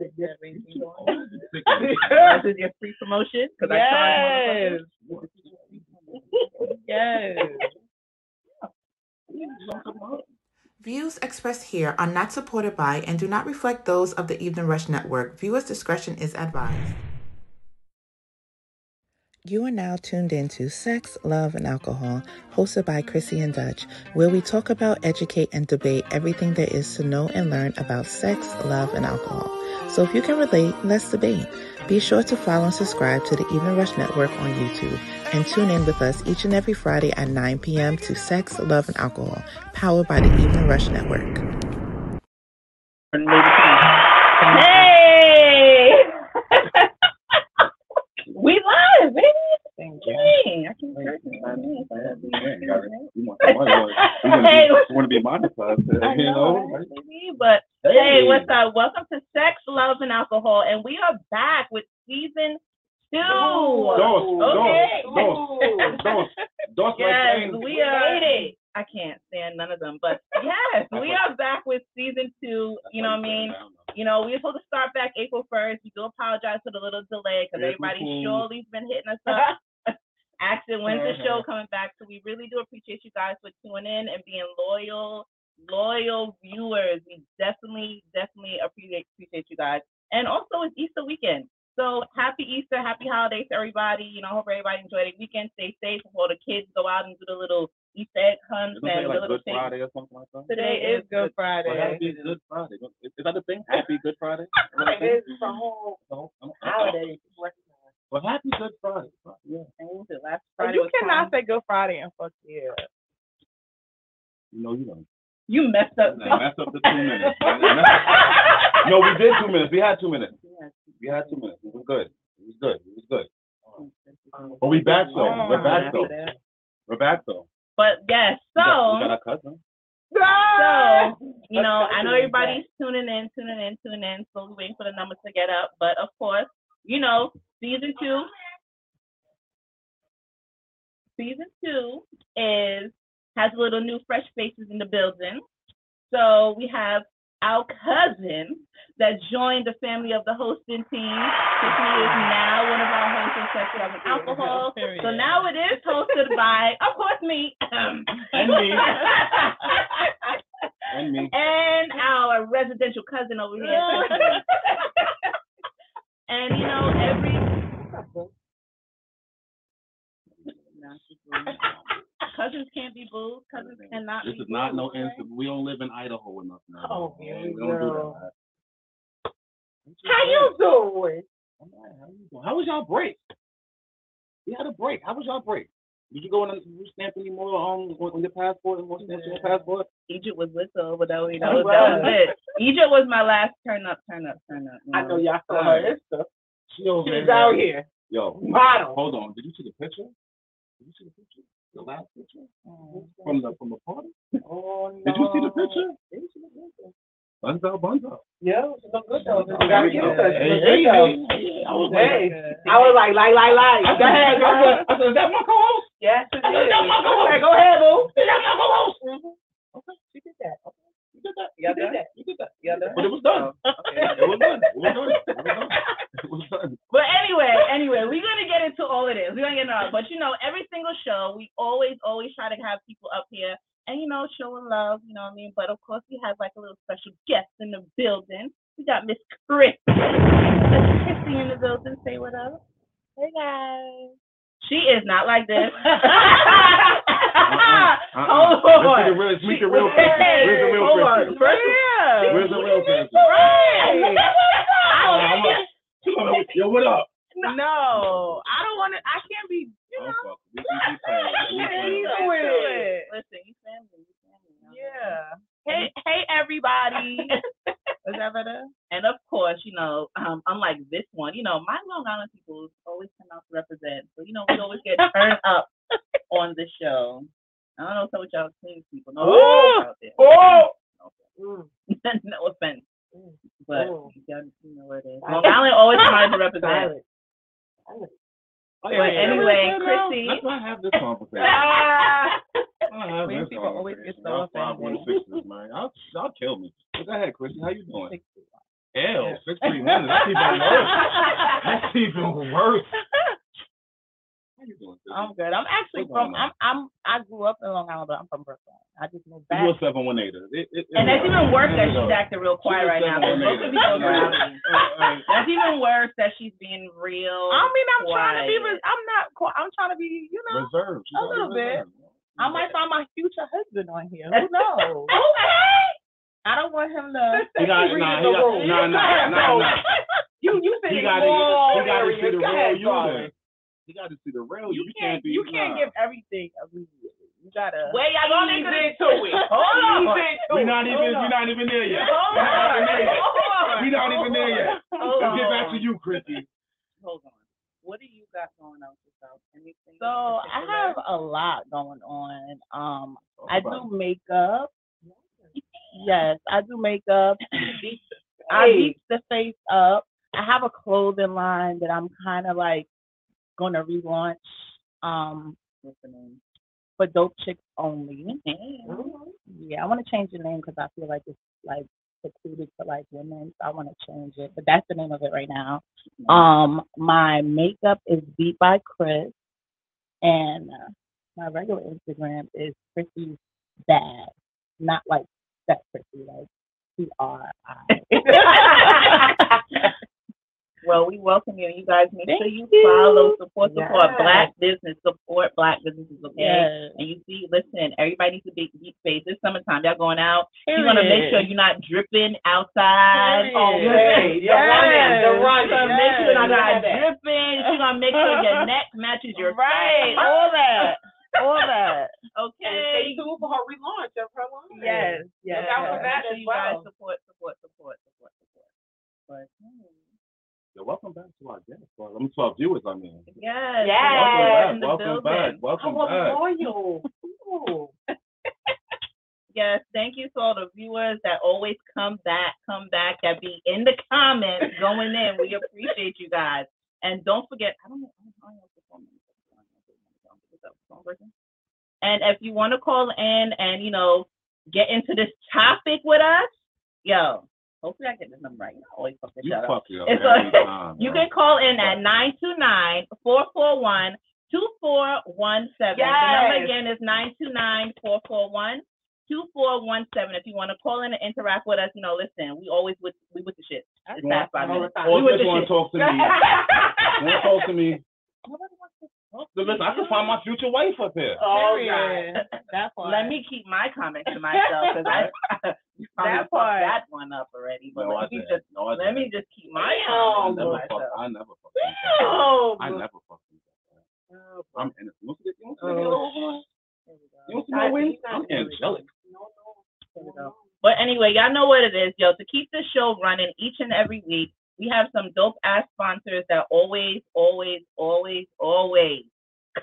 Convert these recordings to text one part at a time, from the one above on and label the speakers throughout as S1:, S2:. S1: that ranking.
S2: Yes.
S1: This is your free promotion. 'cause I tried
S2: Yes.
S3: Views expressed here are not supported by and do not reflect those of the Evening Rush Network. Viewers' discretion is advised. You are now tuned into Sex, Love, and Alcohol, hosted by Chrissy and Dutch, where we talk about, educate, and debate everything there is to know and learn about sex, love, and alcohol. So if you can relate, let's debate. Be sure to follow and subscribe to the Evening Rush Network on YouTube and tune in with us each and every Friday at 9 p.m. to Sex, Love, and Alcohol, powered by the Evening Rush Network.
S1: Hey! we live, baby.
S2: Thank
S1: Dang, I can't
S2: Thank
S1: curse in five minutes.
S2: We want some money, want- we wanna be-
S1: Hey, what-
S2: wanna be monetized,
S1: I
S2: you know?
S1: know, right, baby? But hey, what's up? Welcome to Sex, Love, and Alcohol, and we are back with season two.
S2: Dos,
S1: okay.
S2: dos, dos, dos, dos like
S1: Yes,
S2: things.
S1: we are. I can't stand none of them, but yes, we are back with season two. You know what I mean? You know, we were supposed to start back April 1st. We do apologize for the little delay because
S2: April
S1: everybody
S2: Fool's.
S1: surely's been hitting us up. Asking when's the show
S2: Mhm.
S1: coming back? So we really do appreciate you guys for tuning in and being loyal, loyal viewers. We definitely, definitely appreciate appreciate you guys. And also it's Easter weekend. So happy Easter, happy holidays to everybody. You know, I hope everybody enjoyed their weekend. Stay safe. All the kids go out and do the little Easter egg hunts
S2: Isn't
S1: and the
S2: it like
S1: little
S2: Good
S1: things.
S2: Friday or something like that?
S1: Today is Good
S2: Well,
S4: Friday.
S2: happy Good Friday. Is is that the thing? Happy Good Friday? Is that
S4: It
S2: the thing?
S4: is the whole
S2: No, no, no.
S4: holiday.
S2: Well, happy Good Friday. Yeah.
S1: And what was it, last
S4: But you
S1: Friday was
S4: cannot
S1: Friday.
S4: say Good Friday and fuck yeah.
S2: Oh, You know, you know.
S1: You messed up.
S2: That's up to two minutes. That's up- No, we did two minutes. We had two minutes. We had two minutes. It was good. It was good. It was good. But we back though.
S4: Oh,
S2: We're back though. We're back though.
S1: But yes,
S2: We got- we
S1: so
S2: got our cousin.
S4: No.
S1: so you know, I know
S4: Okay.
S1: everybody's tuning in, tuning in, tuning in. So we're waiting for the numbers to get up. But of course, you know, season two. Season two is has a little new fresh faces in the building. So we have our cousin that joined the family of the hosting team. Tiffany is now one of our hosts in Sex Love and Alcohol. So now it is hosted by, of course, me. um,
S2: And me. And me.
S1: and our residential cousin over here. and you know, every cousins can't be booed. Cousins cannot
S2: This
S1: be
S2: is not no
S1: booed.
S2: instant. We don't live in Idaho enough now.
S4: Oh,
S2: man,
S4: here
S2: we don't do
S4: we
S2: that. man.
S4: How you doing?
S2: I'm all right. How you doing? How was y'all break? We had a break. How was y'all break? Did you go in and did you stamp any more um, on, on your passport? More stamps on your passport?
S1: Egypt was with her, but that was, that
S4: She
S1: was, that was
S4: was.
S1: it. Egypt was my last turn up, turn up, turn up. you
S4: I know y'all saw her Insta.
S2: She over
S4: She's
S2: there. Mm.
S4: out here.
S2: Yo,
S4: Model.
S2: hold on. Did you see the picture? Did you see the picture? The last picture from the from the party?
S4: Oh, no.
S2: Oh, Did you see the picture? Buns out, buns out.
S4: Yeah, she look good though. You gotta give it to her. She look
S2: Hey,
S4: good though.
S2: hey, hey, I was like,
S4: Hey, I was like, like, like, like.
S2: I said, hey, I said, I said, is that my co-host?
S4: Yes, it is.
S2: I said, that's my
S4: Okay,
S2: co-host.
S4: go ahead, boo.
S2: Is that my co-host?
S4: Okay, she did that. Okay,
S2: You did that.
S4: Y'all
S2: You did
S4: done?
S2: that. You did that.
S4: y'all done?
S2: But it was done.
S4: Oh,
S2: It was done. It was done. It was done. It was done.
S1: But anyway, anyway, we're gonna get into all of this. We're gonna get into all. But you know, every single show, we always, always try to have people up here and you know, showing love. You know what I mean? But of course, we have like a little special guest in the building. We got Miss Chris, Miss Chrissy in the building. Say what up? Hey guys. She is not like this.
S2: Uh-uh.
S1: Hold
S2: Let's
S1: on.
S2: get real. Let's make it
S1: She-
S2: real. Chris. Where's the real
S1: Hold
S2: Chris?
S1: on. First of-
S2: Where's the real Chris?
S1: Right. Oh,
S2: I'm like, Yo, what up?
S4: No, I don't want to. I can't be. You know,
S2: Oh, fuck. We- we- we playing. We
S4: Yeah,
S2: playing.
S4: you
S1: Listen,
S4: know it.
S1: Listen, you family, you family. you know.
S4: yeah.
S1: Hey, hey, everybody.
S4: Is that better?
S1: and of course, you know, um, unlike this one, you know, my Long Island people always come out to represent. So, you know, we always get turned up on the show. I don't know if some of y'all Queens people know
S4: Ooh.
S1: out there.
S4: Oh.
S5: Mm,
S1: no offense.
S4: Mm.
S1: But
S4: Ooh.
S1: you gotta- you know what it is.
S4: Silent.
S1: Long Island always tries to represent.
S4: Silent.
S2: Oh,
S1: But
S2: yeah, yeah,
S1: anyway,
S2: yeah, yeah.
S1: Chrissy-
S2: Let's not have this conversation.
S4: Ah.
S2: I'll have
S4: Queen
S2: this
S4: people always get
S2: conversation.
S4: so
S2: Y'all five
S4: offended.
S2: wanna fix this, man. Y'all- y'all kill me. But Go ahead, Chrissy. How you doing? Ew, six three one. That's even worse. That's even worse. How you doing? sis?
S5: I'm good. I'm actually
S2: What's
S5: from
S2: going
S5: I'm
S2: on?
S5: I'm I grew up in Long Island, but I'm from Brooklyn. I just moved back.
S2: You a seven one eight. It, it,
S1: And that's even worse that she's acting
S2: acting.
S1: real quiet right now.
S2: She's
S1: Most of
S2: acting
S1: these
S2: on
S1: girls
S2: native.
S1: are out.
S2: Uh,
S1: That's even worse that she's being real.
S5: I mean, I'm trying to be.
S1: Quiet.
S5: res- I'm not. qu- I'm trying to be. You know,
S2: Reserved. She's
S5: A little
S2: already
S5: bit.
S2: reserved.
S5: I might find my future husband on here. Who knows?
S1: Okay.
S5: I don't want him to.
S2: He got, nah, he got, nah, nah, nah, nah.
S1: You you sitting
S2: He got
S1: all
S2: to, he got to
S1: areas.
S2: see the
S1: Go
S2: real
S1: ahead,
S2: you
S1: Charlie.
S2: then. He got to see the real you.
S5: You can't.
S2: be,
S5: You can't
S2: nah.
S5: give everything immediately. You gotta.
S1: Where y'all
S5: Ease
S1: going to
S5: into it. Hold on.
S2: We're not even, we're not even there yet.
S1: Hold
S2: We're not
S1: on.
S2: even there yet.
S1: Hold on.
S2: We're not even there yet.
S5: Oh,
S1: Hold
S2: Let's
S1: on.
S2: get back to you, Chrissy.
S6: Hold on. What do you got going on with yourself? Anything? in
S5: So I
S6: particular?
S5: have a lot going on. Um,
S2: Talk
S5: I
S2: about
S5: do makeup. Yes, I do makeup. I
S1: Hey.
S5: beat the face up. I have a clothing line that I'm kind of like going to relaunch um,
S6: What's the name?
S5: for dope chicks only. Yeah, I want to change the name because I feel like it's like secluded to like women. So I want to change it, but that's the name of it right now.
S6: Mm-hmm.
S5: Um, my makeup is beat by Chris, and uh, my regular Instagram is Chrissy Bad, not like that Chrissy, like C R I.
S1: Well, we welcome you. You guys make
S5: Thank
S1: sure you,
S5: you.
S1: follow, support, support
S5: Yes.
S1: black business, support black businesses, okay?
S5: Yes.
S1: And you see, listen, everybody needs to be deep space. This summertime, y'all going out. You want to make sure you're not dripping outside.
S5: Period.
S1: all day.
S5: Yes.
S1: Oh, You're running. You're
S5: Yes.
S1: running. You're gonna make sure you're
S5: Yes.
S1: not dripping. You're gonna make sure your neck matches your
S5: right,
S1: face.
S5: all that, all that.
S1: Okay.
S6: Stay tuned for her relaunch of her line.
S5: Yes, yes.
S6: That was that
S1: Make
S5: yes.
S1: sure
S6: as
S1: you guys
S6: well.
S1: support, support, support, support, support. hmm,
S2: Yo, welcome back to our guest. Well, I'm to our viewers, I mean.
S1: Yes.
S6: Yes.
S1: In the
S2: Welcome
S1: building.
S2: back.
S6: I
S2: Welcome
S6: was
S2: back.
S6: loyal. Ooh.
S1: Yes, thank you to all the viewers that always come back, come back, that be in the comments going in. We appreciate you guys. And don't forget, I don't know, I don't know if the phone number is on. Is that the phone version? And if you want to call in and, you know, get into this topic with us, yo, hopefully I get this number right. You know, I always fuck this
S2: You
S1: shit up.
S2: fuck it up
S1: It's
S2: every
S1: okay.
S2: time.
S1: You
S2: bro.
S1: can call in at 929 441 2417. The number
S6: Yes.
S1: again is 929 441 2417. If you want to call in and interact with us, you know, listen, we always with we with the shit. It's
S2: You want-
S1: past five
S6: all the
S1: minutes.
S6: time.
S1: We
S2: Or
S1: with
S2: just
S1: the
S2: want to
S1: shit.
S2: talk to me. Want to talk to me. So listen, I can find my future wife up here.
S1: Oh,
S6: All right.
S5: Period. That part.
S1: Let me keep my comments to myself because I you probably
S5: That
S1: fucked
S5: part.
S1: that one up already. But
S2: No, I
S1: let me
S2: didn't. Oh,
S1: just
S2: No, I
S1: let
S2: didn't.
S1: me just keep my
S6: Damn.
S2: I
S1: comments to
S2: never
S1: myself.
S2: fucked. I never fucked.
S6: Oh,
S2: I never fucked. I'm innocent. You want to get- you want to get a little- you want to
S6: God,
S2: know when?
S6: he's not
S2: I'm
S6: doing it.
S2: angelic.
S6: No,
S1: Here
S6: no,
S1: we go.
S6: no.
S1: But anyway, y'all know what it is, yo. To keep this show running each and every week, we have some dope ass sponsors that always, always, always, always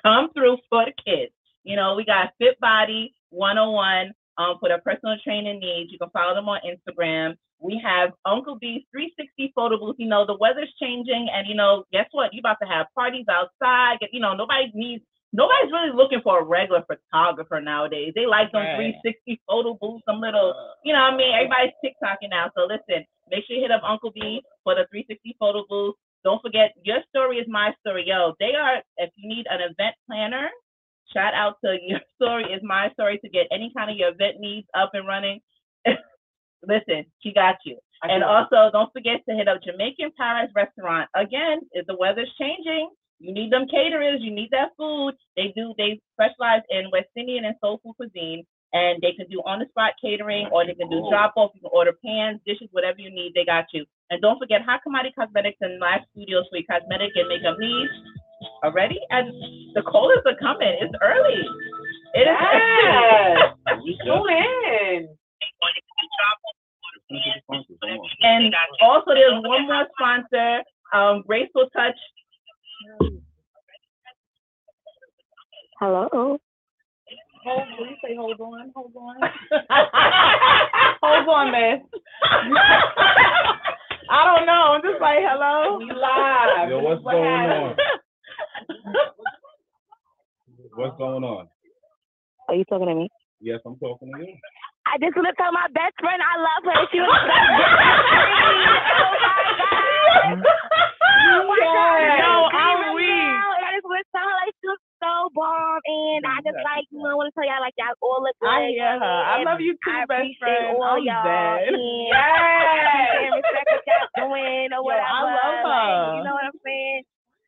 S1: come through for the kids. You know, we got Fit Body 101 um, for their personal training needs. You can follow them on Instagram. We have Uncle B's 360 photo booth. You know, the weather's changing, and you know, guess what? You're about to have parties outside. You know, nobody needs nobody's really looking for a regular photographer nowadays. They like them
S5: Right.
S1: 360 photo booths, some little, you know what I mean? Everybody's TikToking now. So listen, make sure you hit up Uncle B for the 360 photo booth. Don't forget, your story is my story. Yo, they are, if you need an event planner, shout out to your story is my story to get any kind of your event needs up and running. listen, she got you.
S6: I
S1: And
S6: do.
S1: also, don't forget to hit up Jamaican Paradise Restaurant. Again, if the weather's changing, you need them caterers, you need that food. They do, they specialize in West Indian and soul food cuisine, and they can do on the spot catering or they can do
S2: Cool.
S1: drop off. You can order pans, dishes, whatever you need, they got you. And don't forget Hot Commodity Cosmetics and Live Studios for your cosmetic and makeup needs. Already? And the callers are coming. It's early. It is.
S6: Yes.
S2: We just-
S6: Go in.
S2: we just fucked it. Come on.
S1: And also, there's one more sponsor, um, Graceful Touch.
S7: Hello.
S5: Hold, will you say hold on, hold on.
S1: Hold on, man.
S5: I don't know. I'm just like, hello.
S6: We live.
S2: Yo,
S6: This
S2: what's
S6: is what
S2: going
S6: happened.
S2: on? What's going on?
S7: Are you talking to me?
S2: Yes, I'm talking to you.
S7: I I just want to tell my best friend I love her. She was so Oh good. Oh my god.
S5: Yes.
S7: No,
S5: Yo, I'm weak.
S7: And I just want to tell her like she was so bomb, and I just like you know I want to tell y'all like y'all all look good.
S5: I hear her. I
S7: and
S5: love you too,
S7: I
S5: best
S7: appreciate
S5: friend.
S7: all
S5: I'm
S7: y'all.
S5: dead.
S7: And
S5: Yes.
S7: and respect what y'all doing or
S5: Yo,
S7: whatever.
S5: I love
S7: Like,
S5: her.
S7: you know what I'm saying?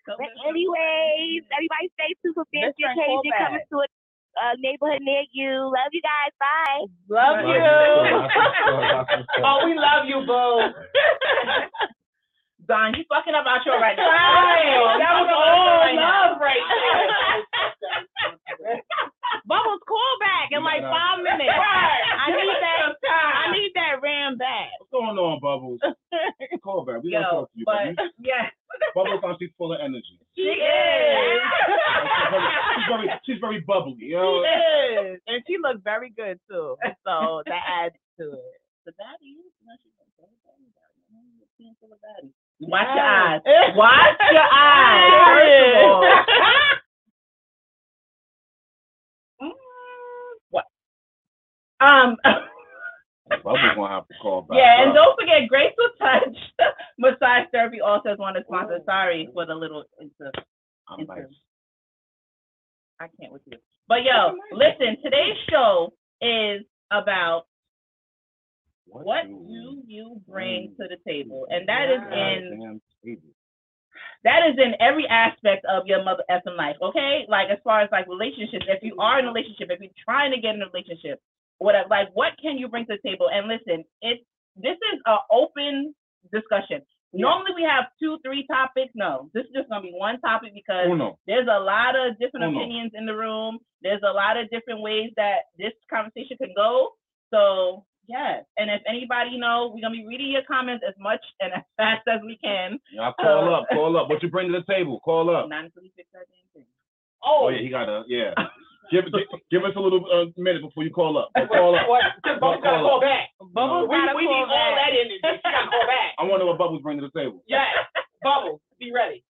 S7: But anyways, everybody stay tuned for
S5: Best
S7: fancy
S5: friend
S7: occasion
S5: callback.
S7: coming to a uh, neighborhood near you. Love you guys. Bye.
S2: Lots
S5: Love
S2: of
S5: you.
S2: stuff, lots of stuff.
S5: Oh,
S1: Oh,
S5: we love you, boo.
S1: Don, you fucking up out your right now.
S5: that was all love right
S1: Bubbles, call back in like five minutes. I need that. I need that ram back.
S2: What's going on, Bubbles? Call back. We gotta
S1: Yo,
S2: talk to you.
S1: but
S2: Bubbles.
S1: yeah,
S2: Bubbles sounds she's full of energy.
S1: she
S5: is.
S1: is.
S2: She's very, she's very, she's very bubbly. You know?
S5: Yes. And she looked very good too. So that adds to it.
S1: The baddie is- no, she don't say the baddie, baddie. I don't even feel the baddie. Watch your eyes.
S5: Oh.
S1: Watch your eyes. First of all. Mm, What? Um.
S2: Bubbles gonna have to call back.
S1: Yeah,
S2: up.
S1: and don't forget Graceful Touch Massage Therapy also is one of the sponsors. Sorry for the little inter-
S2: I'm like,
S1: I can't with you. But yo, listen, today's show is about what
S2: do
S1: do you bring to the table? And that is in
S2: Goddamn table.
S1: that is in every aspect of your mother effing life, okay? Like as far as like relationships, if you are in a relationship, if you're trying to get in a relationship, whatever, like what can you bring to the table? And listen, it's this is a open discussion. Normally we have two, three topics. No, this is just gonna be one topic because
S2: Uno.
S1: there's a lot of different
S2: Uno.
S1: opinions in the room. There's a lot of different ways that this conversation can go. So yes, and if anybody you know, we're gonna be reading your comments as much and as fast as we can.
S2: Y'all call
S1: Uh,
S2: up, call up. What you bring to the table? Call up.
S1: Not until we fix that damn thing.
S2: Oh yeah, he got a yeah. Give, give, give us a little uh, minute before you call up. But call up.
S5: Because Bubbles gotta
S2: Call
S5: call
S2: up.
S5: back.
S2: Bubbles
S5: We, we need all that energy. She gotta call back.
S2: I wonder what Bubbles bring to the table.
S5: Yes. Bubbles, be ready.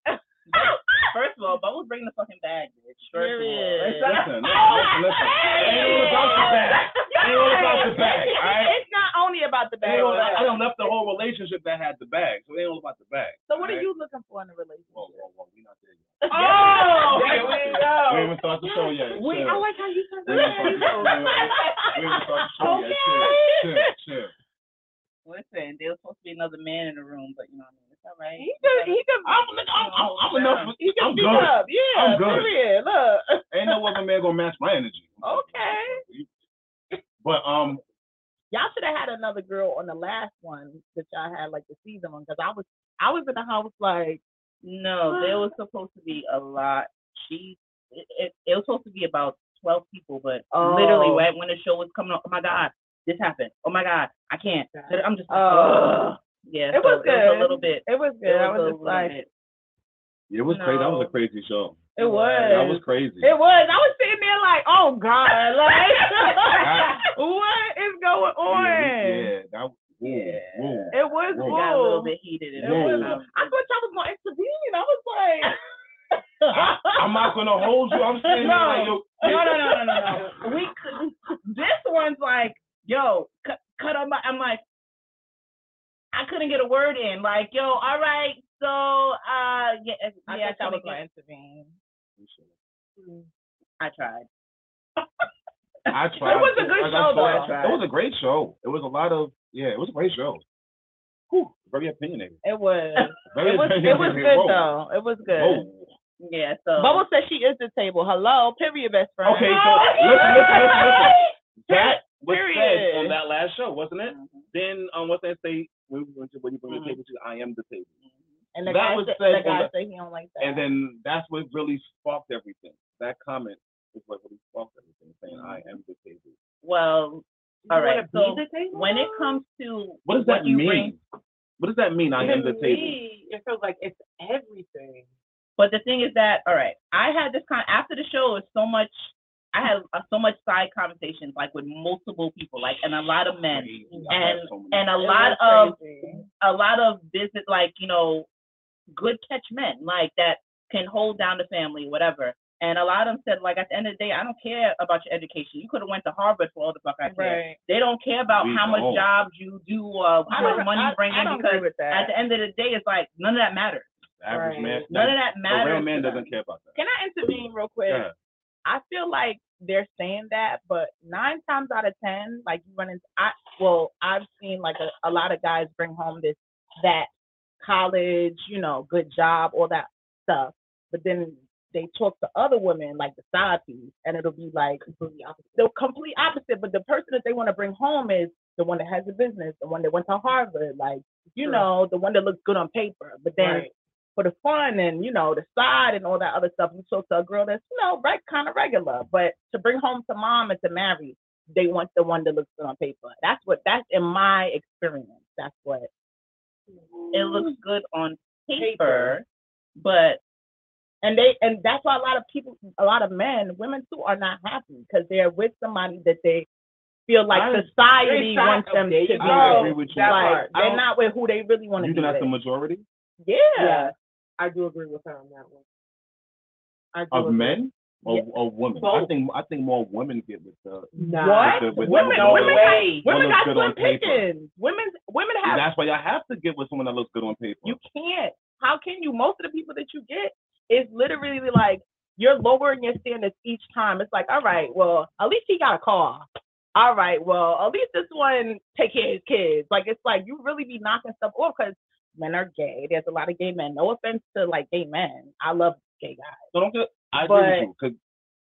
S1: First of all, Bubbles bring the fucking bag, bitch. First of all.
S5: Period.
S1: It's not-
S2: Listen, listen, listen, listen. It ain't all about the bag. It ain't all about the bag. All right.
S5: It's not only about the
S2: It
S5: bag.
S2: ain't all- I done left the whole relationship that had the bag, so it ain't all about the bag.
S5: So what
S2: all
S5: are
S2: right?
S5: you looking for in a relationship?
S2: Whoa, whoa, whoa, we not there yet.
S5: Oh,
S2: Yes.
S5: we
S2: We
S5: go.
S2: haven't started the show yet.
S5: We,
S2: Chill.
S5: I like how you said
S2: We haven't started the show yet. We haven't started the show yet. Chill, chill, chill.
S1: Listen, there was supposed to be another man in the room, but you know what I mean. It's all right.
S5: He could, he could,
S2: I'm, I'm, I'm, I'm enough.
S5: he could
S2: I'm
S5: speak
S2: good.
S5: up. Yeah,
S2: I'm good.
S5: period. Look.
S2: Ain't no other man gonna match my energy.
S5: Okay.
S2: But um,
S5: Y'all should have had another girl on the last one that y'all had like the season one because I was I was in the house like
S1: No, there was supposed to be a lot. She, it, it, it was supposed to be about 12 people, but literally
S5: Oh.
S1: right when the show was coming up, oh my God, this happened. Oh my God, I can't.
S5: God.
S1: I'm just,
S5: Oh.
S1: ugh. yeah,
S5: It
S1: so
S5: was
S1: it was
S5: good.
S1: a little bit.
S5: it was good.
S1: It
S5: I
S1: was a
S5: was just
S1: little
S5: like
S1: bit.
S2: it was crazy. That was
S1: No.
S2: a crazy show.
S5: it was.
S2: That was crazy.
S5: It was. I was sitting there like, oh God,
S2: I-
S5: like what is going on?
S2: Yeah, we- yeah, that was yeah. Whoa.
S5: It was
S2: Whoa.
S1: It got a little
S5: woo.
S1: bit heated. in
S5: It
S1: there.
S5: was.
S2: Whoa.
S5: I thought y'all was gonna intervene. I was like,
S2: I, I'm not gonna hold you. I'm saying
S1: No.
S2: like yo,
S1: no, no, no, no, no, no. We could, this one's like, yo, cut, cut up my. I'm like, I couldn't get a word in. Like, yo, all right, so, uh, yeah,
S5: I
S1: yeah,
S5: thought y'all
S1: couldn't
S5: was
S1: get-
S5: gonna intervene.
S1: I tried.
S2: I tried.
S5: It was
S2: to-
S5: a good
S2: like, I
S5: show,
S2: tried.
S5: though.
S2: I tried. It was a great show. It was a lot of yeah. It was a great show. Whew, very opinionated.
S5: It was.
S2: Very
S5: it was.
S2: opinionated.
S5: It was good
S2: Whoa.
S5: though. It was good.
S2: Whoa.
S1: Yeah, so.
S5: Bubble says she is the table. Hello, period, best friend.
S2: Okay, so listen, listen, listen, listen. That was
S5: Period.
S2: said on that last show, wasn't it?
S1: Mm-hmm.
S2: Then um, what's that say? When we went to when you bring the table to, I am the table.
S5: And the
S2: That
S5: guy
S2: was
S5: said,
S2: said
S5: the guy
S2: on
S5: said he don't like that.
S2: And then that's what really sparked everything. That comment is what really sparked everything, saying I
S1: Mm-hmm.
S2: am the table.
S1: Well, all right.
S5: wanna
S1: So when it comes to
S2: What does that
S1: you bring-
S2: mean? What does that mean? I am the table.
S5: me, it feels like it's everything.
S1: but the thing is that all right, I had this kind after the show was so much. I had uh, so much side conversations like with multiple people, like and a lot of men and and a lot of a lot of business like you know good catch men like that can hold down the family whatever And a lot of them said, like, at the end of the day, I don't care about your education. You could have went to Harvard for all the fuck I care. They don't care about
S2: We
S1: how much
S2: don't.
S1: jobs you do or how much money you bring
S7: I
S1: in
S7: don't
S1: because
S7: agree with that.
S1: at the end of the day, it's like none of that matters.
S2: The average
S7: Right.
S2: man,
S1: None
S2: that-
S1: of that
S2: a
S1: matters.
S2: real man
S1: to them.
S2: doesn't care about that.
S7: Can I intervene real quick?
S2: Yeah.
S7: I feel like they're saying that, but nine times out of ten, like you run into, I well, I've seen like a, a lot of guys bring home this that college, you know, good job, all that stuff, but then they talk to other women like the side piece, and it'll be like the complete opposite. But the person that they want to bring home is the one that has a business, the one that went to Harvard, like you know, the one that looks good on paper, but then for the fun and you know the side and all that other stuff. You talk to a girl that's you know right kind of regular, but to bring home to mom and to marry, they want the one that looks good on paper. That's what that's in my experience. That's what
S1: It
S5: Mm.
S1: looks good on paper,
S7: Paper.
S1: but
S7: and they and that's why a lot of people, a lot of men, women too, are not happy because they're with somebody that they feel like
S2: I-
S7: society
S5: They're
S7: wants
S5: shocked.
S7: them to
S5: There
S7: be.
S5: you go.
S2: I agree with you.
S5: That
S7: Like
S5: part. I
S7: they're
S5: don't-
S7: not with who they really want to
S2: You
S7: be
S2: think that's the
S7: with.
S2: majority
S7: Yeah.
S5: Yeah, I do agree with her on that one. I do
S2: of
S5: agree.
S2: men or,
S7: Yeah.
S2: or women? I
S5: Both.
S2: think I think more women get with the.
S5: Nah.
S2: With the, with
S7: Women-
S2: the, with
S7: women
S2: the-
S5: way.
S2: What
S7: Women
S2: looks
S7: got
S2: good on
S7: slim
S2: paper?
S7: pickings. Women women have
S2: That's why y'all have to get with someone that looks good on paper.
S7: You can't. How can you? Most of the people that you get is literally like you're lowering your standards each time. It's like, all right, well, at least he got a car. All right, well, at least this one take care of his kids. Like it's like you really be knocking stuff off because men are gay. There's a lot of gay men. No offense to like gay men. I love gay guys.
S2: so don't get. I
S7: But-
S2: agree with you because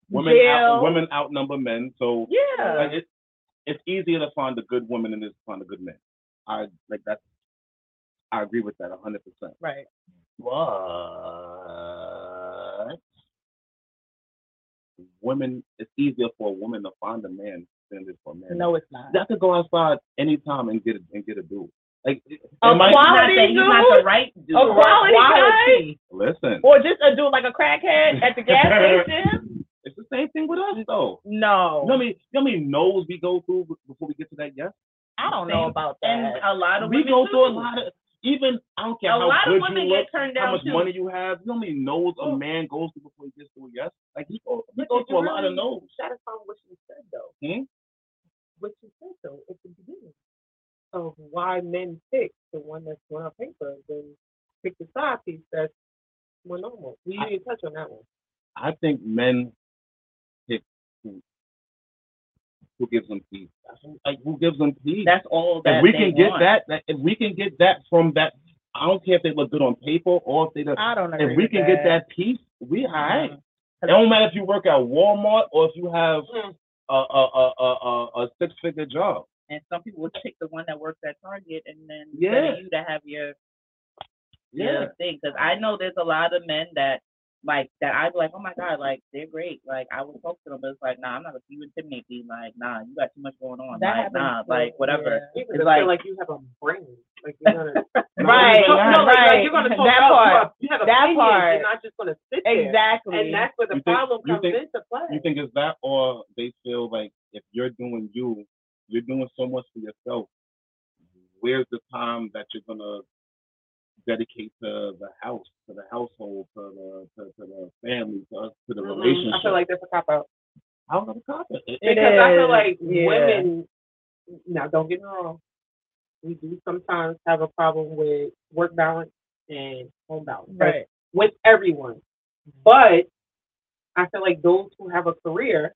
S2: women out,
S7: Jail.
S2: women outnumber men. So
S7: Yeah.
S2: like, it's it's easier to find a good woman than it is to find a good man. I like that. I agree with that hundred percent.
S7: Right.
S2: But women, it's easier for a woman to find a man than it is for a man.
S7: No, it's not.
S2: Y'all could go outside anytime and get a, and get a dude. Like, it-
S7: A
S2: it might-
S7: quality
S5: He's not the right dude.
S7: A quality guy.
S2: listen,
S7: Or just a dude like a crackhead at the gas station.
S2: it's the same thing with us though.
S7: No.
S2: You know how many, you know how many no's we go through be- before we get to that yes?
S7: I don't know about that.
S1: and a lot of
S2: We
S1: women
S2: go
S1: do.
S2: through a lot of, even, I don't care
S1: A
S2: how
S1: lot
S2: good
S1: of women
S2: you look,
S1: get turned
S2: how
S1: down
S2: much
S1: too. Oh.
S2: money you have, you know how many no's a man goes through before he gets to a yes? Like, he goes, he goes through a lot of no's.
S7: satisfy what you said though.
S2: Hmm?
S5: What you said though at the beginning of why men pick the one that's one on paper, then pick the side piece that's more normal. We didn't touch on that one.
S2: I think men pick who, who gives them peace. Like who gives them peace?
S1: That's all that
S2: if we
S1: they
S2: can get
S1: want.
S2: that, that, if we can get that from that, I don't care if they look good on paper or if they don't.
S7: I don't agree.
S2: If we
S7: with
S2: can
S7: that.
S2: get that peace, we alright.
S5: Mm-hmm.
S7: Mhm.
S2: It don't matter if you work at Walmart or if you have
S5: Mm.
S2: a a a a, a, a six figure job.
S1: And some people will pick the one that works at Target and then
S2: Yeah.
S1: for you to have your
S2: Yeah.
S1: yeah. thing. Because I know there's a lot of men that like that I'd be like, oh my god, like they're great. Like I would talk to them, but it's like, nah, I'm not gonna you intimidate me. Like nah, you got too much going on.
S7: That
S1: like
S7: happens
S1: nah,
S7: too,
S1: uh, like whatever.
S5: Even
S1: It's
S5: to
S1: like-
S5: feel like you have a brain, like you're gonna
S2: Not
S7: Right.
S2: even that.
S7: No,
S5: like, like,
S7: right.
S5: you're gonna talk
S7: That
S5: out. You
S7: part.
S5: have, you have
S7: That
S5: opinions.
S7: part.
S5: You're not just gonna sit there.
S7: Exactly.
S5: And that's where the
S2: You think-
S5: problem
S2: you
S5: comes
S2: think-
S5: into play.
S2: You think it's that, or they feel like if you're doing you, you're doing so much for yourself. Where's the time that you're gonna dedicate to the house, to the household, to the to, to the family, to us, to the
S5: Mhm.
S2: relationship?
S5: I feel like that's a cop out.
S2: I don't know the concept. It-
S7: It
S5: because I feel
S7: is,
S5: like
S7: yeah.
S5: women. Now, don't get me wrong. We do sometimes have a problem with work balance and home balance. That's
S7: right. Mm-hmm.
S5: with everyone. But I feel like those who have a career,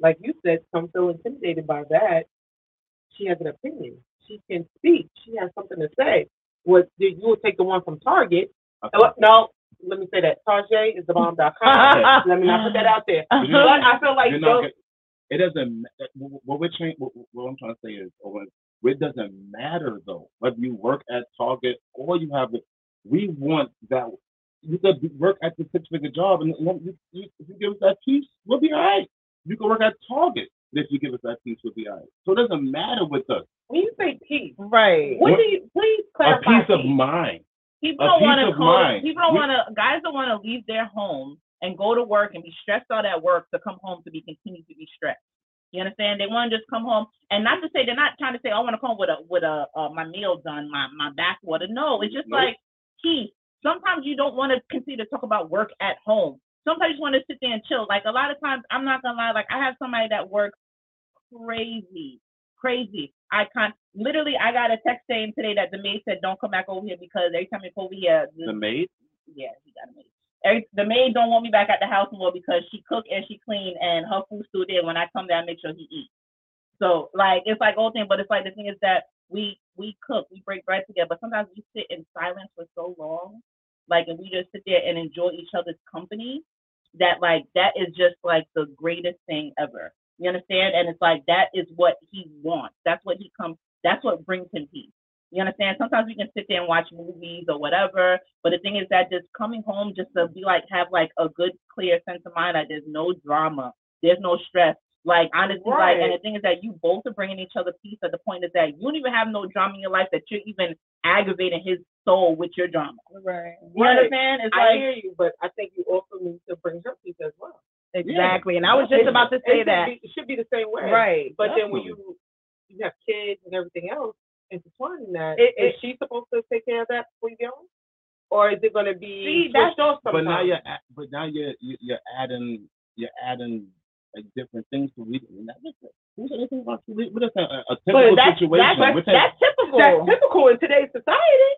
S5: like you said, some feel intimidated by that. She has an opinion. She can speak. She has something to say. What you will take the one from Target? Oh, no, let me say that Target is the bomb.com. let me not put that out there.
S2: But
S5: But I feel like
S2: you're not,
S5: those-
S2: get- it doesn't. ma- What what we're trying, what, what I'm trying to say is, or what- it doesn't matter though whether you work at Target or you have. it. We want that. You could be- work at the six-figure job, and you, you, you, if you give us that piece, we'll be all right. You can work at Target, and if you give us that piece, we'll be all right. So it doesn't matter with us.
S5: when you say peace,
S7: Right.
S5: what do you please
S2: A
S5: clarify?
S2: piece of mind.
S1: People
S2: A
S1: don't
S2: peace
S1: want to
S2: of mind.
S1: People don't
S2: We-
S1: want to. Guys don't want to leave their home and go to work and be stressed out at work to come home to be continue to be stressed. You understand? They want to just come home and not to say they're not trying to say "Oh, I want to come home with a with a uh, my meal done, my my backwater. No, it's just
S2: Nope.
S1: like he. Sometimes you don't want to continue to talk about work at home. Sometimes you want to sit there and chill. Like a lot of times, I'm not gonna lie. Like I have somebody that works crazy, crazy. I can't. Literally, I got a text saying today that the maid said, "Don't come back over here because every time you come over here, the-
S2: The maid?
S1: yeah, he got a maid. Every, the maid don't want me back at the house more because she cook and she clean and her food's still there. When I come there, I make sure he eat. So like it's like old thing, but it's like the thing is that we we cook, we break bread together, but sometimes we sit in silence for so long, like and we just sit there and enjoy each other's company, that like that is just like the greatest thing ever. You understand? And it's like that is what he wants. That's what he comes. That's what brings him peace. You understand? Sometimes we can sit there and watch movies or whatever, but the thing is that just coming home just to be like have like a good clear sense of mind that there's no drama, there's no stress. Like honestly, like and the thing is that you both are bringing each other peace. At the point is that you don't even have no drama in your life that you're even aggravating his soul with your drama.
S4: Right.
S1: You
S5: Right.
S1: understand? It's
S5: I
S1: like
S5: hear you, but I think you also need to bring her peace as well.
S7: Exactly. And I was just about to
S5: It
S7: say
S5: should
S7: that.
S5: be- it should be the same way.
S7: Right.
S5: But then when you you have kids and everything else intertwined in that, is
S7: It- it-
S5: she supposed to take care of that for you? Or is it going to be
S7: See, that's-
S5: switched off
S2: But
S5: sometimes?
S2: now you're a- but now you're you- you're adding you're adding like different things to read. Who's anything about to read? What is that? A, a typical
S7: that's-
S2: situation.
S7: that's-
S2: We're saying,
S7: That's typical.
S5: That's typical in today's society.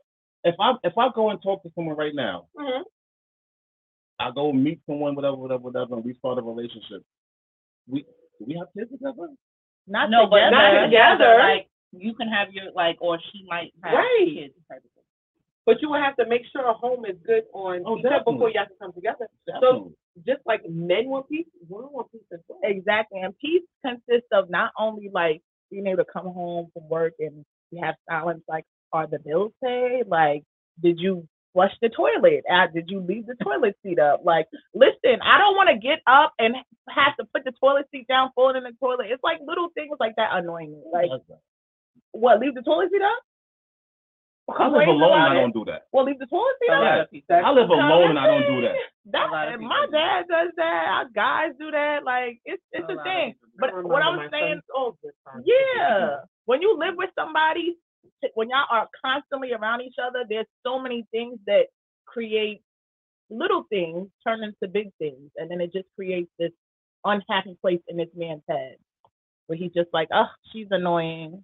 S2: if I if I go and talk to someone right now,
S5: Mhm.
S7: Mm-hmm.
S2: I go meet someone, whatever, whatever, whatever, and we start a relationship. We do we have kids together?
S7: Not
S1: no, but
S7: together.
S5: Not together.
S1: Like you can have your like, or she might have
S5: Right.
S1: kids. type of thing.
S5: But you would have to make sure a home is good on
S2: Oh,
S5: each other
S2: definitely.
S5: before y'all can come together.
S2: Definitely.
S5: Just like men want peace, women want peace as well.
S7: Exactly. And peace consists of not only like being able to come home from work and you have silence, like, are the bills paid? Like, did you flush the toilet? Uh, did you leave the toilet seat up? Like, listen, I don't want to get up and have to put the toilet seat down, fall in the toilet. It's like little things like that annoying me. Like, what, leave the toilet seat up?
S2: I live
S7: Complain
S2: alone.
S7: about
S2: I
S7: it?
S2: don't do that.
S7: Well, leave the toilet seat
S5: A
S7: up.
S5: lot
S2: Yeah.
S5: of peace. That's-
S2: I live alone and I don't do that.
S7: That,
S1: lot of people
S7: my
S1: do
S7: dad does that. Our guys do that. Like it's it's
S1: A
S7: a,
S1: lot of
S7: thing.
S1: people do
S7: But
S5: I remember
S7: what I'm
S5: my
S7: saying,
S5: son's old good times.
S7: yeah, when you live with somebody, t- when y'all are constantly around each other, there's so many things that create little things turn into big things, and then it just creates this unhappy place in this man's head where he's just like, oh, she's annoying.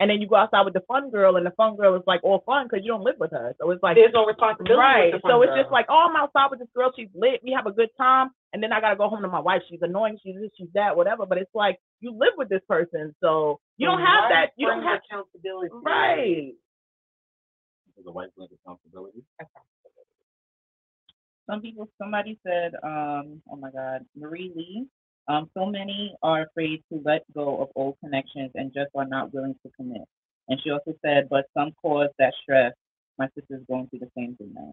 S7: And then you go outside with the fun girl, and the fun girl is like all fun because you don't live with her. So it's like
S5: There's no responsibility.
S7: Right.
S5: with the
S7: So
S5: fun
S7: it's
S5: girl.
S7: just like, oh, I'm outside with this girl. She's lit. We have a good time. And then I got to go home to my wife. She's annoying. She's this, she's that, whatever. But it's like, you live with this person. So you don't
S5: Why
S7: have that. You
S5: bring
S7: don't have.
S5: accountability.
S7: Right.
S2: As a white man's responsibility.
S1: Some people, somebody said, um, oh my God, Marie Lee. Um, so many are afraid to let go of old connections and just are not willing to commit. And she also said, but some cause that stress. My sister's going through the same thing now.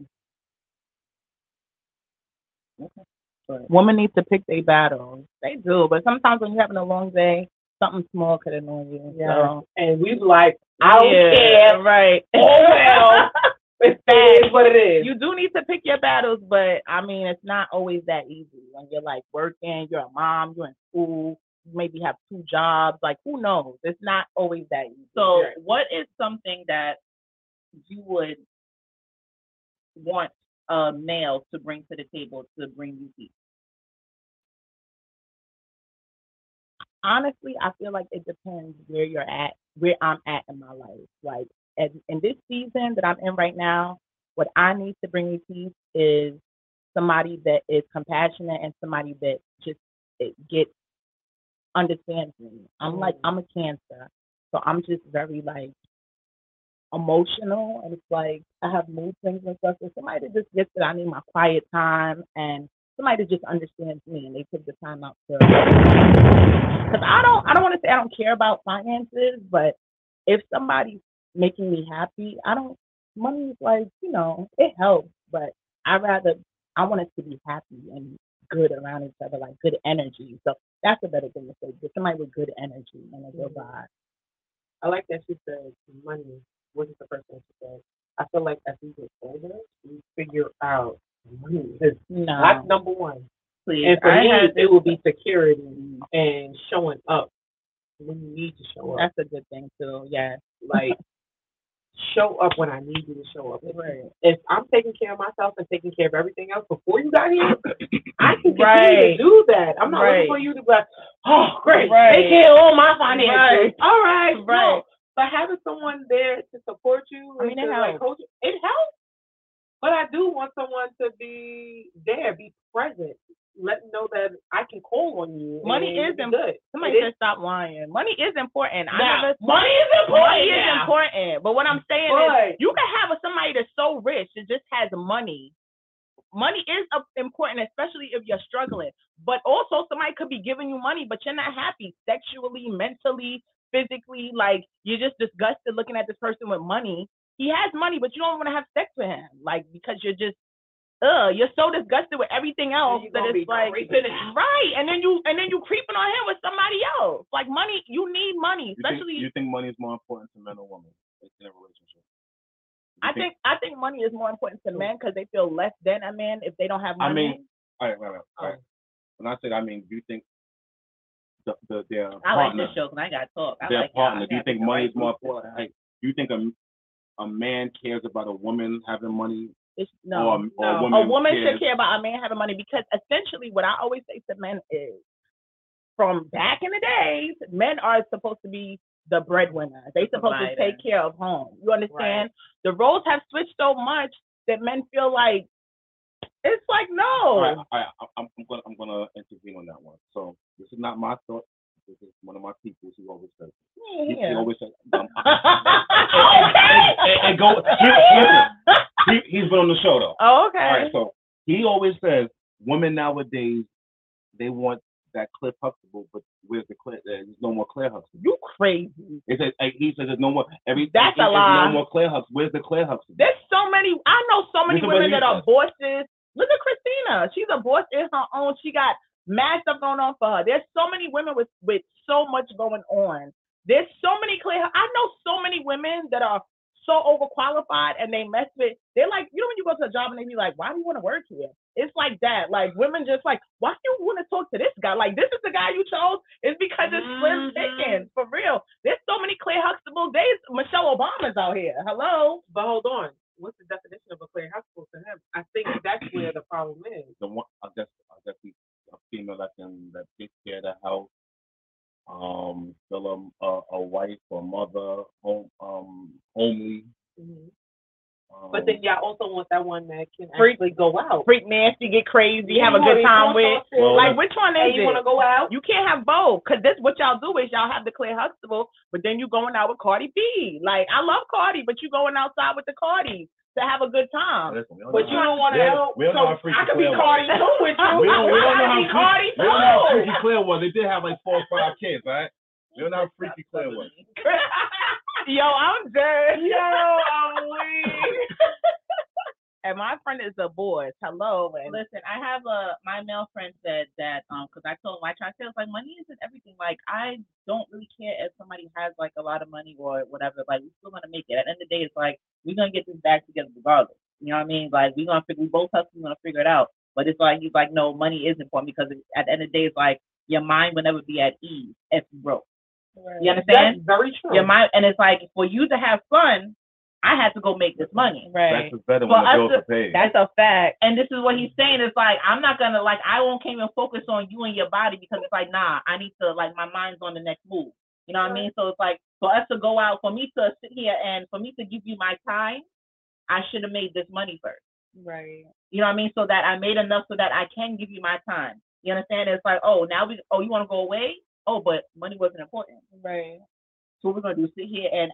S7: Women need to pick their battles. They do. But sometimes when you're having a long day, something small could annoy you.
S5: Yeah.
S7: So.
S5: And we like, I don't
S7: Yeah,
S5: care.
S7: Right.
S5: Oh well, it's it is what it is.
S7: you do need to pick your battles, but I mean, it's not always that easy when you're like working, you're a mom, you're in school, you maybe have two jobs. Like, who knows? It's not always that easy.
S1: So,
S5: Right.
S1: what is something that you would want a male to bring to the table to bring you peace?
S7: honestly, I feel like it depends where you're at, where I'm at in my life. Like, and in this season that I'm in right now, what I need to bring me peace is somebody that is compassionate and somebody that just eh, it gets understands me. I'm like I'm a cancer, so I'm just very like emotional, and it's like I have mood swings and stuff. So somebody that just gets that I need my quiet time and somebody that just understands me and they take the time out to because I don't I don't want to say I don't care about finances, but if somebody's making me happy, I don't money's like, you know, it helps, but I rather I want us to be happy and good around each other, like good energy. So that's a better thing to say. Get somebody with good energy and a good vibe.
S5: I like that she said money wasn't the first thing she said. I feel like as we get older, we figure out money is
S7: No.
S5: that's number one.
S1: Please.
S5: And for
S1: I
S5: me,
S1: had
S5: it will be security and showing up when you need to show up.
S7: That's a good thing too. Yeah.
S5: Like show up when I need you to show up. If I'm taking care of myself and taking care of everything else before you got here, I can continue to
S7: Right.
S5: do that. I'm not
S7: Right.
S5: looking for you to be like, oh, great,
S7: Right.
S5: take care of all my finances. All right, no.
S7: Right.
S5: But having someone there to support you
S7: I
S5: and
S7: mean,
S5: to
S7: it
S5: like coach you, it helps. But I do want someone to be there, be present, let them know that I can call on you.
S7: Money
S5: and
S7: is
S5: it's
S7: im-
S5: good.
S7: Somebody
S5: It is-
S7: said stop lying. Money is important. I
S5: Now,
S7: never
S5: money is
S7: money is
S5: now.
S7: important. But what I'm saying is
S5: But-
S7: you can have a- somebody that's so rich that just has money. Money is a- important, especially if you're struggling. But also somebody could be giving you money, but you're not happy sexually, mentally, physically, like you're just disgusted looking at this person with money. He has money, but you don't want to have sex with him. Like because you're just uh, you're so disgusted with everything else
S5: you
S7: that
S5: gonna be
S7: it's like
S5: creeping out.
S7: right, and then you and then you creeping on him with somebody else. Like money, you need money,
S2: You think,
S7: especially.
S2: you think money is more important to men or women in a relationship? You
S7: I think I think money is more important to men because they feel less than a man if they don't have
S2: I
S7: money.
S2: mean, all right, right, right, right.
S1: Oh.
S2: When I said I mean, do you think the, the their
S1: I like
S2: partner,
S1: this show because I got to talk. I
S2: their
S1: like y'all.
S2: partner,
S1: I
S2: do you
S1: gotta
S2: think
S1: get
S2: money
S1: right
S2: is more
S1: people.
S2: important? Like, do you think a a man cares about a woman having money,
S7: It's-
S2: or,
S7: no,
S2: a- or
S7: no.
S2: a woman,
S7: a woman
S2: cares?
S7: should care about a man having money because essentially what I always say to men is from back in the days, men are supposed to be the breadwinner. They supposed to
S1: Provider.
S7: take care of home. You understand? The roles have switched so much that men feel like it's like no.
S2: All
S1: Oh.
S2: right, all right, I- I'm, I'm gonna I'm gonna intervene on that one. So this is not my thought. This is one of my people who always says. He, he
S7: Yeah.
S2: always says. Um,
S1: Oh,
S7: okay.
S2: and, and go. He, listen, he, has been on the show though.
S7: Oh,
S2: All right,
S7: okay.
S2: so he always says women nowadays they want that Cliff Huxtable, but where's the Cliff? There's no more Claire Huxtable.
S7: You crazy.
S2: It says like, he says there's no more. Every
S7: That's
S2: he
S7: a
S2: says
S7: lie.
S2: No more Claire Huxtable. Where's the Claire Huxtable?
S7: There's so many. I know so many
S2: Listen,
S7: women
S2: baby,
S7: that are bosses. Look at Christina. She's a boss in her own. She got mad stuff going on for her. There's so many women with with so much going on. There's so many clear. I know so many women that are so overqualified and they mess with. They're like, you know, when you go to a job and they be like, why do you want to work here? It's like that. Like women just like, why do you want to talk to this guy? Like this is the guy you chose. It's because it's
S5: Mm-hmm.
S7: slim pickings for real. There's so many Claire Huxtable days. Michelle Obama's out here. Hello.
S5: But hold on. What's the definition of a clear household to him? I think that's where the problem is.
S2: the one I guess I guess we a female that can that takes care of the house, um, still a, a, a wife or mother, home um homely.
S7: Mm-hmm.
S2: Um,
S5: But then y'all also want that one that can
S7: Freak.
S5: actually go out.
S7: freak nasty, get crazy, have a
S5: You
S7: good
S5: wanna
S7: time
S5: be
S7: with.
S5: so
S2: Well,
S7: Like which one
S5: and
S7: is
S5: you want to
S7: it?
S5: go out?
S7: You can't have both, cause this what y'all do is y'all have the Claire Huxtable, but then you going out with Cardi B. Like I love Cardi, but you going outside with the Cardi to have a good time.
S2: listen, we don't
S5: But
S2: know
S5: you
S2: how-
S5: don't want to
S2: Yeah,
S5: help.
S2: we don't know how
S5: So
S2: freaky
S5: I could be
S2: Claire was.
S5: Cardi too with you.
S2: We don't, we don't know
S7: I
S2: how
S7: be
S2: freaky,
S7: Cardi
S2: we don't know how
S7: too.
S2: freaky Claire was. They did have like four or five kids, all right? We don't know how freaky Claire was.
S7: Yo, I'm dead.
S5: Yo, I'm weak.
S7: And my friend is a boy. Hello, and
S1: Listen, I have a my male friend said that um because I told him I tried to say I was like money isn't everything. Like I don't really care if somebody has like a lot of money or whatever. Like we're still gonna make it. At the end of the day, it's like we're gonna get this back together regardless. You know what I mean? Like we're gonna figure we both hustle, we're gonna figure it out. But it's like he's like, no, money is important because it- at the end of the day, it's like your mind will never be at ease if you broke. You
S5: That's
S1: understand?
S5: very true.
S1: Your mind, and it's like for you to have fun, I had to go make this money.
S2: That's just better when
S1: For
S2: the
S1: us
S2: bills
S1: to-
S2: are paid.
S1: That's a fact. And this is what he's saying. It's like I'm not gonna like I won't came and focus on you and your body because it's like nah, I need to like my mind's on the next move. You know what I mean? So it's like for us to go out, for me to sit here and for me to give you my time, I should have made this money first.
S4: Right.
S1: You know what I mean? So that I made enough so that I can give you my time. You understand? It's like oh now we oh you want to go away? Oh but money wasn't important.
S4: Right.
S1: So what we're gonna do sit here and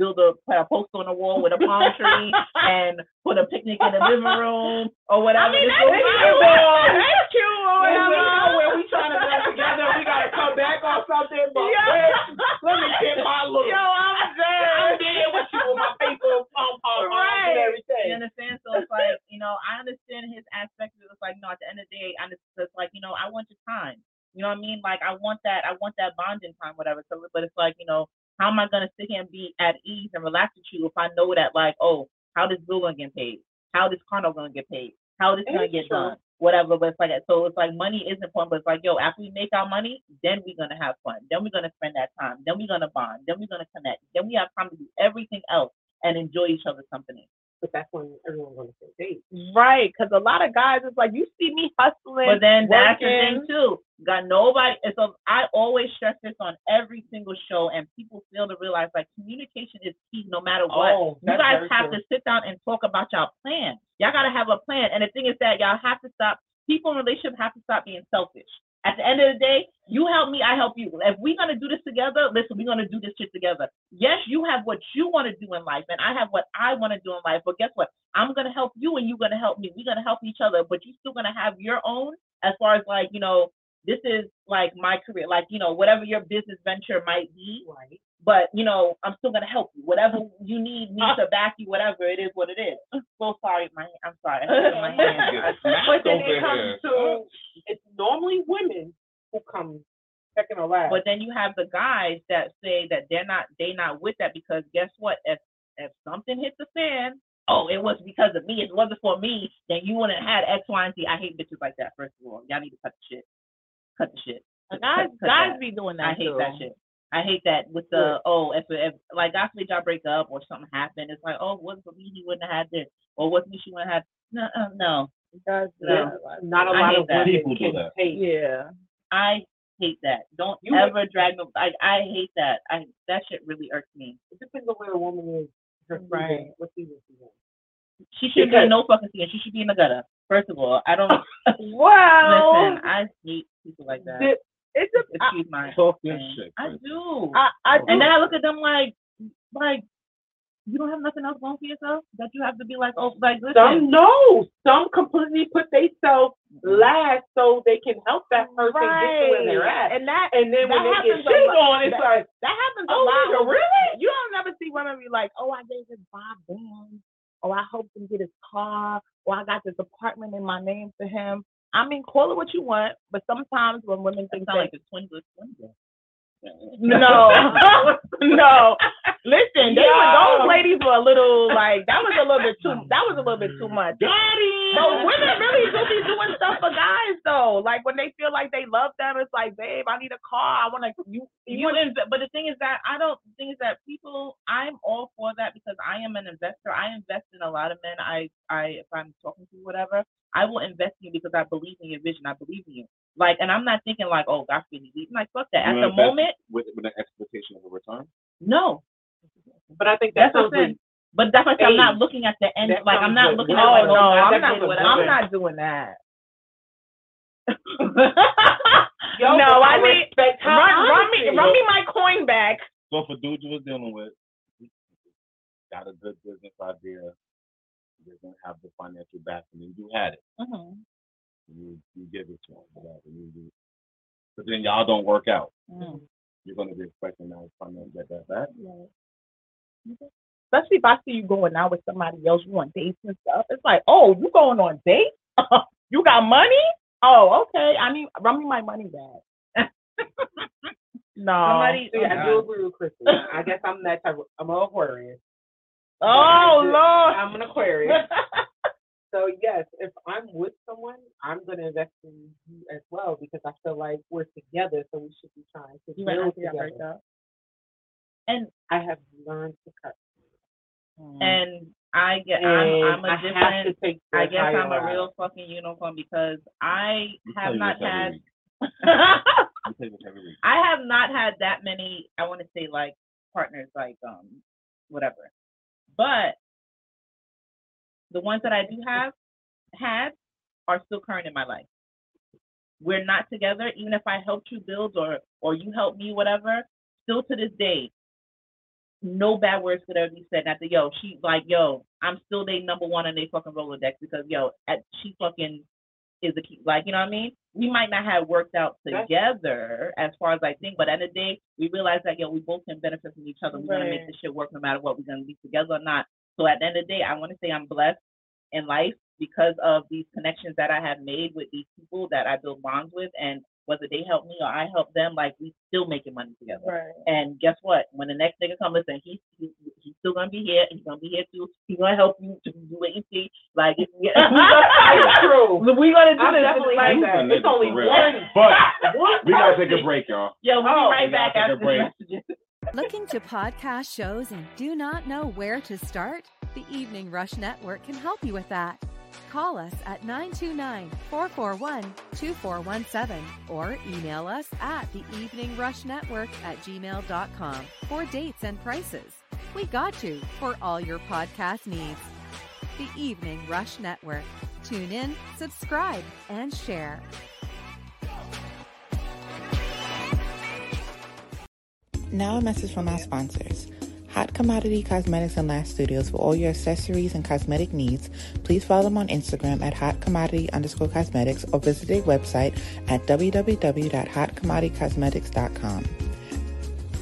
S1: build a put a poster on the wall with a palm tree and put a picnic in the living room or whatever.
S7: I mean,
S1: This
S7: that's
S1: is what we
S7: cute.
S1: do.
S7: That's cute. or
S5: When we
S7: whatever.
S5: know when we trying to get together, we gotta come back on something. But first, let me get my look.
S7: Yo, I'm dead.
S5: I'm there with you with my face on pom pom
S7: Right.
S5: and everything.
S1: You understand? So it's like, you know, I understand his aspect of it. It's like, no, at the end of the day, I understand it's like, you know, I want your time. You know what I mean? Like I want that I want that bonding time, whatever. So but it's like, you know, how am I gonna sit here and be at ease and relax with you if I know that like, oh, how this bill gonna get paid? How this condo gonna get paid? How this gonna
S5: It's
S1: get done?
S5: true.
S1: Whatever, but it's like so it's like money is important, but it's like, yo, after we make our money, then we're gonna have fun. Then we're gonna spend that time. Then we're gonna bond. Then we're gonna connect. Then we have time to do everything else and enjoy each other's company.
S5: But that's when everyone's on the same page.
S7: Right, because a lot of guys is like, you see me hustling.
S1: But then that's the
S7: working.
S1: thing too. Got nobody. And so I always stress this on every single show, and people fail to realize like communication is key, no matter what.
S5: Oh,
S1: you guys have to sit down and talk about y'all plan. Y'all gotta have a plan. And the thing is that y'all have to stop. People in relationship have to stop being selfish. At the end of the day, you help me, I help you. If we're gonna do this together, listen, we're gonna do this shit together. Yes, you have what you want to do in life, and I have what I want to do in life. But guess what? I'm gonna help you, and you're gonna help me. We're gonna help each other, but you're still gonna have your own. As far as like you know, this is like my career, like you know, whatever your business venture might be
S5: Right.
S1: but you know, I'm still gonna help you. Whatever you need me to back you, whatever it is, what it is. So sorry, my I'm sorry. I hit my hand.
S5: But then
S2: over
S5: it
S2: here.
S5: comes to it's normally women who come second or last.
S1: But then you have the guys that say that they're not they not with that because guess what? If if something hit the fan, oh, it was because of me. It wasn't for me. Then you wouldn't have had X, Y, and Z. I hate bitches like that. First of all, y'all need to cut the shit. Cut the shit.
S7: guys,
S1: Cut
S7: guys
S1: that.
S7: be doing
S1: I
S7: that.
S1: hate
S7: too.
S1: that shit. I hate that with the oh if if like God forbid y'all break up or something happened, it's like oh what's for me he wouldn't have had this or what's me she wouldn't have no uh, no
S7: Guys do
S1: No.
S7: that a lot.
S5: not a
S1: I
S5: lot
S1: hate
S5: of
S1: that.
S5: women
S2: People do
S5: can
S2: that.
S5: take.
S7: Yeah.
S1: I hate that don't
S5: You-
S1: ever drag me I I hate that I that shit really irks me
S5: It depends on where the woman is. Her season,
S7: Right.
S5: What season she's in.
S1: she should be
S5: Because-
S1: in no fucking scene she should be in the gutter first of all I don't listen
S7: Wow.
S1: I hate people like that
S7: Th- It's a, I,
S1: excuse my
S2: Talk your
S1: thing.
S2: shit.
S1: I
S2: Chris.
S1: do
S7: I, I do
S1: and then I look at them like like you don't have nothing else going for yourself that you have to be like oh like listen
S5: Some no. Some completely put themselves last so they can help that person get to where they're at.
S7: And that
S5: And then when
S7: That
S5: they get
S7: happens a
S5: shit
S7: lot.
S5: on, it's
S7: That-
S5: like,
S7: that happens a
S5: oh,
S7: lot.
S5: nigga, really?
S7: You don't never see women be like, "Oh, I gave this Bob down. Oh, I helped him get his car. Or I got this apartment in my name for him." I mean, call it what you want, but sometimes when women think
S1: sound like
S7: that
S1: a twin good twin good.
S7: no, no, listen, they were,
S5: Yo.
S7: those ladies were a little like that was a little bit too that was a little
S1: Mm.
S7: bit too much. But women really do be doing stuff for guys though. Like when they feel like they love them, it's like, babe, I need a car. I want to you.
S1: You inv- but the thing is that I don't. The thing is that people. I'm all for that because I am an investor. I invest in a lot of men. I, I, if I'm talking to you, whatever, I will invest in you because I believe in your vision. I believe in you. Like, and I'm not thinking like, oh, God, really, leave. like, fuck that. At
S2: You
S1: the
S2: invest-
S1: moment,
S2: With, with an expectation of a return.
S1: no.
S5: But I think
S1: That's
S5: that
S1: what I'm
S5: comes with
S1: saying. But that's why I said I'm not
S5: Age.
S1: looking at the end.
S5: That
S1: Like, I'm
S5: comes
S1: not
S5: with-
S1: looking
S7: No,
S1: at like,
S7: no,
S1: oh, God,
S7: I'm
S1: did
S7: not
S1: whatever.
S7: I'm not doing that.
S5: Yo, but
S7: No, I need-
S5: respect her
S7: Run, run me,
S5: honesty.
S7: run me my coin back.
S2: So if a dude you was dealing with got a good business idea, doesn't have the financial backing, and you had it,
S1: Mhm.
S2: you you give it to him, whatever. You, you, but then y'all don't work out.
S1: Mm.
S2: You're gonna be expecting that financial get that back.
S7: Especially if I see you going out with somebody else, you on dates and stuff. It's like, oh, you going on date? you got money? Oh, okay. I need run me my money back. no.
S1: Somebody-
S5: See, I do agree with Kristen. I guess I'm that type. Of, I'm an Aquarius.
S7: oh Lord.
S5: I'm an Aquarius. so yes, if I'm with someone, I'm gonna invest in you as well because I feel like we're together, so we should be trying to
S7: You went
S5: build
S7: after y'all
S5: together.
S7: break up.
S5: I have learned to cut,
S1: And I get.
S5: and
S1: I'm, I'm
S5: I
S1: a
S5: have
S1: different.
S5: to take. the
S1: I guess
S5: higher
S1: I'm a
S5: route.
S1: real fucking unicorn because I
S2: You tell
S1: have
S2: you
S1: not
S2: this every
S1: had
S2: week.
S1: I
S2: You tell you this every week.
S1: have not had that many I want to say like partners like um whatever. But the ones that I do have had are still current in my life. We're not together even if I helped you build or or you helped me whatever, still to this day no bad words could ever be said. Not that yo, she like yo, I'm still they number one on their fucking Rolodex because yo, at, she fucking is the key. Like you know what I mean? We might not have worked out
S5: That's-
S1: together as far as I think, but at the end of the day, we realize that yo, we both can benefit from each other. We're gonna make
S5: Right.
S1: this shit work no matter what. We're gonna be together or not. So at the end of the day, I want to say I'm blessed in life because of these connections that I have made with these people that I build bonds with, and whether they help me or I help them, like we still making money together.
S7: Right.
S1: And guess what? When the next nigga come, listen, he's he, he's still gonna be here. He's gonna be here too. He's gonna help you to do what you see. Like we
S5: That's
S1: gonna
S5: true.
S1: do
S5: I'm
S1: this. like,
S5: definitely like
S2: You's a
S5: that. It's
S2: nigga
S5: only
S2: for real.
S5: one.
S2: But
S5: one
S2: we gotta
S5: person.
S2: take a break, y'all.
S1: yo, we'll
S5: Oh,
S1: be right
S2: we gotta
S1: back
S2: take a
S1: after the
S2: break.
S1: messages.
S8: Looking to podcast shows and do not know where to start? The Evening Rush Network can help you with that. Call us at 929 441 2417 or email us at the Evening Rush Network at gmail.com for dates and prices. We got you for all your podcast needs. The Evening Rush Network. Tune in, subscribe, and share.
S3: Now, a message from our sponsors. Hot Commodity Cosmetics and Lash Studios for all your accessories and cosmetic needs. Please follow them on Instagram at hot commodity underscore cosmetics or visit their website at www.hotcommoditycosmetics.com.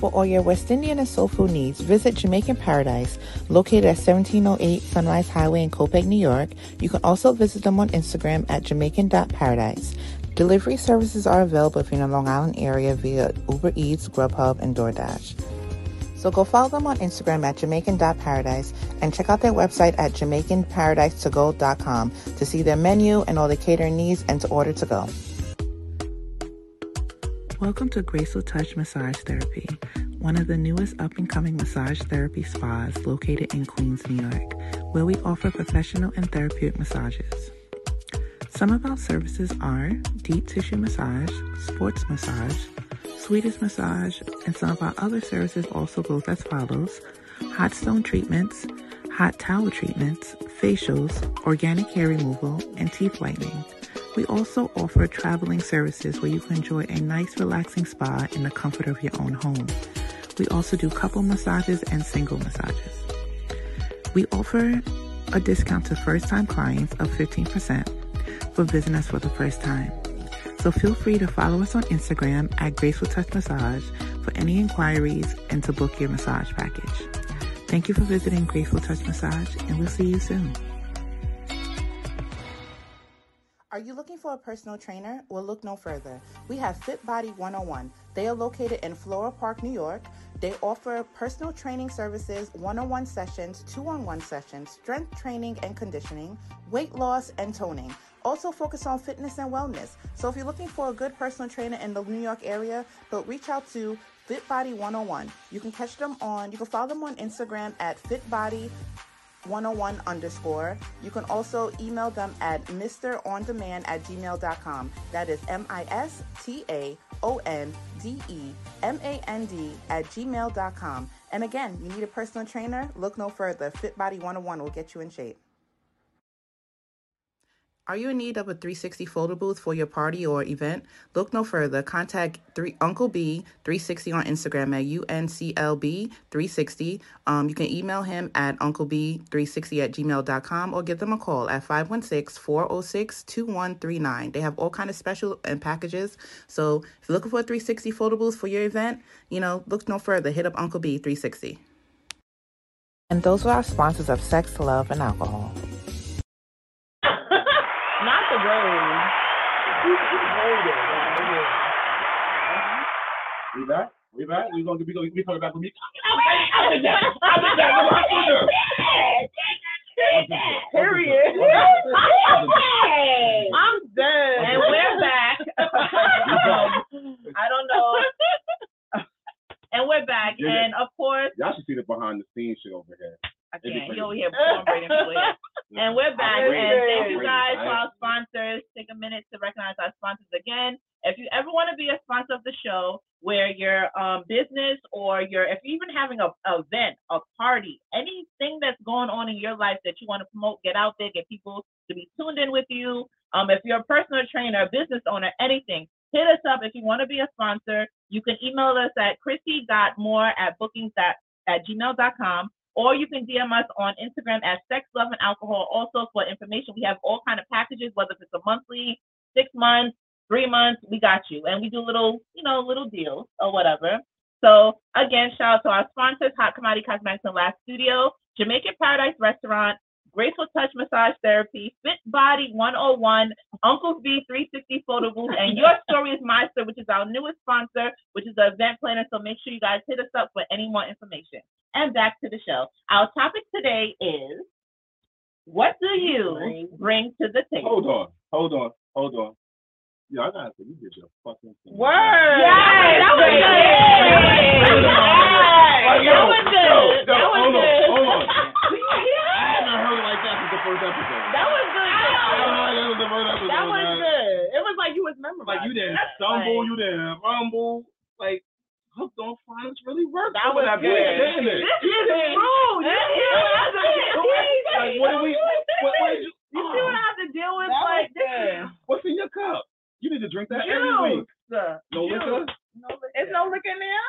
S3: For all your West Indian and soul food needs, visit Jamaican Paradise, located at 1708 Sunrise Highway in Copac, New York. You can also visit them on Instagram at jamaican.paradise. Delivery services are available if you're in the Long Island area via Uber Eats, Grubhub, and DoorDash. So go follow them on Instagram at jamaican.paradise and check out their website at jamaicanparadisetogo.com to see their menu and all the catering needs and to order to go. Welcome to Graceful Touch Massage Therapy, one of the newest up and coming massage therapy spas located in Queens, New York, where we offer professional and therapeutic massages. Some of our services are deep tissue massage, sports massage, Swedish massage, and some of our other services also goes as follows hot stone treatments, hot towel treatments, facials, organic hair removal, and teeth whitening. We also offer traveling services where you can enjoy a nice relaxing spa in the comfort of your own home. We also do couple massages and single massages. We offer a discount to first time clients of 15% for visiting us for the first time. So feel free to follow us on Instagram at Graceful Touch Massage for any inquiries and to book your massage package. Thank you for visiting Graceful Touch Massage, and we'll see you soon. Are you looking for a personal trainer? Well, look no further. We have Fit Body 101. They are located in Floral Park, New York. They offer personal training services, one on one sessions, two on one sessions, strength training and conditioning, weight loss, and toning. Also, focus on fitness and wellness. So, if you're looking for a good personal trainer in the New York area, but reach out to Fit Body 101. You can catch them on, you can follow them on Instagram at FitBody 101 underscore. You can also email them at Mr. On Demand at gmail.com. That is M I S T A O N D E M A N D at gmail.com. And again, you need a personal trainer? Look no further. Fitbody 101 will get you in shape. Are you in need of a 360 photo booth for your party or event? Look no further. Contact three, Uncle B 360 on Instagram at UNCLB 360. Um, you can email him at UncleB360 at gmail.com or give them a call at 516 406 2139. They have all kind of special and packages. So if you're looking for a 360 photo booth for your event, you know, look no further. Hit up Uncle B 360. And those were our sponsors of Sex, Love, and Alcohol.
S7: Not the road.
S2: We back? We back? We gonna we gonna we coming back with me? I did that. I did that. Look, I did that.
S7: Period.
S2: Hey.
S7: I'm dead.
S2: And we're
S7: back.
S1: I don't know. and we're back.
S2: Yeah, yeah.
S1: and of course,
S2: Y'all should see the behind the scenes shit over here. It'd be
S1: again,
S2: crazy.
S1: you over here bombarding people. And we're back. And
S2: I'm ready.
S1: thank you
S2: I'm
S1: guys
S2: ready.
S1: for our sponsors. Take a minute to recognize our sponsors again. If you ever want to be a sponsor of the show, where your um, business or your, if you're even having a, a event, a party, anything that's going on in your life that you want to promote, get out there, get people to be tuned in with you. Um, if you're a personal trainer, a business owner, anything, hit us up. If you want to be a sponsor, you can email us at chrissy.more at bookings dot at gmail.com or you can DM us on Instagram at Sex, Love, and Alcohol. Also for information, we have all kind of packages, whether it's a monthly, six months, three months, we got you. And we do little, you know, little deals or whatever. So again, shout out to our sponsors, Hot Commodity Cosmetics and Last Studio, Jamaican Paradise Restaurant, Graceful Touch Massage Therapy, Fit Body 101, Uncle V 360 Photo Booth, and Your Story is My Story, which is our newest sponsor, which is the event planner. So make sure you guys hit us up for any more information and back to the show. Our topic today is what do you bring Oh, to the table?
S2: Hold on, hold on, hold on. Yo, I gotta say, you did your fucking thing.
S7: Word.
S1: Yes, that was good.
S7: Yes.
S1: That was good.
S2: yo,
S5: was
S2: yo,
S5: good.
S2: yo,
S5: That was
S2: hold on,
S5: good.
S2: hold on. I haven't heard it like that since the first episode.
S5: That was good.
S2: I haven't heard it since the first episode.
S1: That was
S2: man.
S1: good. It was like you was memorized.
S2: Like you didn't stumble, you didn't rumble. Like hooked on phonics really worked.
S1: That
S2: What
S1: was
S2: I
S1: good.
S2: did, didn't it?
S5: This is rude. You
S1: That's
S5: see what I have
S1: it.
S2: Like what did we? What, what did you?
S5: to deal with? You see what I have to deal with?
S1: That was
S5: Like, this is
S1: good.
S2: What's in your cup? You need to drink that every
S5: juice.
S2: week. No liquor.
S1: It's no liquor in there.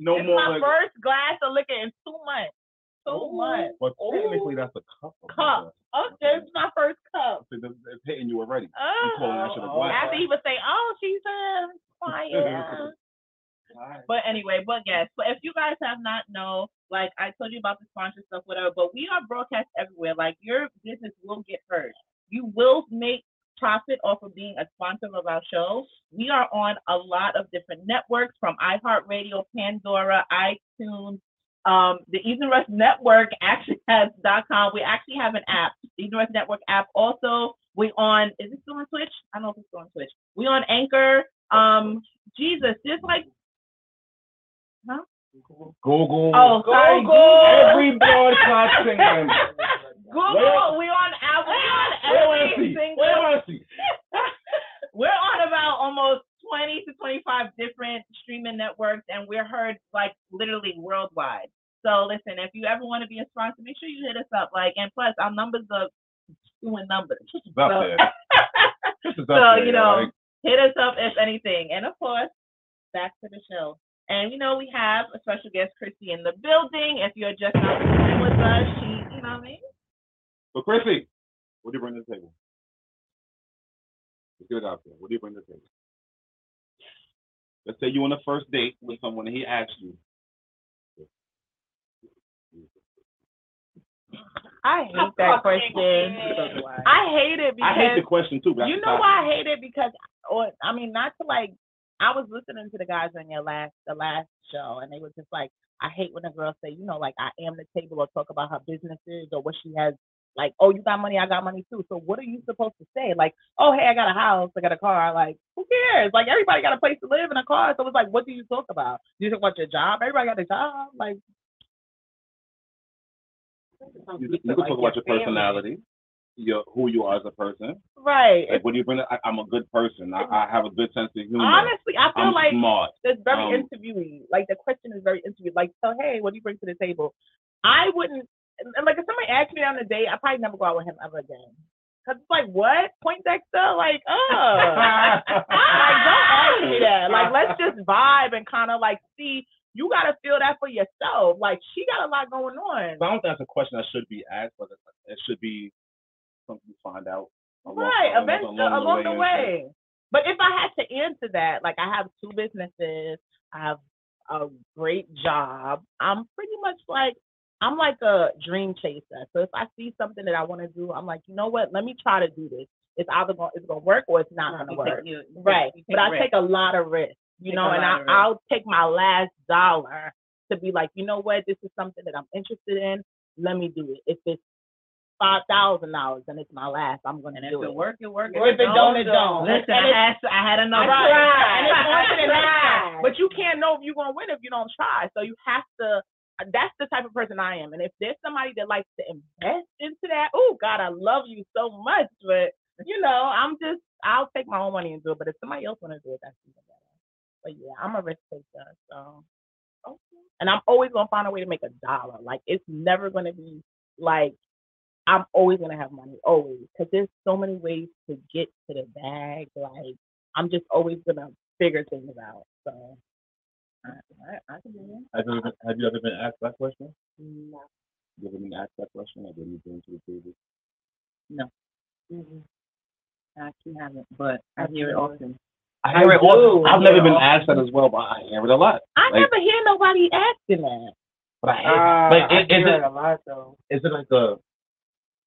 S2: No
S1: it's
S2: more
S1: my
S2: liquor.
S1: first glass of liquor in two months. Two months.
S2: But technically, that's a cup. of
S1: Cup.
S2: liquor.
S1: Okay, it's my first cup.
S2: See, that- It's hitting you already.
S1: Oh.
S2: calling that shit a glass.
S1: After he would say, "Oh, she's uh, quiet."
S5: But anyway, but yes, but if you guys have not know, like I told you about the sponsor stuff, whatever, but we are broadcast everywhere. Like your business will get heard. You will make profit off of being a sponsor of our show. We are on a lot of different networks from iHeartRadio, Pandora, iTunes. Um, the Evening Rush Network actually has .com. We actually have an app, the Evening Rush Network app. Also, we on is it still on Twitch? I don't know if it's still on Twitch. We on Anchor. Um, Jesus, there's like
S2: Google.
S5: Oh, sorry.
S1: Google.
S2: Every broadcasting member.
S5: Google. We on Apple.
S2: Where
S5: We on
S2: was
S5: every
S2: he?
S5: single.
S2: Where was he?
S5: We're on about almost 20 to 25 different streaming networks, and we're heard like literally worldwide. So listen, if you ever want to be a sponsor, make sure you hit us up. Like, and plus our numbers are doing numbers.
S2: It's up
S5: So-
S2: there. This is up
S5: So,
S2: there,
S5: you know,
S2: like,
S5: hit us up if anything. And of course, back to the show. And you know, we have a special guest, Christy, in the building. If you're just not listening with us, she, you know what I mean?
S2: But Chrissy, what do you bring to the table? Let's get it out there. What do you bring to the table? Let's say you on a first date with someone and he asks you,
S1: I hate that question. I hate it because
S2: I hate the question too. But
S1: you know why I hate it because, or I mean, not to like. I was listening to the guys on your last the last show, and they was just like, I hate when the girls say, you know, like I am the table, or talk about her businesses or what she has. Like, oh, you got money, I got money too. So what are you supposed to say? Like, oh, hey, I got a house, I got a car. Like, who cares? Like, everybody got a place to live and a car. So it's like, what do you talk about? You talk about your job. Everybody got a job. Like,
S2: You, you can talk about your personality, your who you are as a person.
S1: right?
S2: Like, what do you bring? To, I, I'm a good person. I, I have a good sense of humor.
S1: Honestly, I feel
S2: I'm
S1: like
S2: smart.
S1: that's very
S2: Um,
S1: interviewing. Like the question is very interviewing. Like, so hey, what do you bring to the table? I wouldn't. And and, like if somebody asked me on a date, I probably never go out with him ever again. Cause it's like what point Dexter? Like, oh, like don't ask me that. Like let's just vibe and kind of like see. You gotta feel that for yourself. Like she got a lot going on.
S2: I don't think that's a question that should be asked, but it, it should be something you find out. along-
S1: Right,
S2: along-
S1: eventually along, the
S2: and-
S1: way. But if I had to answer that, like I have two businesses, I have a great job. I'm pretty much like I'm like a dream chaser. So if I see something that I want to do, I'm like, you know what? Let me try to do this. It's either going it's gonna work or it's not gonna work. right. but I take a lot of risk, you
S5: Take
S1: know,
S5: a
S1: and
S5: lot
S1: I,
S5: of risk.
S1: I'll take my last dollar to be like, you know what? This is something that I'm interested in. Let me do it. If it's five thousand dollars and it's my last, I'm gonna
S5: And if
S1: do
S5: it
S1: it.
S5: work, it work.
S1: Or if it don't, it don't.
S5: Listen,
S1: And
S5: I had, I had
S1: I
S5: another.
S1: tried. And it's more than
S5: I
S1: that. But you can't know if you're gonna win if you don't try. So you have to. uh, That's the type of person I am. And if there's somebody that likes to invest into that, oh God, I love you so much. But you know, I'm just I'll take my own money and do it. But if somebody else wanna do it, that's even better. But yeah, I'm a risk taker. So, and I'm always gonna find a way to make a dollar. Like it's never gonna be like I'm always gonna have money, always, because there's so many ways to get to the bag. Like I'm just always gonna figure things out. So I, I, I can do that.
S2: Have you ever been, have you ever been asked that question?
S1: No.
S2: You ever been asked that question? Like, what do you bring to the table?
S9: I actually haven't, but
S1: I hear it
S9: often.
S2: I hear it all. I've never been asked that as well, but I hear it a lot.
S1: I
S2: Like-
S1: never hear nobody asking that.
S2: But I hear
S10: Ah,
S2: like,
S10: I
S2: is, is
S10: hear
S2: it
S10: it a lot though.
S2: is it like a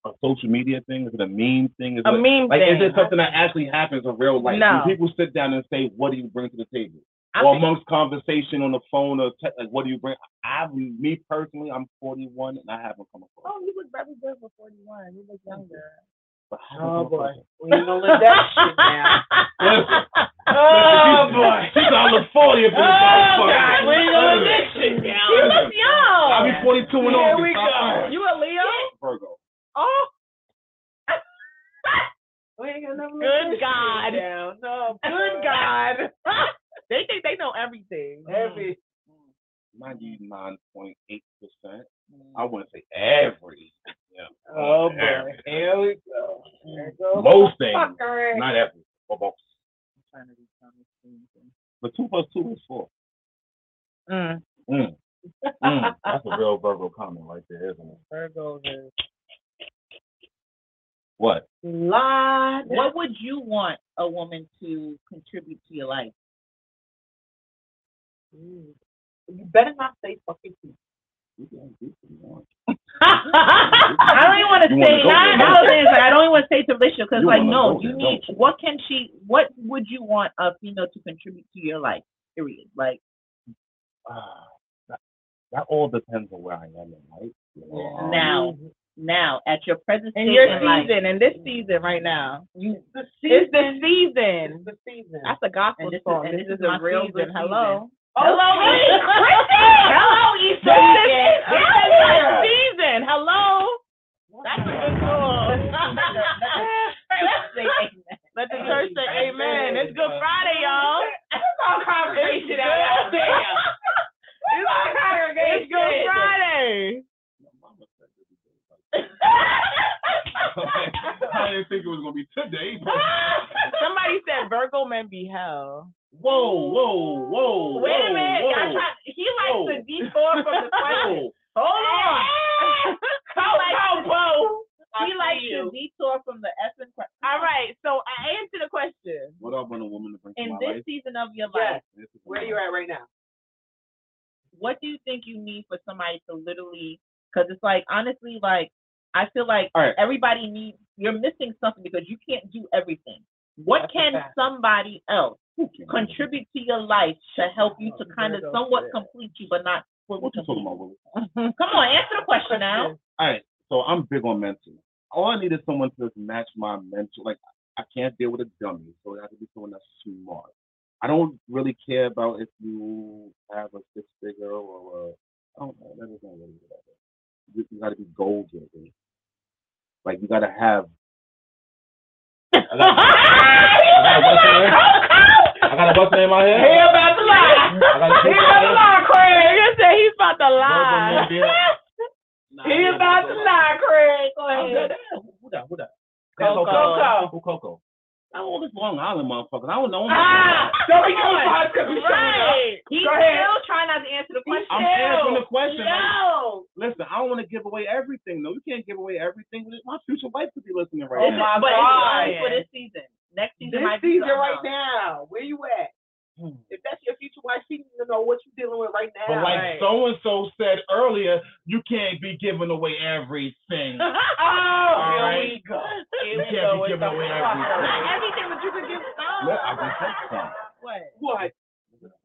S2: a social media thing? Is it a meme thing? Is
S1: A
S2: it,
S1: meme
S2: like
S1: thing.
S2: is it something that actually happens in real life?
S1: No.
S2: Do people sit down and say, "What do you bring to the table?"
S1: I
S2: or
S1: think-
S2: amongst conversation on the phone or te- like, "What do you bring?" I, me personally, I'm 41 and I haven't come across.
S1: oh, you was very good for 41. You look younger.
S2: But I haven't
S10: Oh
S2: come
S10: boy,
S2: across it.
S10: we ain't gonna let that shit down.
S2: Listen,
S1: Oh,
S2: listen, she's- She's I look 40 for this
S1: Oh,
S2: motherfucker.
S1: God, we ain't gonna let this
S11: shit
S2: Listen,
S11: down.
S1: You look young.
S2: I'll be 42 in
S1: Here
S2: August.
S1: we go.
S2: Stop lying.
S1: You a Leo?
S2: Virgo.
S1: Oh,
S5: We ain't gonna never let
S1: good
S5: this
S1: God.
S5: shit down. No,
S1: Good
S5: boy.
S1: God. they think they know everything.
S2: Mm-hmm.
S5: Every
S2: 99.8%. I wouldn't say every. Yeah.
S5: oh boy,
S2: Every.
S5: here we go. Here we go.
S2: Most things.
S5: Fucker.
S2: Not every. But most. But two plus two is four.
S1: Mm.
S2: Mm. Mm. That's a real Virgo comment right there, isn't it?
S5: Virgo is
S2: What?
S5: lot.
S1: What would you want a woman to contribute to your life?
S5: You better not say fucking two.
S2: You can do what you want.
S1: I don't even want to
S2: You
S1: say. I, I
S2: wanna go there, huh?
S1: was saying, like, I don't even want to say to relationship because,
S2: You
S1: like,
S2: wanna
S1: no,
S2: go
S1: you
S2: there,
S1: need.
S2: don't you?
S1: What can she? What would you want a female to contribute to your life? Period. Like,
S2: Ah, that, that all depends on where I am in life. You know? Um,
S1: now, now, at your present
S5: In
S1: state
S5: your
S1: in life,
S5: season,
S1: in this season right now,
S5: You the
S1: it's the
S5: season.
S1: season.
S5: It's the season.
S1: That's a gospel
S5: And this is-
S1: song.
S5: and
S1: this,
S5: this
S1: is,
S5: is
S1: a
S5: my
S1: real
S5: season,
S1: good hello.
S5: Hello,
S1: Hey,
S5: Lee.
S1: Kristen! Hello, Issa.
S5: This is-
S1: This is my season. Hello. That's a good song. Let the church say amen. It's Good Friday, y'all.
S5: Congregation
S1: out there.
S5: It's our
S1: It's Good Friday.
S2: I didn't think it was gonna be today. But...
S1: Somebody said Virgo men be hell.
S2: Whoa, whoa, whoa.
S1: Wait
S2: whoa,
S1: a minute. I
S2: Whoa.
S1: tried, he likes
S2: Whoa.
S1: the detour from the question.
S2: Whoa.
S1: Hold on. He likes the-
S5: I
S1: He
S5: see
S1: likes
S5: you.
S1: the detour from the essence. All right. So I answered the question.
S2: What I want a woman to bring to
S1: In
S2: my
S1: this
S2: life.
S1: season of your life,
S5: Yes. Where you at right now?
S1: what do you think you need for somebody to literally because it's like honestly like i feel like
S2: All right.
S1: everybody needs you're missing something because you can't do everything what
S5: That's a
S1: can
S5: fact. Mm-hmm.
S1: somebody else contribute to your life to help you to
S5: Oh,
S1: kind of
S5: there it goes.
S1: somewhat complete you but not
S2: What you talking about, Willie?
S1: come on answer the question now
S2: All right, so I'm big on mental. All I need is someone to just match my mental. Like I can't deal with a dummy, so it has to be someone that's smart. I don't really care about if you have a six figure or a I don't know. That doesn't really matter. You, you got to be goal getting. Like you got to have. I got, I got a what's name. I got a what's name out here.
S5: about to lie.
S2: I got a
S5: He about to lie, Craig.
S1: you said he's about to
S2: Virgo
S1: lie
S2: men be hell.
S5: He about to lie, Craig. Go
S2: I'm
S5: ahead.
S2: dead ass. Who that? Who that?
S1: Coco.
S2: Coco. Who Coco? I want this Long Island motherfucker. I don't know.
S1: Ah,
S5: Don't be
S1: Come on.
S5: because we
S1: right he's
S5: Go ahead.
S1: still trying not to answer the question
S2: I'm answering the question.
S1: no
S5: Oh
S2: Listen, I don't want to give away everything. though. you can't give away everything. My future wife could be listening
S1: This
S2: right
S1: is-
S2: now.
S5: Oh my
S1: but
S5: God.
S1: it's only for this season next season
S5: This
S1: might be
S5: season
S1: something
S5: right
S1: else.
S5: now, where you at?
S2: Hmm.
S5: If that's your future wife, she needs to know what you're dealing with right now.
S2: But
S1: Right.
S2: like so and so said earlier, you can't be giving away everything.
S5: oh,
S2: All
S5: here
S2: right.
S5: we go.
S2: You can't be giving away everything.
S1: Not everything, but you can give some.
S2: Look, I just said something.
S1: What?
S5: What?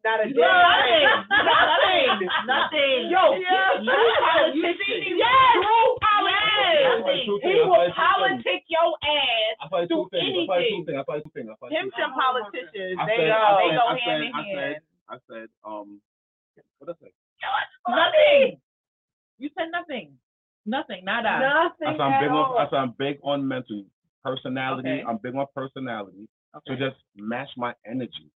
S5: Not a
S1: Nothing.
S5: damn thing.
S1: Nothing. Nothing.
S5: Yo,
S1: yes.
S5: you
S1: politician. Yes.
S2: I
S1: Politics.
S2: fight two
S5: He
S2: things. I
S5: will
S2: fight two things.
S5: politic your ass.
S2: I fight
S5: do
S2: two things. I fight two
S5: anything.
S2: things. I fight two things. I fight two
S1: Him
S2: things.
S1: some politicians.
S2: I
S1: They
S2: said-
S1: go.
S2: I
S1: They
S2: said-
S1: go
S2: I said-
S1: hand in
S2: I said-
S1: hand.
S2: I said, um, what did I say?
S1: Nothing. You said nothing. Nothing. Nada.
S2: I
S5: Nothing
S2: said I'm
S5: at
S2: big
S5: all.
S2: on I said I'm big on mental personality.
S1: Okay.
S2: I'm big on personality.
S1: Okay.
S2: So just match my energy.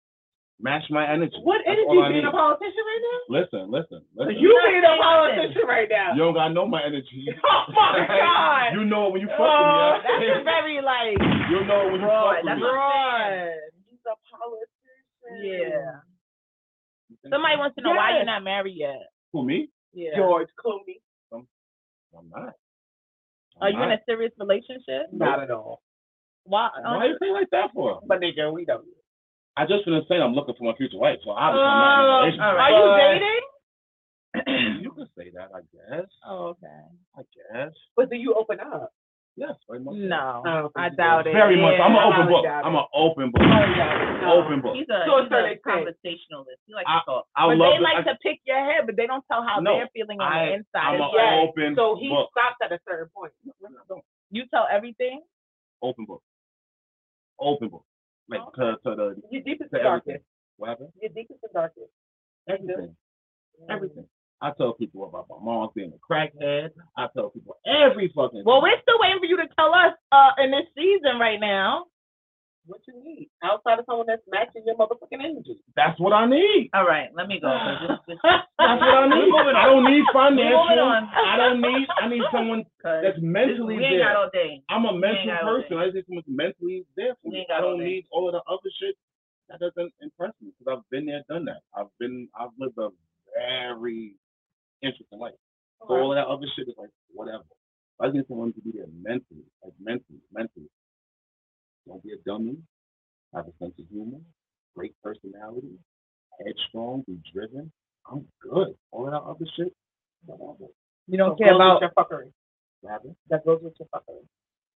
S2: Match my energy.
S5: What
S2: That's
S5: energy
S2: all I
S5: being
S2: need.
S5: a politician right now?
S2: Listen, listen, listen.
S5: You
S1: Nothing,
S5: being a
S1: nothing.
S5: politician right now.
S2: You don't gotta know my energy.
S5: Oh my God.
S2: you know it when you fuck
S5: Oh,
S2: with me.
S1: That's a very like
S2: I- you know it when you
S1: broad.
S2: fuck with
S1: That's
S2: me.
S1: what I'm saying.
S5: He's a politician.
S1: Yeah. Somebody wants to know why you're not married yet.
S2: Who me?
S1: Yeah.
S5: George Clooney.
S2: I'm not.
S1: Are
S2: I'm
S1: Oh, you in
S2: not.
S1: a serious relationship?
S5: Not at all.
S1: Why? Oh,
S2: Why you saying like that for?
S5: But nigga, we don't.
S2: I just been saying I'm looking for my future wife, so obviously I'm not in a relationship.
S1: Oh, Are you dating?
S2: you could say that, I guess.
S1: Oh, okay.
S2: I guess.
S5: But do you open up?
S2: Yes, very much.
S1: No,
S5: I don't
S1: I
S5: think
S1: doubt it.
S2: Very much.
S1: Yeah. Oh,
S2: I'm an
S5: I
S2: open book.
S5: doubt it.
S2: I'm an open book. Open book.
S1: He's a,
S5: To a
S1: he's a
S5: certain extent.
S1: conversationalist. He likes
S2: I-
S1: to talk.
S2: I
S1: but
S2: love
S1: they
S2: it.
S1: like
S2: I-
S1: to pick your head, but they don't tell how
S2: No,
S1: they're feeling on
S2: I-
S1: the inside.
S2: I'm an
S5: Yes.
S2: open
S5: So he
S2: book.
S5: stops at a certain point.
S1: you tell everything.
S2: Open book. Open book. Like to, to the
S5: Your deepest
S2: to
S5: and
S2: everything.
S5: darkest.
S2: What happened?
S5: Your deepest and darkest.
S2: Everything. Everything. I tell people about my mom being a crackhead. I tell people every fucking.
S1: Well, we're still waiting for you to tell us uh, in this season right now.
S5: What you need outside of someone that's matching your motherfucking energy.
S2: That's what I need.
S1: All right, let me go. 'cause this- this-
S2: That's what I need. I don't need
S1: Moving
S2: financial.
S1: on.
S2: I don't need. I need someone
S1: 'Cause
S2: that's mentally
S1: we ain't got
S2: there.
S1: all day.
S2: I'm a mental
S1: got all
S2: person. I just want mentally there
S1: We
S2: for me.
S1: ain't got
S2: I
S1: all
S2: don't
S1: day.
S2: need all of the other shit. That doesn't impress me because I've been there, done that. I've been. I've lived a very interesting life. So all of that other shit is like whatever. I just need someone to be there mentally, like mentally, mentally. Don't be a dummy. Have a sense of humor. Great personality. Headstrong. Be driven. I'm good. All of that other shit. Whatever.
S5: You don't
S1: care about-
S5: your fuckery.
S2: Rather.
S5: That goes with your fuckery.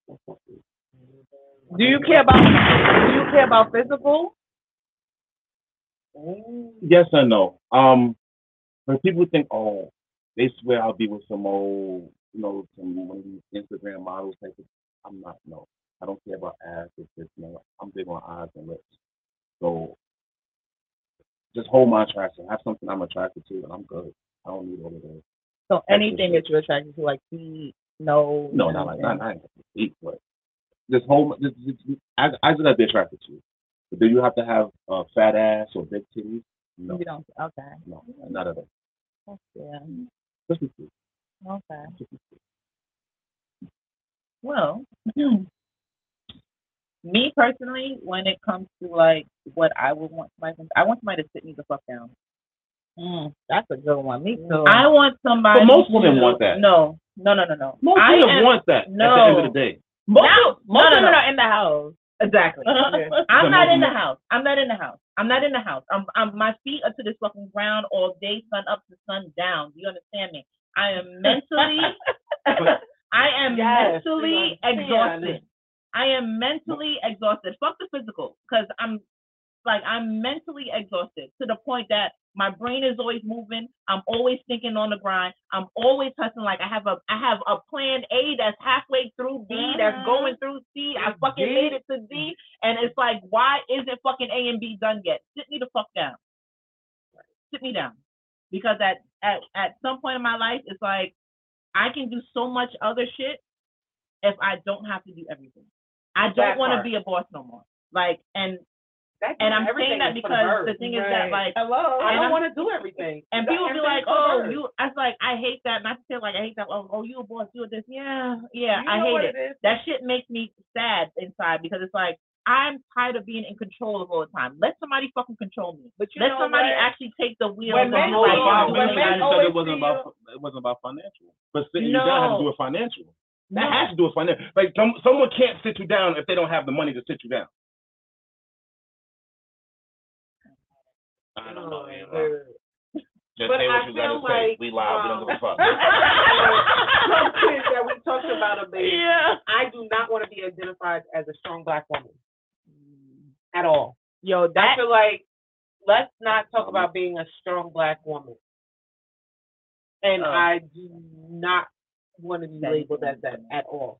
S2: that's what it is.
S1: Do you care about Do you care about physical?
S5: Mm.
S2: Yes and no. Um, when people think, oh, they swear I'll be with some old, you know, some one of these Instagram models. Type of, I'm not. No, I don't care about ass or this. No, I'm big on eyes and lips. So just hold my attraction. Have something I'm attracted to, and I'm good. I don't need all of that.
S12: So anything
S2: shit.
S12: that you're attracted to, like feet, no,
S2: No, not like not not complete, but this whole this, this, I I just gotta be attracted to you. But do you have to have a fat ass or big titties? No,
S12: You don't. Okay.
S2: no, not at all.
S12: Yeah.
S2: Just be cute.
S12: Okay. Well,
S1: Me personally, when it comes to like what I would want somebody, from- I want somebody to sit me the fuck down.
S12: mm, that's a good one. Me too.
S1: I want somebody.
S2: But most women
S1: to-
S2: want that.
S1: No, no, no, no, no.
S2: Most
S1: I
S2: women
S1: am-
S2: want that at the
S1: no.
S2: end of the day.
S1: Most,
S12: Most
S1: no, no,
S12: women
S1: no.
S12: are in the house.
S1: Exactly.
S2: Yeah,
S1: I'm not
S2: most
S1: in the
S2: women-
S1: house. I'm not in the house. I'm not in the house. I'm, I'm my feet are to this fucking ground all day, sun up to sun down. Do you understand me? I am mentally, I am
S5: Yes,
S1: mentally
S5: we gonna-
S1: exhausted. I am mentally exhausted. Fuck the physical, because I'm like I'm mentally exhausted to the point that my brain is always moving. I'm always thinking on the grind. I'm always hustling. Like I have a I have a plan A that's halfway through B that's
S5: Mm-hmm.
S1: going through C. I fucking made it to D, and it's like why isn't fucking A and B done yet? Sit me the fuck down. Sit me down, because at at at some point in my life it's like I can do so much other shit if I don't have to do everything. I don't
S5: That
S1: want to
S5: part.
S1: be a boss no more. Like and
S5: That's
S1: and I'm
S5: everything
S1: saying that
S5: is for
S1: because
S5: birds.
S1: the thing is that like
S5: Hello. I
S1: and I'm-
S5: don't want to do everything.
S1: and
S5: That
S1: people be
S5: everything
S1: like,
S5: is for
S1: "Oh,
S5: birds.
S1: you." I was like, "I hate that," and I feel like I hate that. Oh, oh you a boss, you a this. Yeah, yeah,
S5: You
S1: I
S5: know
S1: hate
S5: what
S1: it.
S5: is?
S1: That shit makes me sad inside because it's like I'm tired of being in control of all the time. Let somebody fucking control me.
S5: But you
S1: Let
S5: know
S1: somebody
S5: what?
S1: actually take the wheel.
S5: When
S1: of my
S5: men go
S1: life.
S5: on- when
S2: Women
S5: men
S2: said
S5: always
S2: it wasn't
S5: see
S2: about it wasn't about financial, but sitting
S1: No.
S2: you down has to do with financial. That has to do with financial. Like some, someone can't sit you down if they don't have the money to sit you down. I don't know. yeah, well,
S5: Oh, Dude.
S2: Just
S5: But
S2: say
S5: I
S2: what you
S5: feel
S2: gotta say.
S5: like, um,
S2: We live. We don't give a fuck.
S5: Some kids that we talked about a bit.
S1: yeah.
S5: I do not want to be identified as a strong black woman at all.
S1: Yo,
S5: I
S1: that
S5: feel like let's not
S12: Mm-hmm.
S5: talk about being a strong black woman. And
S1: Oh.
S5: I do not want to be
S1: That-
S5: labeled as that at all.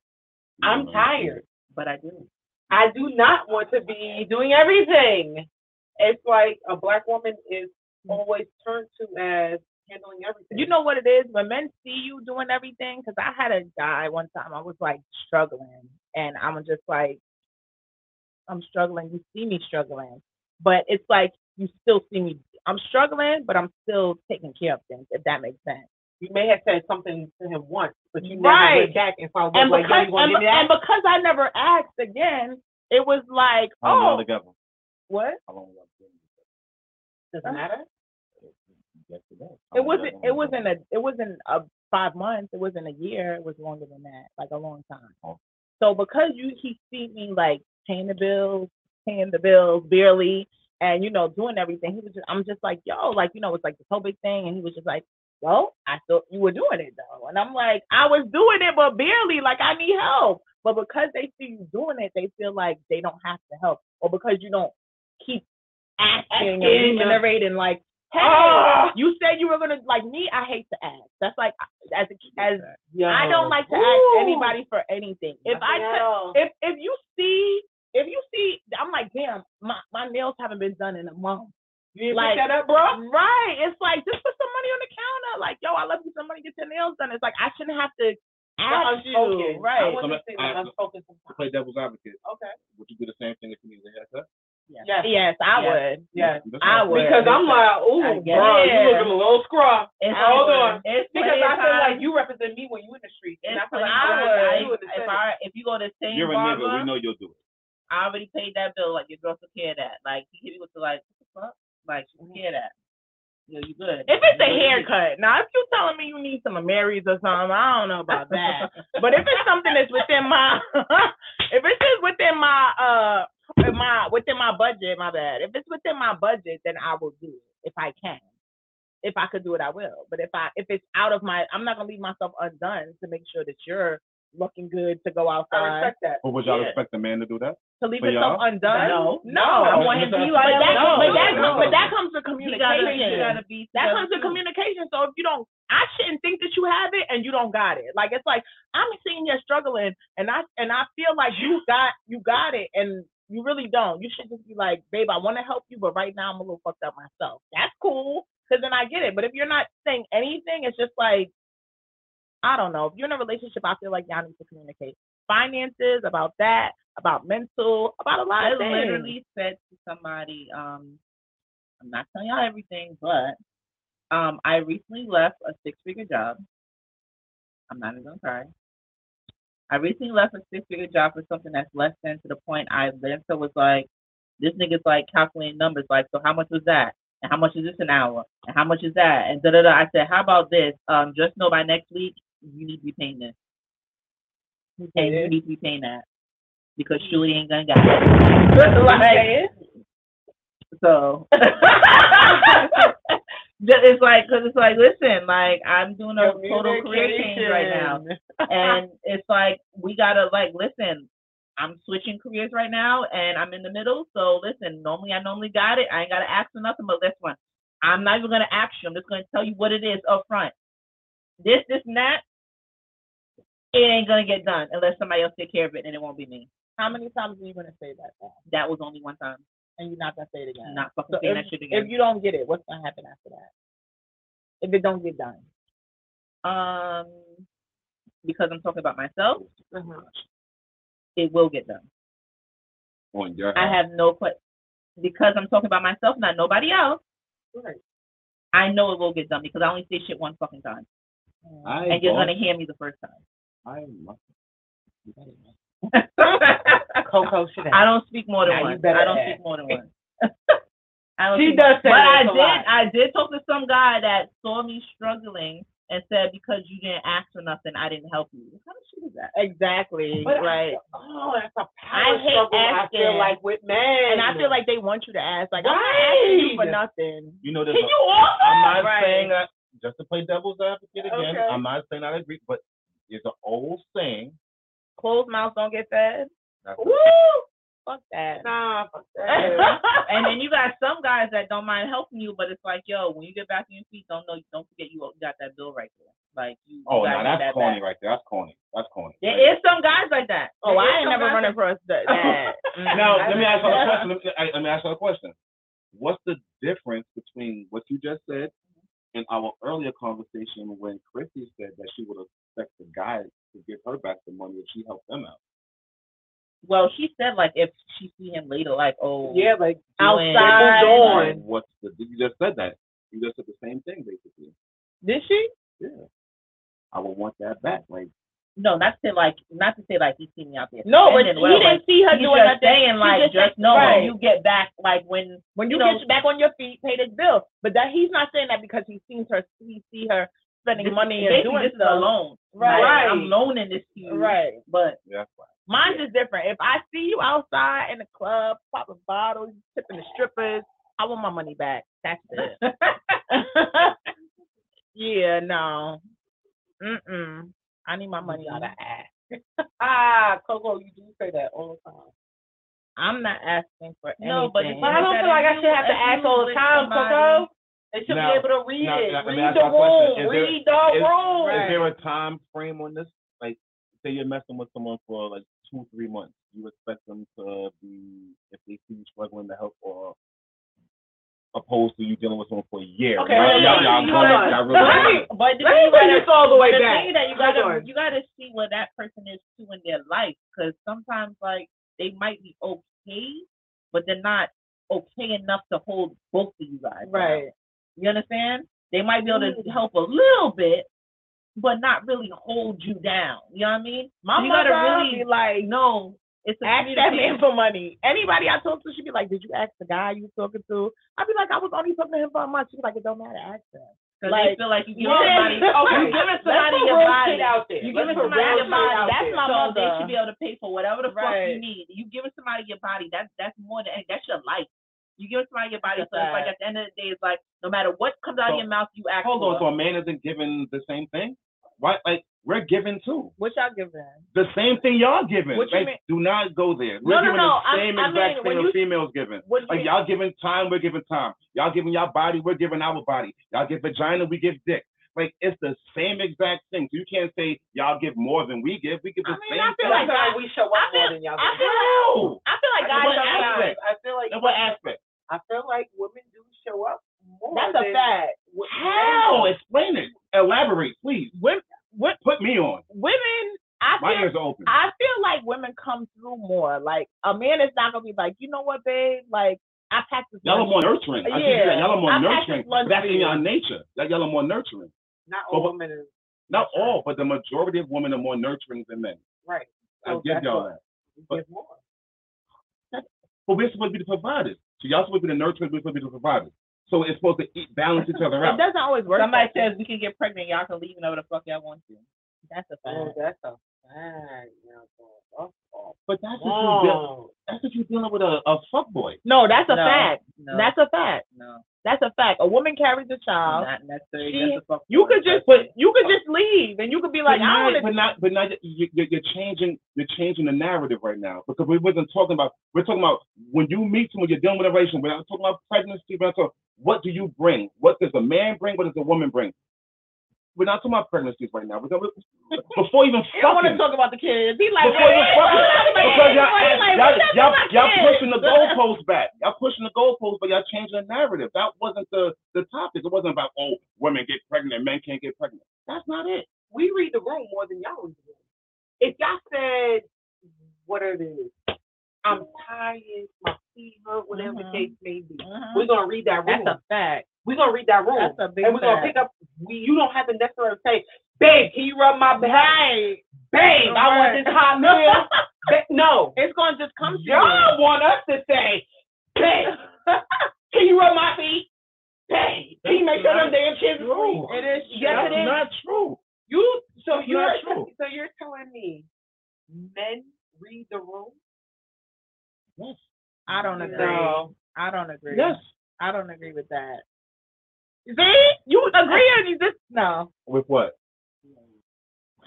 S5: I'm tired.
S1: but I do.
S5: I do not want to be doing everything. It's like a black woman is always turned to as handling everything.
S12: Mm. You know what it is when men see you doing everything. Because I had a guy one time. I was like struggling, and I'm just like, I'm struggling. You see me struggling, but it's like you still see me. I'm struggling, but I'm still taking care of things. If that makes sense.
S5: you may have said something to him once, but you never
S12: Right.
S5: went back and followed
S12: And
S5: up like,
S12: because
S5: yo, you want
S12: and,
S5: to give me that?
S12: and because I never asked again, it was like,
S2: How long
S12: oh,
S2: together?
S12: what?
S2: How long together?
S5: Doesn't matter.
S12: It wasn't. It wasn't a. It wasn't a five months. It wasn't a year. It was longer than that, like a long time.
S2: Oh.
S12: So because you he see me like paying the bills, paying the bills barely, and you know doing everything, he was just. I'm just like yo, like you know it's like this whole big thing, and he was just like, well, I thought you were doing it though, and I'm like, I was doing it but barely. Like I need help, but because they see you doing it, they feel like they don't have to help, or because you don't keep asking and Oh,
S1: Asking, yeah.
S12: reiterating like hey,
S5: Ah!
S12: you said you were gonna like me. I hate to ask. That's like as a, as
S5: Yeah.
S12: I don't like to
S5: Woo!
S12: ask anybody for anything. If I
S5: Nothing at
S12: could-
S5: all.
S12: if if you see if you see, I'm like, damn, my my nails haven't been done in a month.
S5: you didn't
S12: like-
S5: pick that up, bro.
S12: Right? It's like just put some money on
S1: out like, yo, I love you. Somebody get your nails done. It's like I shouldn't have to ask you,
S5: unspoken. I
S1: right?
S5: want to say
S2: I-
S5: that unspoken
S2: To
S5: sometimes.
S2: play devil's advocate,
S5: Okay.
S2: would you do the same thing if you needed a haircut?
S5: Yes.
S1: Yes, I
S5: Yes.
S1: would.
S5: Yes.
S2: That's
S1: I
S2: fine.
S1: would.
S5: Because I'm like,
S1: I
S5: ooh,
S1: guess.
S5: bro,
S1: Yeah.
S5: you looking a little scruff.
S1: It's-
S5: Hold on.
S1: It's
S5: Because
S1: plenty
S5: I
S1: of
S5: feel like
S1: times-
S5: you represent me when you in the street. And
S1: It's
S5: I feel like
S1: plenty of
S5: I represent
S1: times.
S5: you in the
S1: If
S5: street.
S1: I if you go to the same
S2: You're a
S1: barber,
S2: nigga. We know you'll do it.
S1: I already paid that bill. Like your girl took care of that. Like he hit me with the like, what the fuck? Like she took care of that. Yo, you good? Mm. If it's a haircut, now if you telling me you need some Marys or something, I don't know about that. but if it's something that's within my, if it's just within my uh my within my budget, my bad. If it's within my budget, then I will do it if I can. If I could do it, I will. But if I if it's out of my, I'm not gonna leave myself undone to make sure that you're looking good to go outside
S5: I respect that.
S2: But would y'all
S1: Yeah.
S2: expect a man to do that?
S1: to leave
S2: For
S1: yourself
S2: y'all?
S1: undone.
S5: No.
S1: no.
S5: I
S2: want him to be
S1: But
S2: like
S1: that,
S2: that.
S1: but that,
S2: No.
S1: but that comes with
S13: You gotta,
S1: communication.
S13: you gotta be.
S1: That comes with communication. So if you don't, I shouldn't think that you have it and you don't got it. Like it's like I'm seeing you're struggling, and I and I feel like you got you got it, and you really don't. You should just be like, babe, I want to help you, but right now I'm a little fucked up myself. That's cool, cause then I get it. But if you're not saying anything, it's just like I don't know. If you're in a relationship, I feel like y'all need to communicate finances about that, about mental, about a lot
S13: I
S1: of things.
S13: literally said to somebody, um, I'm not telling y'all everything, but um, I recently left a six-figure job. I'm not even gonna cry. I recently left a six-figure job for something that's less than to the point I lived. So was like, this nigga's like calculating numbers, like, so how much was that? And how much is this an hour? And how much is that? And da da da. I said, how about this? Um, just know by next week you need to be paying this, and you need to be paying that because Shuli ain't gonna get it.
S1: like,
S13: So Ju- it's like, cause it's like, listen, like I'm doing a total career change right now, and it's like we gotta like listen. I'm switching careers right now, and I'm in the middle. So listen, normally I normally got it. I ain't gotta ask for nothing but this one. I'm not even gonna ask you. I'm just gonna tell you what it is up front. This, this, and that. It ain't gonna get done unless somebody else take care of it, and it won't be me.
S1: how many times are you gonna say that? Now?
S13: That was only one time.
S1: And you're not gonna say it again.
S13: I'm not fucking
S1: So
S13: saying
S1: if,
S13: that shit again.
S1: if you don't get it, what's gonna happen after that? If it don't get done,
S13: um, because I'm talking about myself,
S5: Mhm.
S13: it will get done.
S2: On your
S13: I have no que- because I'm talking about myself, not nobody else.
S5: Right.
S13: I know it will get done because I only say shit one fucking time,
S2: I
S13: and you're gonna hear me the first time.
S2: I must.
S5: Coco should
S13: I don't speak more than
S5: Now you
S13: once.
S5: better
S13: I don't
S5: ask.
S13: speak more than once. I don't
S5: She
S13: speak-
S5: does say
S13: but
S5: that
S13: I
S5: a
S13: did.
S5: lot.
S13: I did talk to some guy that saw me struggling and said, "Because you didn't ask for nothing, I didn't help you." What kind of shit is that?
S1: exactly.
S5: But I-
S1: right.
S5: Oh, that's a
S1: I
S5: power
S1: hate
S5: struggle. I
S1: asking.
S5: feel like with men,
S1: and I feel like they want you to ask. Like I'm not
S5: Right.
S1: asking you for nothing.
S2: You know, there's
S1: Can
S2: a-
S1: you also?
S2: I'm not
S1: Right.
S2: saying that just to play devil's advocate again.
S5: Okay.
S2: I'm not saying I agree, but it's an old saying.
S1: Closed mouths don't get fed.
S2: That's
S1: Woo! Fuck that.
S5: nah, fuck that.
S13: and then you got some guys that don't mind helping you, but it's like, yo, when you get back on your feet, don't know, don't forget you got that bill right there. Like you.
S2: oh,
S13: you
S2: no,
S13: gotta get
S2: that's
S13: that
S2: corny
S13: back.
S2: right there. That's corny. That's corny.
S13: There is some guys like that.
S1: Oh,
S13: There
S1: I
S13: is
S1: ain't
S13: some
S1: never
S13: guys
S1: running
S13: like-
S1: for us that. that. Mm,
S2: Now,
S1: I-
S2: let me ask you a question. Let me, I, let me ask you a question. What's the difference between what you just said and our earlier conversation when Chrissy said that she would expect the guy to give her back the money if she helped them out?
S13: Well, she said like if she see him later, like oh
S5: yeah, like
S13: doing-
S5: outside. Hold on.
S2: What's the? You just said that. You just said the same thing basically.
S1: Did she?
S2: I would want that back. Like
S13: No, not to say like not to say like he see me out there.
S1: No, but
S13: spending,
S1: he
S13: whatever.
S1: didn't see her
S13: He's
S1: doing
S13: just
S1: nothing.
S13: saying like
S1: just
S13: just,
S1: saying-
S13: know
S1: right.
S13: when you get back, like when
S1: when you
S13: you know-
S1: get back on your feet, pay this bill. But that he's not saying that because he sees her, he see her spending
S13: this,
S1: money and
S13: basically
S1: doing
S13: this is a
S1: stuff.
S13: loan.
S1: Right.
S13: Like, I'm loaning this to you.
S1: Right.
S13: But
S2: yeah, that's fine.
S1: Mine's is different. If I see you outside in the club, popping bottles, tipping the strippers, I want my money back. That's it. yeah, no. Mm-mm. I need my money out of ass.
S5: Mm-hmm. Ah, Coco, you do say that all the time.
S1: I'm not asking for anything.
S13: No, but
S5: But I don't feel like I should have to ask all the time, Coco. They should
S2: Now-
S5: be able to read
S2: now-
S5: it.
S2: now, let me
S5: read
S2: ask
S5: the
S2: y'all a question. Is
S5: room.
S2: there-
S5: Read the
S2: is-
S5: room.
S2: Is there a time frame on this? Like, say you're messing with someone for like two, three months. You expect them to be, if they see you struggling to help or opposed to you dealing with someone for a year.
S1: Okay,
S2: Y'all-
S1: hold
S2: y'all-
S1: on.
S2: y'all
S1: Hold
S2: going-
S1: on.
S2: y'all really-
S5: Let me,
S1: But the
S5: let
S1: thing
S5: me
S1: you
S5: bring
S1: gotta,
S5: this all the way
S1: the
S5: back.
S1: thing that you
S5: Hold
S1: gotta
S5: on.
S1: you gotta see where that person is too in their life, because sometimes like they might be okay, but they're not okay enough to hold both of you guys. down.
S5: Right.
S1: You understand? They might be able to help a little bit, but not really hold you down. You know what I mean?
S13: My
S1: you gotta
S13: mother
S1: really like no. It's a
S13: ask that man
S1: for money. Anybody I talk to, she'd be like, "Did you ask the guy you were talking to?" I'd be like, "I was only talking to him for a month." She'd be like, "It don't matter, ask him."
S13: Because they
S1: Like,
S13: feel like you give
S1: you
S13: somebody,
S1: didn't- okay.
S13: you giving
S1: Let's
S13: somebody
S1: put
S13: your
S1: real
S13: body.
S5: Shit out there.
S13: You
S5: Let's
S13: giving
S5: put
S13: somebody
S5: real
S13: your
S5: shit
S13: body.
S5: out
S13: That's
S5: there.
S13: my
S1: So
S13: mother. They
S1: they
S13: should be able to pay for whatever the fuck you
S1: Right.
S13: need. You giving somebody your body. That's that's more than that's your life. You giving somebody your body.
S1: That's
S13: so it's like
S1: right.
S13: at the end of the day, it's like no matter what comes out
S2: So-
S13: of your mouth, you act.
S2: Hold
S13: for.
S2: on, so a man isn't given the same thing? Right? Like, we're given too.
S1: What y'all giving?
S2: The same thing y'all giving.
S1: What you
S2: like,
S1: mean?
S2: do not go there.
S1: No,
S2: We're
S1: no,
S2: giving
S1: no,
S2: the
S1: I-
S2: same
S1: I
S2: exact
S1: mean,
S2: thing
S1: when
S2: a
S1: you-
S2: female's giving.
S1: What you
S2: Like y'all giving time, we're giving time. Y'all giving y'all body, we're giving our body. Y'all give vagina, we give dick. Like it's the same exact thing. So you can't say y'all give more than we give. We give the
S13: I mean,
S2: same
S13: I feel
S2: thing.
S13: like
S5: Sometimes we show up
S13: I
S5: more
S13: feel-
S5: than y'all.
S13: I
S5: do.
S13: feel like
S2: no.
S13: I feel like
S2: I
S13: guys
S2: what
S13: are
S2: aspect?
S13: like,
S5: I feel like
S2: In what aspect?
S5: I feel like women do show up more.
S1: That's
S5: than
S1: a fact.
S5: what-
S2: How? Explain it. Elaborate, please.
S1: Women, what
S2: Put me on.
S1: women? I
S2: My
S1: feel
S2: ears are open.
S1: I feel like women come through more. Like a man is not gonna be like, you know what, babe? Like I packed this.
S2: Y'all are
S1: lunch
S2: more nurturing. I think
S1: Yeah.
S2: that y'all are more
S1: I'm
S2: nurturing.
S1: actually lunch
S2: That's in
S1: for you.
S2: your nature. That y'all are more nurturing.
S5: Not
S2: But
S5: all
S2: what-
S5: women is
S2: Not
S5: That's right.
S2: all, but the majority of women are more nurturing than men.
S5: right.
S2: I
S1: Oh,
S5: So
S2: give
S5: that's
S2: y'all
S5: what-
S2: that.
S5: We give more.
S2: But we're supposed to be the providers. So y'all supposed to be the nurturers, we're supposed to be the providers. So it's supposed to eat, balance each other
S1: It
S2: out.
S1: doesn't always work.
S13: somebody
S1: like that.
S13: says we can get pregnant, y'all can leave whenever the fuck y'all want to.
S1: that's a
S5: Oh,
S1: fact.
S5: that's a fact. Now, girl. That's all.
S2: But that's what you deal,
S5: Wow.
S2: that's what you're dealing with a, a fuckboy.
S1: No, that's a
S13: No,
S1: fact.
S13: no.
S1: That's a fact.
S13: No,
S1: That's a fact. A woman carries a child.
S13: not necessarily.
S1: She-
S13: that's a fuck
S1: You
S13: boy
S1: could just,
S13: person.
S1: but you could just leave, and you could be like, I
S2: but, not,
S1: don't. wanna-
S2: but not, but not, you, you- you're changing, you're changing the narrative right now because we wasn't talking about, we're talking about when you meet someone, you're dealing with a relationship. We're not talking about pregnancy. We're not talking, what do you bring? What does a man bring? What does a woman bring? We're not talking about pregnancies right now. We're talking, before even
S1: I don't want to
S2: fucking.
S1: talk about the kids. He like,
S2: Before you
S1: "Hey,
S2: fuck it.
S1: what about my kids?"
S2: Because y'all,
S1: He like,
S2: y'all,
S1: "What about
S2: y'all,
S1: my
S2: y'all
S1: kids?"
S2: pushing the goalposts back. Y'all pushing the goalposts, but y'all changing the narrative. That wasn't the, the topic. It wasn't about, oh, women get pregnant and men can't get pregnant. That's not it.
S5: We read the room more than y'all read the room. If y'all said what it is, I'm
S1: Mm-hmm.
S5: tired, my fever, whatever
S1: Mhm.
S5: the case may be,
S1: Mhm.
S5: we're gonna read that room.
S1: That's a fact.
S5: we're gonna read that room,
S1: That's a big
S5: Oh. and we're gonna
S1: fact.
S5: pick up. We, you don't have to necessarily say, "Babe, can you rub my back?"
S1: Right.
S5: Babe, I want this hot meal. Ba- no,
S1: It's gonna just come to you.
S5: Y'all want us to say, "Babe, can you rub my feet?" Babe, can you make sure them damn kids are free?
S2: True.
S5: It is. Yes,
S2: That's
S5: it is.
S2: not true.
S5: You so
S2: That's
S5: you're
S2: not true.
S5: so you're telling me men read the room?
S2: Yes.
S1: I don't agree.
S5: No.
S1: I don't agree.
S2: Yes.
S1: I don't agree with that. See, you agree or you just no.
S2: With what?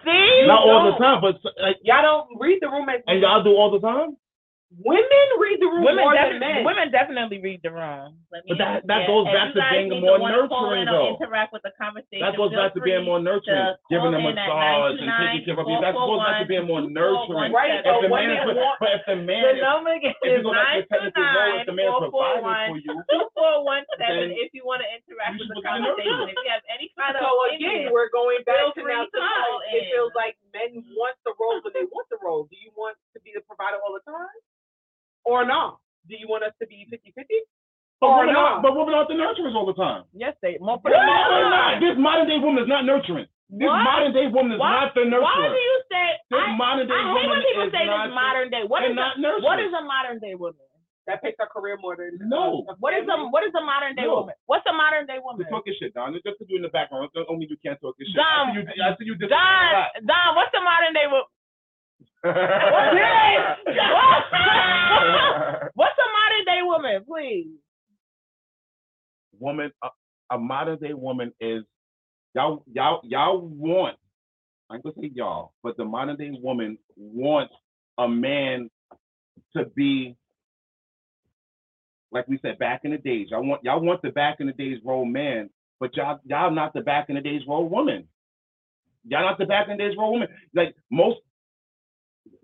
S1: See,
S2: not all the
S5: don't.
S2: time, but so- like,
S5: Y'all don't read the room as
S2: and y'all do all the time?
S5: women read the room
S1: women
S5: more
S1: defi-
S5: than men.
S1: women definitely read the room.
S13: Let me
S2: But that,
S13: ask-
S2: that
S13: yeah,
S2: goes
S13: if
S2: back
S13: you
S2: to
S13: guys
S2: being
S13: either
S2: more
S13: wanna call
S2: nurturing,
S13: in or
S2: though.
S13: Interact with the conversation.
S2: That goes
S13: feel
S2: back to being
S13: free
S2: more nurturing,
S13: to
S2: giving
S13: call
S2: them
S13: in at
S2: massage and taking care of you. That goes back to being more
S13: 929-441-2417.
S2: nurturing.
S5: Right,
S2: If the
S5: but
S2: man is,
S5: women
S2: but,
S5: want-
S2: but if the man
S13: The
S2: is
S13: number again
S2: if you
S13: is
S2: go back to
S13: nine
S2: the
S13: two
S2: technical role,
S13: nine
S2: if the man
S13: four
S2: provided
S13: four
S2: for
S13: one
S2: you,
S13: two four one seven.
S2: then
S13: If you want to interact
S2: you should look
S13: with the
S2: at the
S13: conversation, if you have any kind
S5: So
S13: of
S5: again,
S13: opinion,
S5: we're going back to
S13: Feel free
S5: now.
S13: to call
S5: Sometimes it
S13: in.
S5: feels like men want the roles and they want the roles. Do you want to be the provider all the time, or not? Do you want us to be 50-50?
S2: But
S5: Or
S2: women,
S5: not.
S2: aren't, but women aren't the nurturers all the time.
S1: Yes, they more for
S2: No, they're not. This modern day woman is not nurturing. This
S1: What?
S2: modern day woman is
S1: Why-
S2: not the nurturer.
S1: Why do you say?
S2: this
S1: I,
S2: modern day
S1: I hate
S2: woman
S1: when people
S2: is
S1: say
S2: not,
S1: this modern day. What
S2: they're
S1: is
S2: not
S1: a,
S2: nurturing.
S1: what is a modern day woman?
S5: That takes our career more than
S2: No.
S1: What is a what is a modern day
S2: No.
S1: woman? What's a modern day woman?
S2: You're talking shit, Don. Just because you in the background, don't- only you can't talk this shit.
S1: Don.
S2: I see you. I see you. Dis-
S1: Don, Don, what's the modern day woman? Yes. What's a modern day woman, please?
S2: woman, a, a modern day woman is y'all, y'all, y'all want. I'm gonna say y'all, but the modern day woman wants a man to be like we said back in the days. Y'all want y'all want the back in the days role man, but y'all y'all not the back in the days role woman. Y'all not the back in the days role woman. Like most,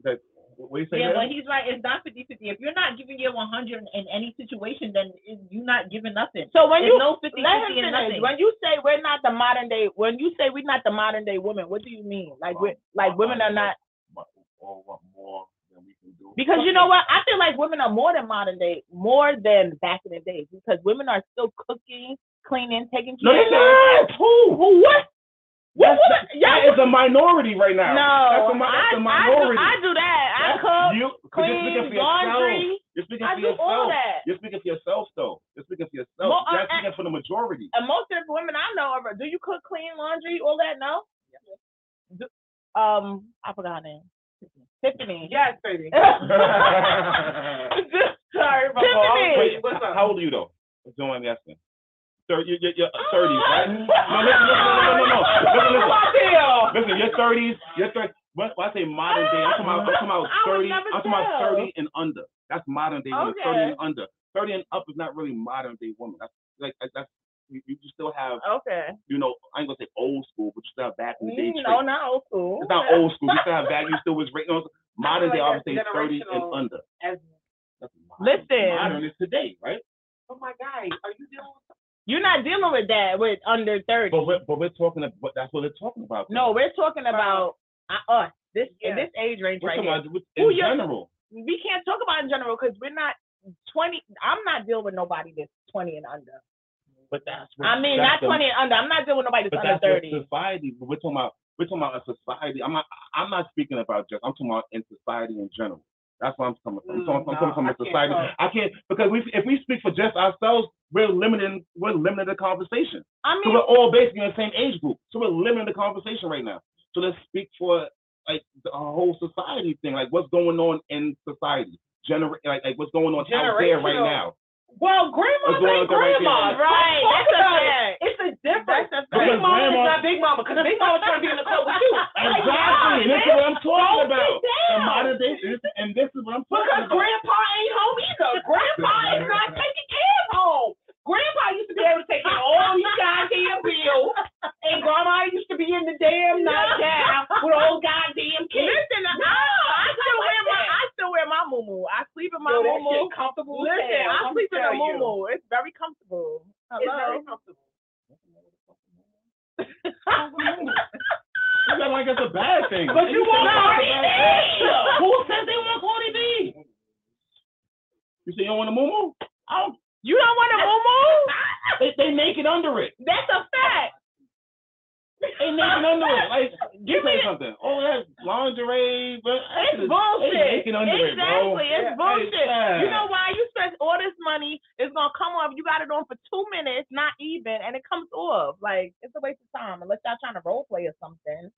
S2: like What you say?
S13: Yeah,
S2: Jada?
S13: but he's right. It's not 50 50. If you're not giving your 100 in any situation, then it- you're not giving nothing.
S1: So when
S13: There's
S1: you
S13: no 50
S1: let him
S13: 50
S1: finish,
S13: and nothing.
S1: when you say we're not the modern day, when you say we're not the modern day women, what do you mean? Like we like women are not
S2: But all want more than we can do.
S1: because you know what? I feel like women are more than modern day, more than back in the day because women are still cooking, cleaning, taking
S2: No,
S1: care.
S2: they
S1: of kids.
S2: not. Who?
S1: Who what?
S2: That's,
S1: What? what?
S2: that
S1: Y'all-
S2: is a minority right now. that's
S1: no,
S2: a, mi-
S1: I, I
S2: that's a
S1: do,
S2: minority.
S1: I do that. I
S2: That's-
S1: cook,
S2: You, 'cause you're
S1: clean,
S2: speaking for yourself.
S1: laundry.
S2: You're speaking
S1: I
S2: for
S1: do
S2: yourself.
S1: all that.
S2: You're speaking for yourself, though. You're speaking for yourself.
S1: Well, uh,
S2: You're not
S1: uh,
S2: speaking for the majority.
S1: And most of the women I know are. Do you cook, clean, laundry, all that? No. Do- um, I forgot her name. Tiffany.
S5: Yes, baby.
S1: Sorry,
S5: Tiffany.
S2: Wait,
S5: What's up?
S2: how old are you though? If you Don't mind me asking. Thir- you you're,
S1: Oh,
S2: you're 30s, right? No, listen, listen, no, no, no, no. Listen, listen. Listen, your 30s, your 30s. When, when I say modern day, I'm talking about, I'm talking about 30. I'm talking about 30 and under. That's modern day women. 30 and under. 30 and up is not really modern day women. That's like that's- that's you, you just still have
S1: Okay.
S2: you know I ain't gonna say old school, but you still have back in the day.
S1: Mm,
S2: traits.
S1: No, not old school.
S2: It's not old school. You still have value. You still was raised. You know, modern day,
S5: like
S2: I would say
S5: that's
S2: 30 and
S5: generational.
S2: under.
S5: As,
S2: That's modern.
S1: Listen.
S2: modern is today, right?
S5: oh my God, are you dealing with
S1: You're not dealing with that with under thirty.
S2: But we're, but we're talking. About, but that's what they're talking about.
S1: no, we're talking about uh, us. This
S5: Yeah.
S1: this age range
S2: we're
S1: right
S2: talking
S1: here.
S2: about in
S1: Who you-
S2: general.
S1: We can't talk about in general because we're not twenty. I'm not dealing with nobody that's twenty and under.
S2: But that's. What,
S1: I mean, not
S2: that's the-
S1: twenty and under. I'm not dealing with nobody
S2: But
S1: that's under thirty.
S2: that's what society. But we're talking about. We're talking about a society. I'm not. I'm not speaking about just. I'm talking about in society in general. That's what I'm coming from. I'm
S5: Mm,
S2: talking, I'm
S5: no,
S2: coming from
S5: I
S2: a
S5: can't
S2: society.
S5: talk.
S2: I can't because we if we speak for just ourselves, we're limiting we're limiting the conversation.
S1: I
S2: So
S1: mean,
S2: we're all basically in the same age group. So we're limiting the conversation right now. So let's speak for like the whole society thing, like what's going on in society, gener- like, like what's going on out there right now.
S1: well,
S2: What's
S1: grandma's
S2: going on
S1: ain't grandma,
S2: right
S1: right?
S5: Talk
S1: That's a
S5: about it.
S1: fact.
S5: It's a difference.
S2: Because
S5: Big Mama
S2: grandma-
S5: is not Big Mama because Big Mama's trying to be in the club with you.
S2: Exactly. This is what I'm talking about. The
S5: down.
S2: modern day, this- and this is what I'm talking
S5: Because
S2: about.
S5: Grandpa ain't home either. Grandpa is not taking care of home. Grandpa used to be able to take care of all these goddamn bills, and Grandma used to be in the damn night down with all goddamn kids.
S1: Listen, I, I still wear my I still wear my muumuu. I sleep in my
S5: Yo, that
S1: muumuu.
S5: shit comfortable. as
S1: Listen,
S5: hell,
S1: I
S5: I'ma
S1: sleep in a
S5: tell you.
S1: muumuu. It's very comfortable. Hello.
S5: It's very comfortable.
S2: You act like it's a bad thing.
S5: But you want Cardi B.
S2: Who says they want Cardi B? You say you don't want a muumuu? I don't.
S1: you don't want a muumuu?
S2: They, they naked under it.
S1: That's a fact.
S2: They naked under it. Like, give me something. Oh, that's lingerie. But
S1: It's
S2: They
S1: bullshit.
S2: naked under it, bro.
S1: Exactly, it's
S2: Yeah,
S1: bullshit.
S2: yeah.
S1: You know why? You spent all this money. It's gonna come off. You got it on for two minutes, not even, and it comes off. Like it's a waste of time unless y'all trying to role play or something.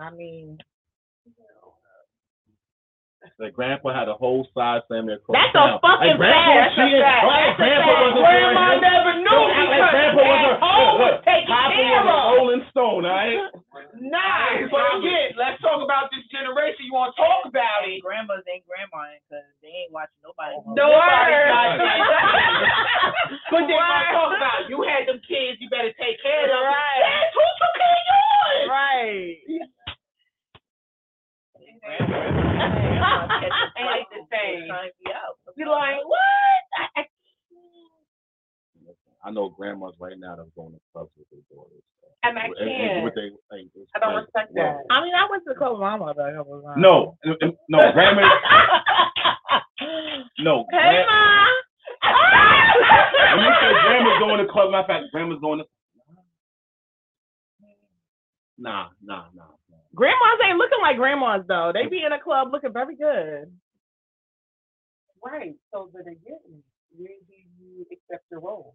S1: I mean,
S2: Like grandpa had a whole side family across
S1: That's a
S2: town.
S1: fucking
S2: like, grandpa
S1: fact.
S2: was cheating.
S1: That's a
S2: Like,
S1: fact.
S2: grandpa
S1: That's a fact.
S2: wasn't doing
S1: Grandma
S2: this.
S1: never knew
S2: Don't act like
S1: because
S2: grandpa wasn't.
S1: at home
S2: Look, look,
S1: was taking
S2: Papa
S1: care
S2: was a
S1: of.
S2: rolling stone, all right?
S1: nah.
S5: But again, let's talk about this generation. You want to talk about it?
S13: grandmas ain't grandma because they ain't watching nobody.
S5: Nobody's
S1: Word.
S5: But then what I'm
S1: Word.
S5: talking about, you had them kids, you better take care of them.
S1: Right.
S5: That's who took care of yours.
S1: Right.
S5: Ain't the same.
S1: You're like, what? I- I-
S2: I know grandmas right now that's going to clubs with their daughters.
S5: And I
S2: It- it-
S5: can't.
S2: what they- like, it's
S5: I don't
S2: like,
S5: respect
S2: whoa.
S5: that.
S1: I mean, I went to the club with my mother. a couple of times.
S2: No, it- it- no, grandma, no.
S1: hey,
S2: gran-
S1: ma.
S2: When you say grandma's going to club, matter of fact, grandma's going to. Nah, nah, nah. nah.
S1: grandmas ain't looking like grandmas though. They be in a club looking very good.
S5: Right. So, but again, where do you accept your role?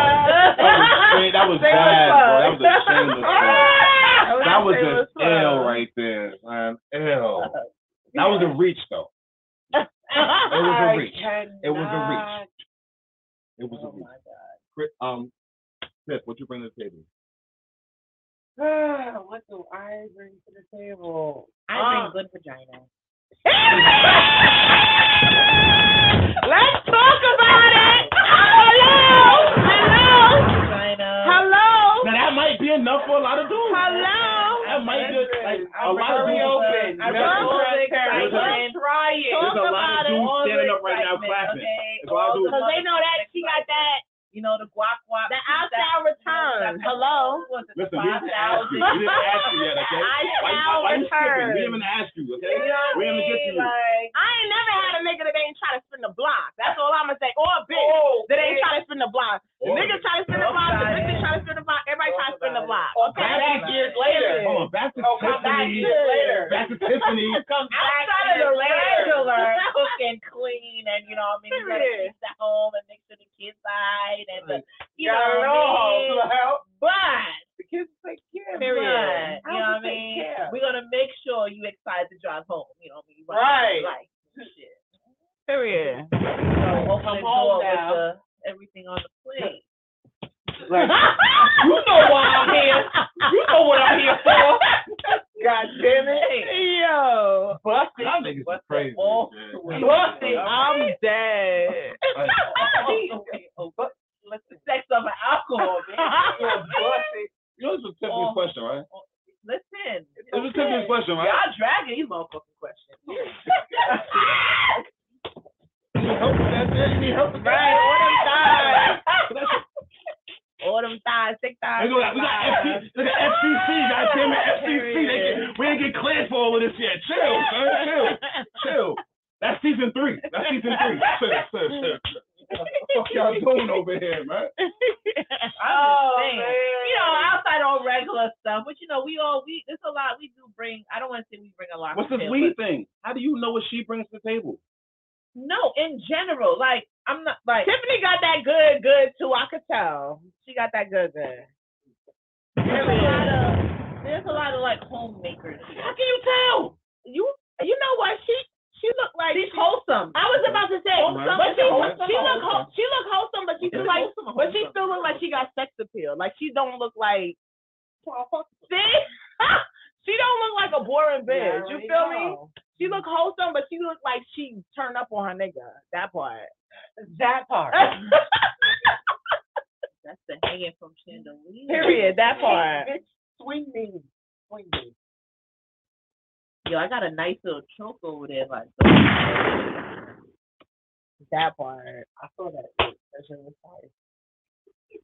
S2: Wait, that was
S1: Say what's
S2: bad,
S1: up.
S2: bro. That was a shameless. one. That was
S1: Say
S2: an
S1: what's up.
S2: L right there, man. L. That was a reach, though. It was a reach. It was a reach. It was
S5: Oh,
S2: a reach. Chris, um, Chris, what you bring to the table?
S5: Ah, what do I bring to the table?
S13: I
S1: Ah.
S13: bring good vagina.
S1: Let's talk about it. Hello. Hello.
S13: Vagina.
S1: Hello.
S2: Now that might be enough for a lot of dudes.
S1: Hello.
S2: niggas, like, a
S5: I'm
S2: lot of
S5: very
S2: people.
S5: open.
S2: Never-
S5: I'm very
S2: There's a-
S5: transparent.
S13: Try it.
S2: There's a lot of dudes
S13: all
S2: standing
S13: the
S2: up right now
S13: excitement,
S2: clapping.
S13: okay?
S2: That's why I
S13: All
S2: do.
S13: the
S1: Because they know that she got that,
S13: You know, the guac guac.
S1: the outside return. Hello?
S13: Was it
S2: Listen, we didn't ask you.
S13: 5,000?
S2: We didn't ask you yet, okay?
S1: I
S2: Why, why,
S1: shall
S2: why you skipping?
S1: return.
S2: We haven't asked you, okay?
S13: You know what
S2: We haven't
S13: I
S2: get
S13: mean?
S2: to you.
S13: Like,
S1: I ain't never had a nigga that ain't try to spin the block. That's all I'ma say. Or a bitch that ain't try to spin the block. The
S2: Or-
S1: niggas try to spin the
S13: Talk
S1: block, the
S13: about
S1: bitches
S13: it.
S1: try to spin the block, everybody try to spin the block.
S5: Or
S1: Okay?
S5: come back years later.
S2: Hold on, back to
S5: Oh, come back
S2: Tiffany.
S5: years later.
S2: Back to Tiffany.
S5: Come back
S13: outside
S5: years
S13: of the
S5: later.
S13: regular cook and clean and you know what I mean you gotta
S1: Period.
S13: fix the home and make sure the kids died and the, you
S5: Got it
S13: know
S5: all.
S13: what I mean?
S5: Well,
S13: But
S5: The kids take care.
S13: period.
S5: man.
S13: You know
S5: Take
S13: what I mean?
S5: care.
S13: We're gonna make sure you excited to drive home, you know what I
S5: Right.
S13: mean? Like shit.
S1: Period.
S13: So open
S5: Come
S13: the
S5: home
S13: door with
S5: now.
S13: the everything on the plate.
S5: Like, you know why I'm here. You know what I'm here for. God damn it.
S13: Yo.
S5: Busted.
S2: Y'all niggas is crazy.
S13: all
S2: man.
S13: the way.
S5: Busted.
S13: I'm
S1: dead.
S2: Like,
S13: Let's sex over alcohol, man.
S5: You're busted.
S2: You know, this was Tiffany's
S13: Oh.
S2: question, right?
S13: Listen.
S2: This was Tiffany's question, right?
S13: Y'all dragging these motherfucking questions.
S2: You need help with that, man? You need help with that?
S13: Right, all them thighs.
S2: That's your
S13: All them thighs, thick thighs.
S2: Look at, look at FC, look at FCC, goddamn it, FCC. They get, we ain't get cleared for all of this yet. Chill, son, chill, chill. That's season three. That's season three. Chill, chill, chill. What the fuck y'all doing over here, man?
S5: Oh,
S13: I'm just saying. You know, outside all regular stuff, but you know, we all we it's a lot. We do bring. I don't want to say we bring a lot.
S2: What's
S13: to
S2: this
S13: the
S2: weed thing?
S13: table,
S2: How do you know what she brings to the table?
S13: but- No, in general, like I'm not like
S1: Tiffany got that good, good too. I could
S13: tell. She got that good good. There's a lot
S1: Period.
S13: of there's a lot of like homemakers.
S1: How can you tell? You you know what? She she looked like
S13: She's wholesome.
S1: I was about to say,
S2: Wholesome.
S1: but she
S2: Wholesome.
S1: she look whole, she look wholesome, but she
S2: Okay.
S1: still like
S13: Wholesome,
S1: but she
S13: wholesome.
S1: still look like she got sex appeal. Like she don't look like see she don't look like a boring bitch. You feel me? She look wholesome, but she look like she turned up on her nigga. That part.
S5: That part.
S13: That's the hanging from chandelier.
S1: Period. That part.
S5: Bitch, swing me. Swing me.
S13: Yo, I got a nice little choke over there. Like,
S5: That part. I saw that. That shit was fire.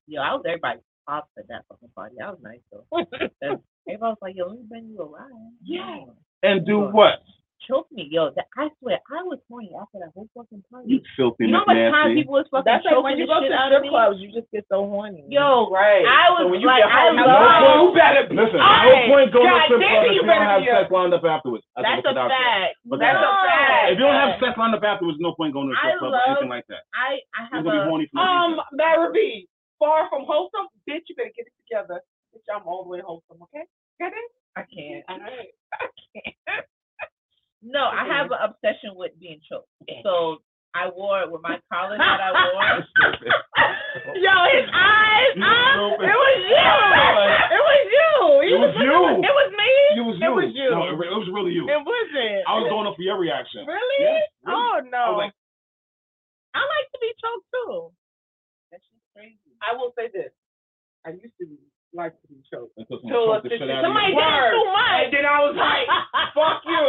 S13: yo, I was everybody popped at that fucking party. That was nice though. Everybody was like, yo, let me bring you a ride.
S5: Yeah.
S2: And do what?
S13: Choke me, yo. That, I swear, I was horny after that whole fucking party.
S2: You filthy
S13: You know how much time
S2: McNasty.
S13: people was fucking
S5: That's
S13: choking
S5: like when you
S13: the
S5: go to
S13: shit out of
S5: strip
S13: me?
S5: clubs, you just get so horny.
S13: Yo,
S5: right.
S13: I was
S5: so when you
S13: like,
S5: get
S13: I
S5: home, you
S13: love-
S5: know,
S2: No point, you better listen. No
S5: Alright.
S2: point going to
S5: God
S2: strip
S5: damn
S2: club
S5: it,
S2: if
S5: you
S2: you don't
S5: better
S2: have
S5: be a-
S2: sex lined up afterwards.
S13: That's
S2: what
S13: a
S2: it's out there.
S13: fact.
S2: But
S13: That's
S2: that's-
S13: a fact.
S2: If you don't have sex lined up afterwards, no point going to a
S13: I
S2: strip club or
S13: love-
S2: anything like that.
S13: I I
S2: You're
S13: have
S2: gonna be
S13: a
S2: horny for no
S5: Um,
S2: reason.
S5: Mary B, far from wholesome, bitch, you better get it together. Bitch, I'm all the way wholesome, okay? Get it?
S13: I can't.
S5: All right.
S13: No, I have an obsession with being choked. So I wore it with my collar that I wore.
S2: Stupid.
S1: Yo, his eyes.
S2: You
S1: ah,
S2: stupid.
S1: it was you. It was you. You
S2: It was
S1: was-
S2: you.
S1: It was me.
S2: It was you.
S1: It was you.
S2: No, it, re- it was really you.
S1: It wasn't.
S2: I was going up for your reaction.
S1: Really?
S2: Yeah, really.
S1: Oh no.
S2: I was like,
S1: I like to be choked too.
S5: That shit's crazy. I will say this. I used to be, like to be choked.
S2: until
S5: Till
S2: someone choked the
S5: it's-
S2: shit out of
S1: Somebody did
S2: you.
S1: it
S5: Word.
S1: too much.
S5: And then I was like, fuck you.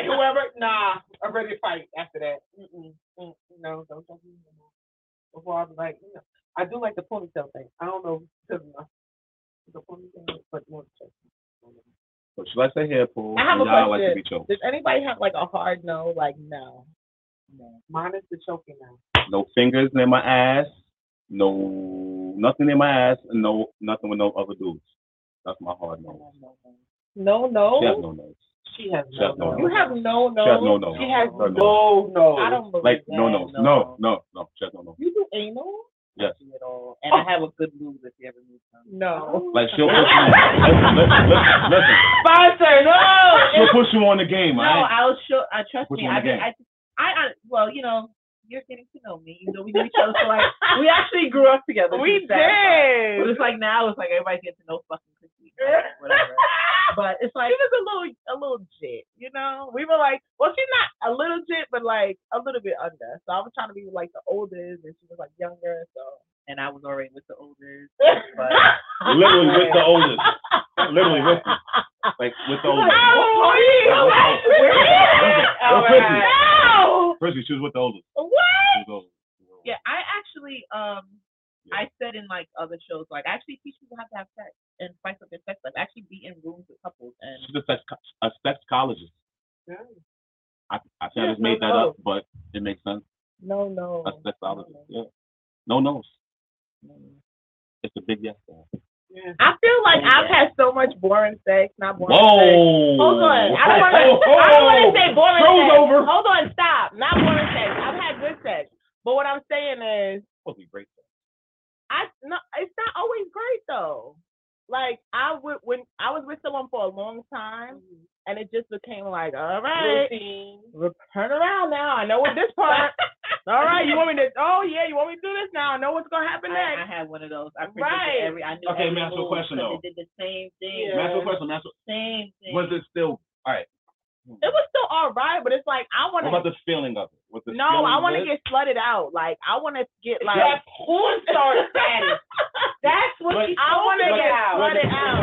S5: And whoever, nah, I'm ready to fight after that. Mm-mm, mm, no, don't talk to me no more. Before I was like, you know, I do like the ponytail thing. I don't know because of my, the ponytail, but more the choke.
S2: What should I say here, Paul?
S5: I have a
S2: Y'all like to
S5: question.
S2: be choked.
S5: Does anybody have like a hard no? Like no. No. Mine is the choking now.
S2: No fingers in my ass. No, nothing in my ass. and No, nothing with no other dudes. That's my hard no.
S5: No
S2: She has
S5: no.
S2: no nose.
S5: She has
S2: She
S5: no
S2: has no
S5: no.
S2: no.
S5: You have no no.
S2: She has no no.
S5: She has
S2: No,
S5: no no.
S13: I don't believe
S2: Like
S13: that.
S2: no no no no no. She has no no.
S5: You do anal?
S2: Yes.
S13: At all. And I have a good move if you ever need something.
S5: No.
S2: Like she'll push you. listen, listen, listen, listen.
S5: Sponsor no.
S2: She'll push you on the game,
S13: No,
S2: right?
S13: I was sure. I trust
S2: Which
S13: me.
S2: one
S13: I,
S2: again?
S13: I, I, I, well, you know, you're getting to know me. You know, we knew each other for like we actually grew up together.
S1: We
S13: She's satisfied. But
S1: did.
S13: it's like now it's like everybody gets to know fucking Chrissy. like, Whatever. But it's like
S1: She was a little, a little jit, you know. We were like, well, she's not a little jit, but like a little bit under. So I was trying to be like the oldest, and she was like younger. So
S13: and I was already with the oldest. But
S2: Literally with the oldest. Literally with me. Like with the oldest.
S1: Oh,
S2: With me.
S5: All
S2: With me.
S5: right.
S2: Firstly, she was with the oldest.
S1: What?
S2: She was the oldest.
S13: yeah, I actually um I said in like other shows like I actually teach people how to have sex and spice up their sex life. Actually be in rooms with couples and
S2: She's a sex a sexologist.
S5: Yeah.
S2: I I think I just made that up, but it makes sense.
S14: No, no.
S13: Oh,
S1: Oh.
S2: A sexologist. Yeah. No no. It's a big yes. there.
S1: I feel like
S13: Oh,
S1: I've had so much boring sex, not boring sex.
S2: Whoa.
S1: Hold on. I don't want to. I don't
S2: Oh,
S1: want to say boring
S2: Show's
S1: sex.
S2: over.
S1: Hold on, stop. Not boring sex. I've had good sex, but what I'm saying is,
S2: Supposed to be great.
S1: I no, it's not always great though. Like I would when I was with someone for a long time, and it just became like, all right, re- turn around now. I know what this part. all right, you want me to? Oh yeah, you want me to do this now? I know what's gonna happen
S13: I, I
S1: next.
S13: had one of those. I predicted
S1: Right.
S13: every I knew
S2: Okay,
S13: every
S2: let me ask you a
S13: move,
S2: question, though.
S13: 'cause They did the same thing.
S2: That's the question. That's
S13: Same thing.
S2: was it still all right?
S1: It was still all right, but it's like I
S2: What
S1: want
S2: about
S1: to.
S2: the feeling of it? What the
S1: No, I
S2: want to
S1: get slutted out. Like I want to get like.
S5: That porn star status. That's what
S2: But-
S5: she's
S1: I want to
S5: talking
S1: get
S5: about.
S1: flooded out.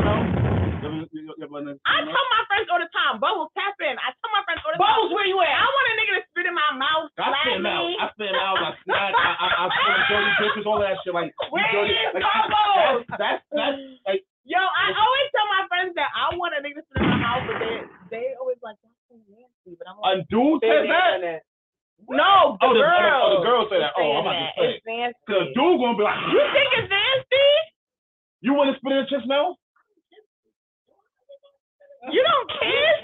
S1: I
S2: I
S1: tell my friends all the time, Bubbles, tap in. I tell my friends all the time.
S5: Bubbles, where you at?
S1: I want a nigga to spit in my mouth, slap
S2: spit him out.
S1: me.
S2: I spit him out. I snatch. I I, I spit him dirty pictures, all that shit. Like you
S1: Where
S2: dirty.
S1: is
S2: Like,
S1: Bubbles?
S2: that's, that's that's like
S1: Yo, I always tell my friends that I want a nigga to spit in my mouth, but they they always like, that's so nasty. But I'm like,
S2: undue
S5: They
S2: said
S5: didn't
S2: that.
S5: know that.
S1: no, the
S2: Oh, the,
S1: girl.
S2: oh, the girl said that. Oh, I'm about to
S1: It's
S2: say.
S1: nasty.
S2: Cause dude gonna be like,
S1: You think it's nasty?
S2: you want to spit in the chest now?
S1: You don't kiss?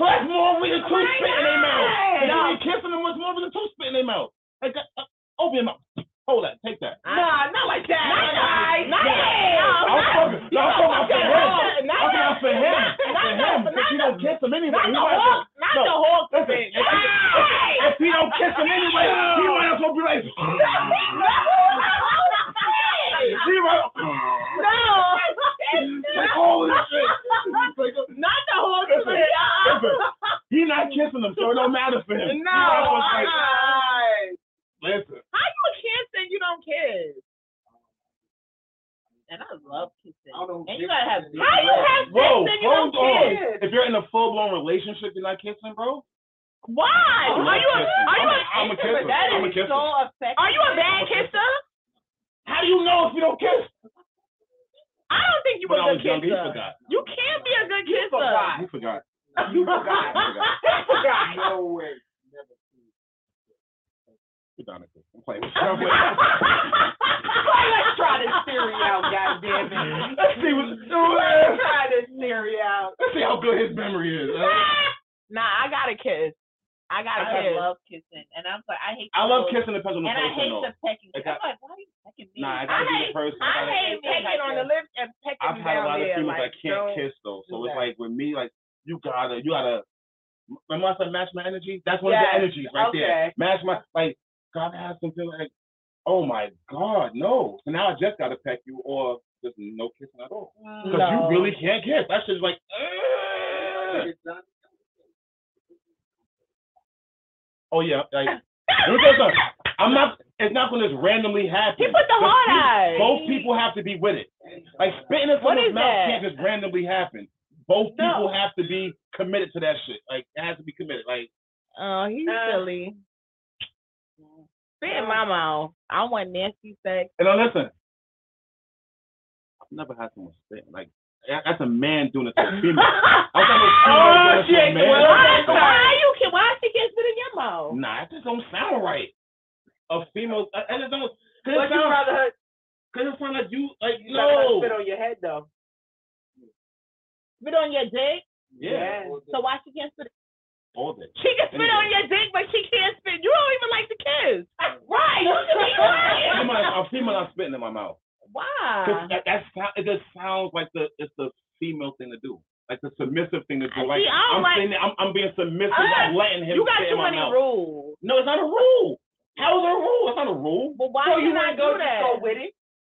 S2: What's more with the two
S1: Why
S2: spit in their mouth?
S1: not?
S2: If you ain't kissing them, what's more with the two spit in their mouth? Like, uh, open your mouth. Hold that. Take that.
S1: Nah, not like that. Not like
S2: Not I'm talking. No, I'm talking about for him. I'm talking about for him. For him. If you don't kiss him anyway, he might as well-
S1: Not
S2: No.
S1: the whole
S2: Listen,
S1: thing.
S2: if he- If he don't kiss him anyway, he might as well be like. He might- Like all this shit. Like,
S1: Not the whole
S2: Listen,
S1: thing.
S2: listen, he not kissing them, so it don't matter for him. He
S1: No.
S2: might as well say,
S1: uh-uh.
S2: Listen,
S1: How you a kiss and you don't kiss?
S13: And I love kissing.
S5: I don't
S13: And
S5: get
S13: you gotta have
S5: it.
S13: big
S1: How you
S13: lips.
S1: have sex
S2: bro,
S1: and you
S2: hold
S1: don't
S2: on.
S1: kiss?
S2: If you're in a full blown relationship, you're not kissing, bro.
S1: Why? Are
S2: I'm not
S1: you a
S2: kissing.
S1: are you a
S2: I'm a
S1: kisser?
S2: kisser.
S1: That
S2: I'm a
S1: is
S2: kisser.
S1: so effective. Are you a bad kisser?
S2: How do you know if you don't kiss?
S1: I don't think you
S2: When I
S1: a
S2: was
S1: good
S2: young, he
S1: kisser.
S2: forgot.
S1: You can't be a good
S5: You
S1: kisser.
S5: forgot.
S2: He forgot.
S5: You forgot. You forgot. No way.
S2: He forgot. I'm playing. I'm playing.
S5: Let's try this theory out, goddammit.
S2: Let's see what.
S5: Let's try this theory out.
S2: Let's see how good his memory is. huh?
S1: Nah, I gotta kiss. I gotta
S13: I
S1: kiss.
S13: love kissing. And I'm like I hate
S2: I love
S13: those-
S2: kissing depends on the
S13: And I
S2: person.
S13: hate
S2: though.
S13: the pecking.
S2: It
S13: I'm
S2: got-
S13: like, why are you pecking me?
S2: Nah, I gotta
S1: I
S2: be the person.
S1: I
S2: gotta-
S1: hate pecking on the lips and pecking
S2: I've had
S1: down
S2: a lot of
S1: there.
S2: females
S1: like,
S2: I can't
S1: don't-
S2: kiss though, so
S1: do
S2: it's
S1: that.
S2: like with me, like you gotta, you gotta. When I said match my energy, that's one
S1: Yes,
S2: of the energies right there.
S5: okay.
S2: Match my like, gotta have some feeling like, oh my god, no. So now I just gotta peck you or just no kissing at all because
S1: No.
S2: you really can't kiss. That shit's like. "Ugh." Oh yeah, like let me tell you something. I'm not. It's not gonna just randomly happen.
S1: He put the hard
S2: Just-
S1: eyes.
S2: both people have to be with it. Like spitting in
S1: What
S2: someone's
S1: is
S2: mouth
S1: that?
S2: can't just randomly happen. Both
S1: No.
S2: people have to be committed to that shit. Like it has to be committed. Like
S1: Oh, he's
S5: Uh,
S1: silly. Spit in my mouth. I want nasty sex.
S2: and now listen, I've never had someone spit. Like that- that's a man doing it to a female. I've never seen
S5: Oh,
S2: a female
S5: shit.
S2: doing it to a man.
S5: Well,
S1: Why, why you can? Why she can't spit in your mouth?
S2: Nah, that just don't sound right. A female, and it don't. Cause
S5: But
S2: it
S5: you
S2: sound,
S5: rather her,
S2: cause it sound like you, like
S5: you rather her
S2: no.
S5: spit on your head, though.
S1: Spit on your dick.
S2: Yeah,
S1: So why she can't spit?
S2: all day.
S1: She can spit on your dick, but she can't spit. You don't even like to kiss. Right. You should be
S2: I'm
S1: lying.
S2: female, I'm female, I'm spitting in my mouth. Cause
S1: Why?
S2: that, that's how- it just sounds like the it's the female thing to do, like the submissive thing to do. Like
S1: See, I don't
S2: I'm
S1: like-
S2: sitting there, I'm, I'm being submissive.
S1: Uh,
S2: I'm letting him.
S1: You got
S2: stay in
S1: too
S2: my
S1: many
S2: mouth.
S1: rules.
S2: No, it's not a rule. How is it a rule? It's not a rule.
S1: But why
S5: So
S1: you
S5: you
S1: not do
S5: want to go,
S1: that?
S5: just go with it?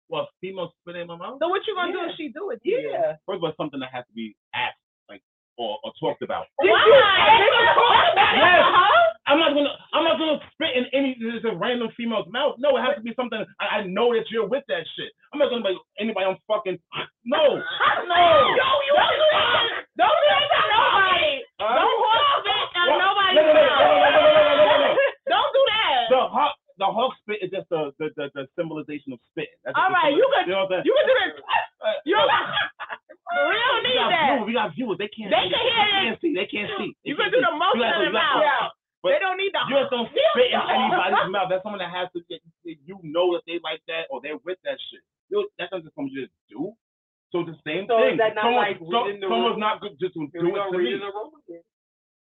S2: Well, female spitting in my mouth.
S1: So what you gonna do
S5: Yeah.
S1: if she do it? to you?
S5: Yeah.
S2: First of all, it's something that has to be asked, like or, or talked about.
S1: Why?
S5: Did you-
S1: Let's talk about it.
S2: Yes.
S1: huh?
S2: I'm not gonna I'm not gonna spit in any just a random female's mouth. No, it has to be something I, I know that you're with that shit. I'm not gonna be like, anybody I'm fucking no.
S1: No,
S2: No.
S1: you don't do that. Don't do that to nobody.
S2: Huh?
S1: Don't horse spit on
S2: What?
S1: nobody.
S2: No, no, no, no, no, no, no, no, no, no, no.
S1: Don't do that.
S2: The hawk the hawk spit is just the the, the, the symbolization of spit. That's
S1: All
S2: just
S1: right,
S2: the-
S1: you can-
S2: you know what I'm saying?
S1: You can do this. You we don't
S2: We
S1: need
S2: got
S1: that.
S2: viewers, we got viewers. They can't.
S1: They
S2: see.
S1: can hear
S2: They
S1: it.
S2: can't see. They can't see. They
S1: You can
S2: can't
S1: do
S2: see.
S1: the motion
S2: You have
S1: in
S2: to-
S1: the
S2: you have
S1: mouth.
S2: to-
S1: They don't need the.
S2: You just don't spit in anybody's mouth. That's someone that has to get you know that they like that or they're with that shit. You that doesn't come just do. So it's the same
S5: So
S2: thing.
S5: is that not
S2: someone,
S5: like
S2: so-
S5: reading the
S2: someone's
S5: room?
S2: not good just to
S5: Here
S2: do it
S5: we go,
S2: to me.
S5: reading the room again.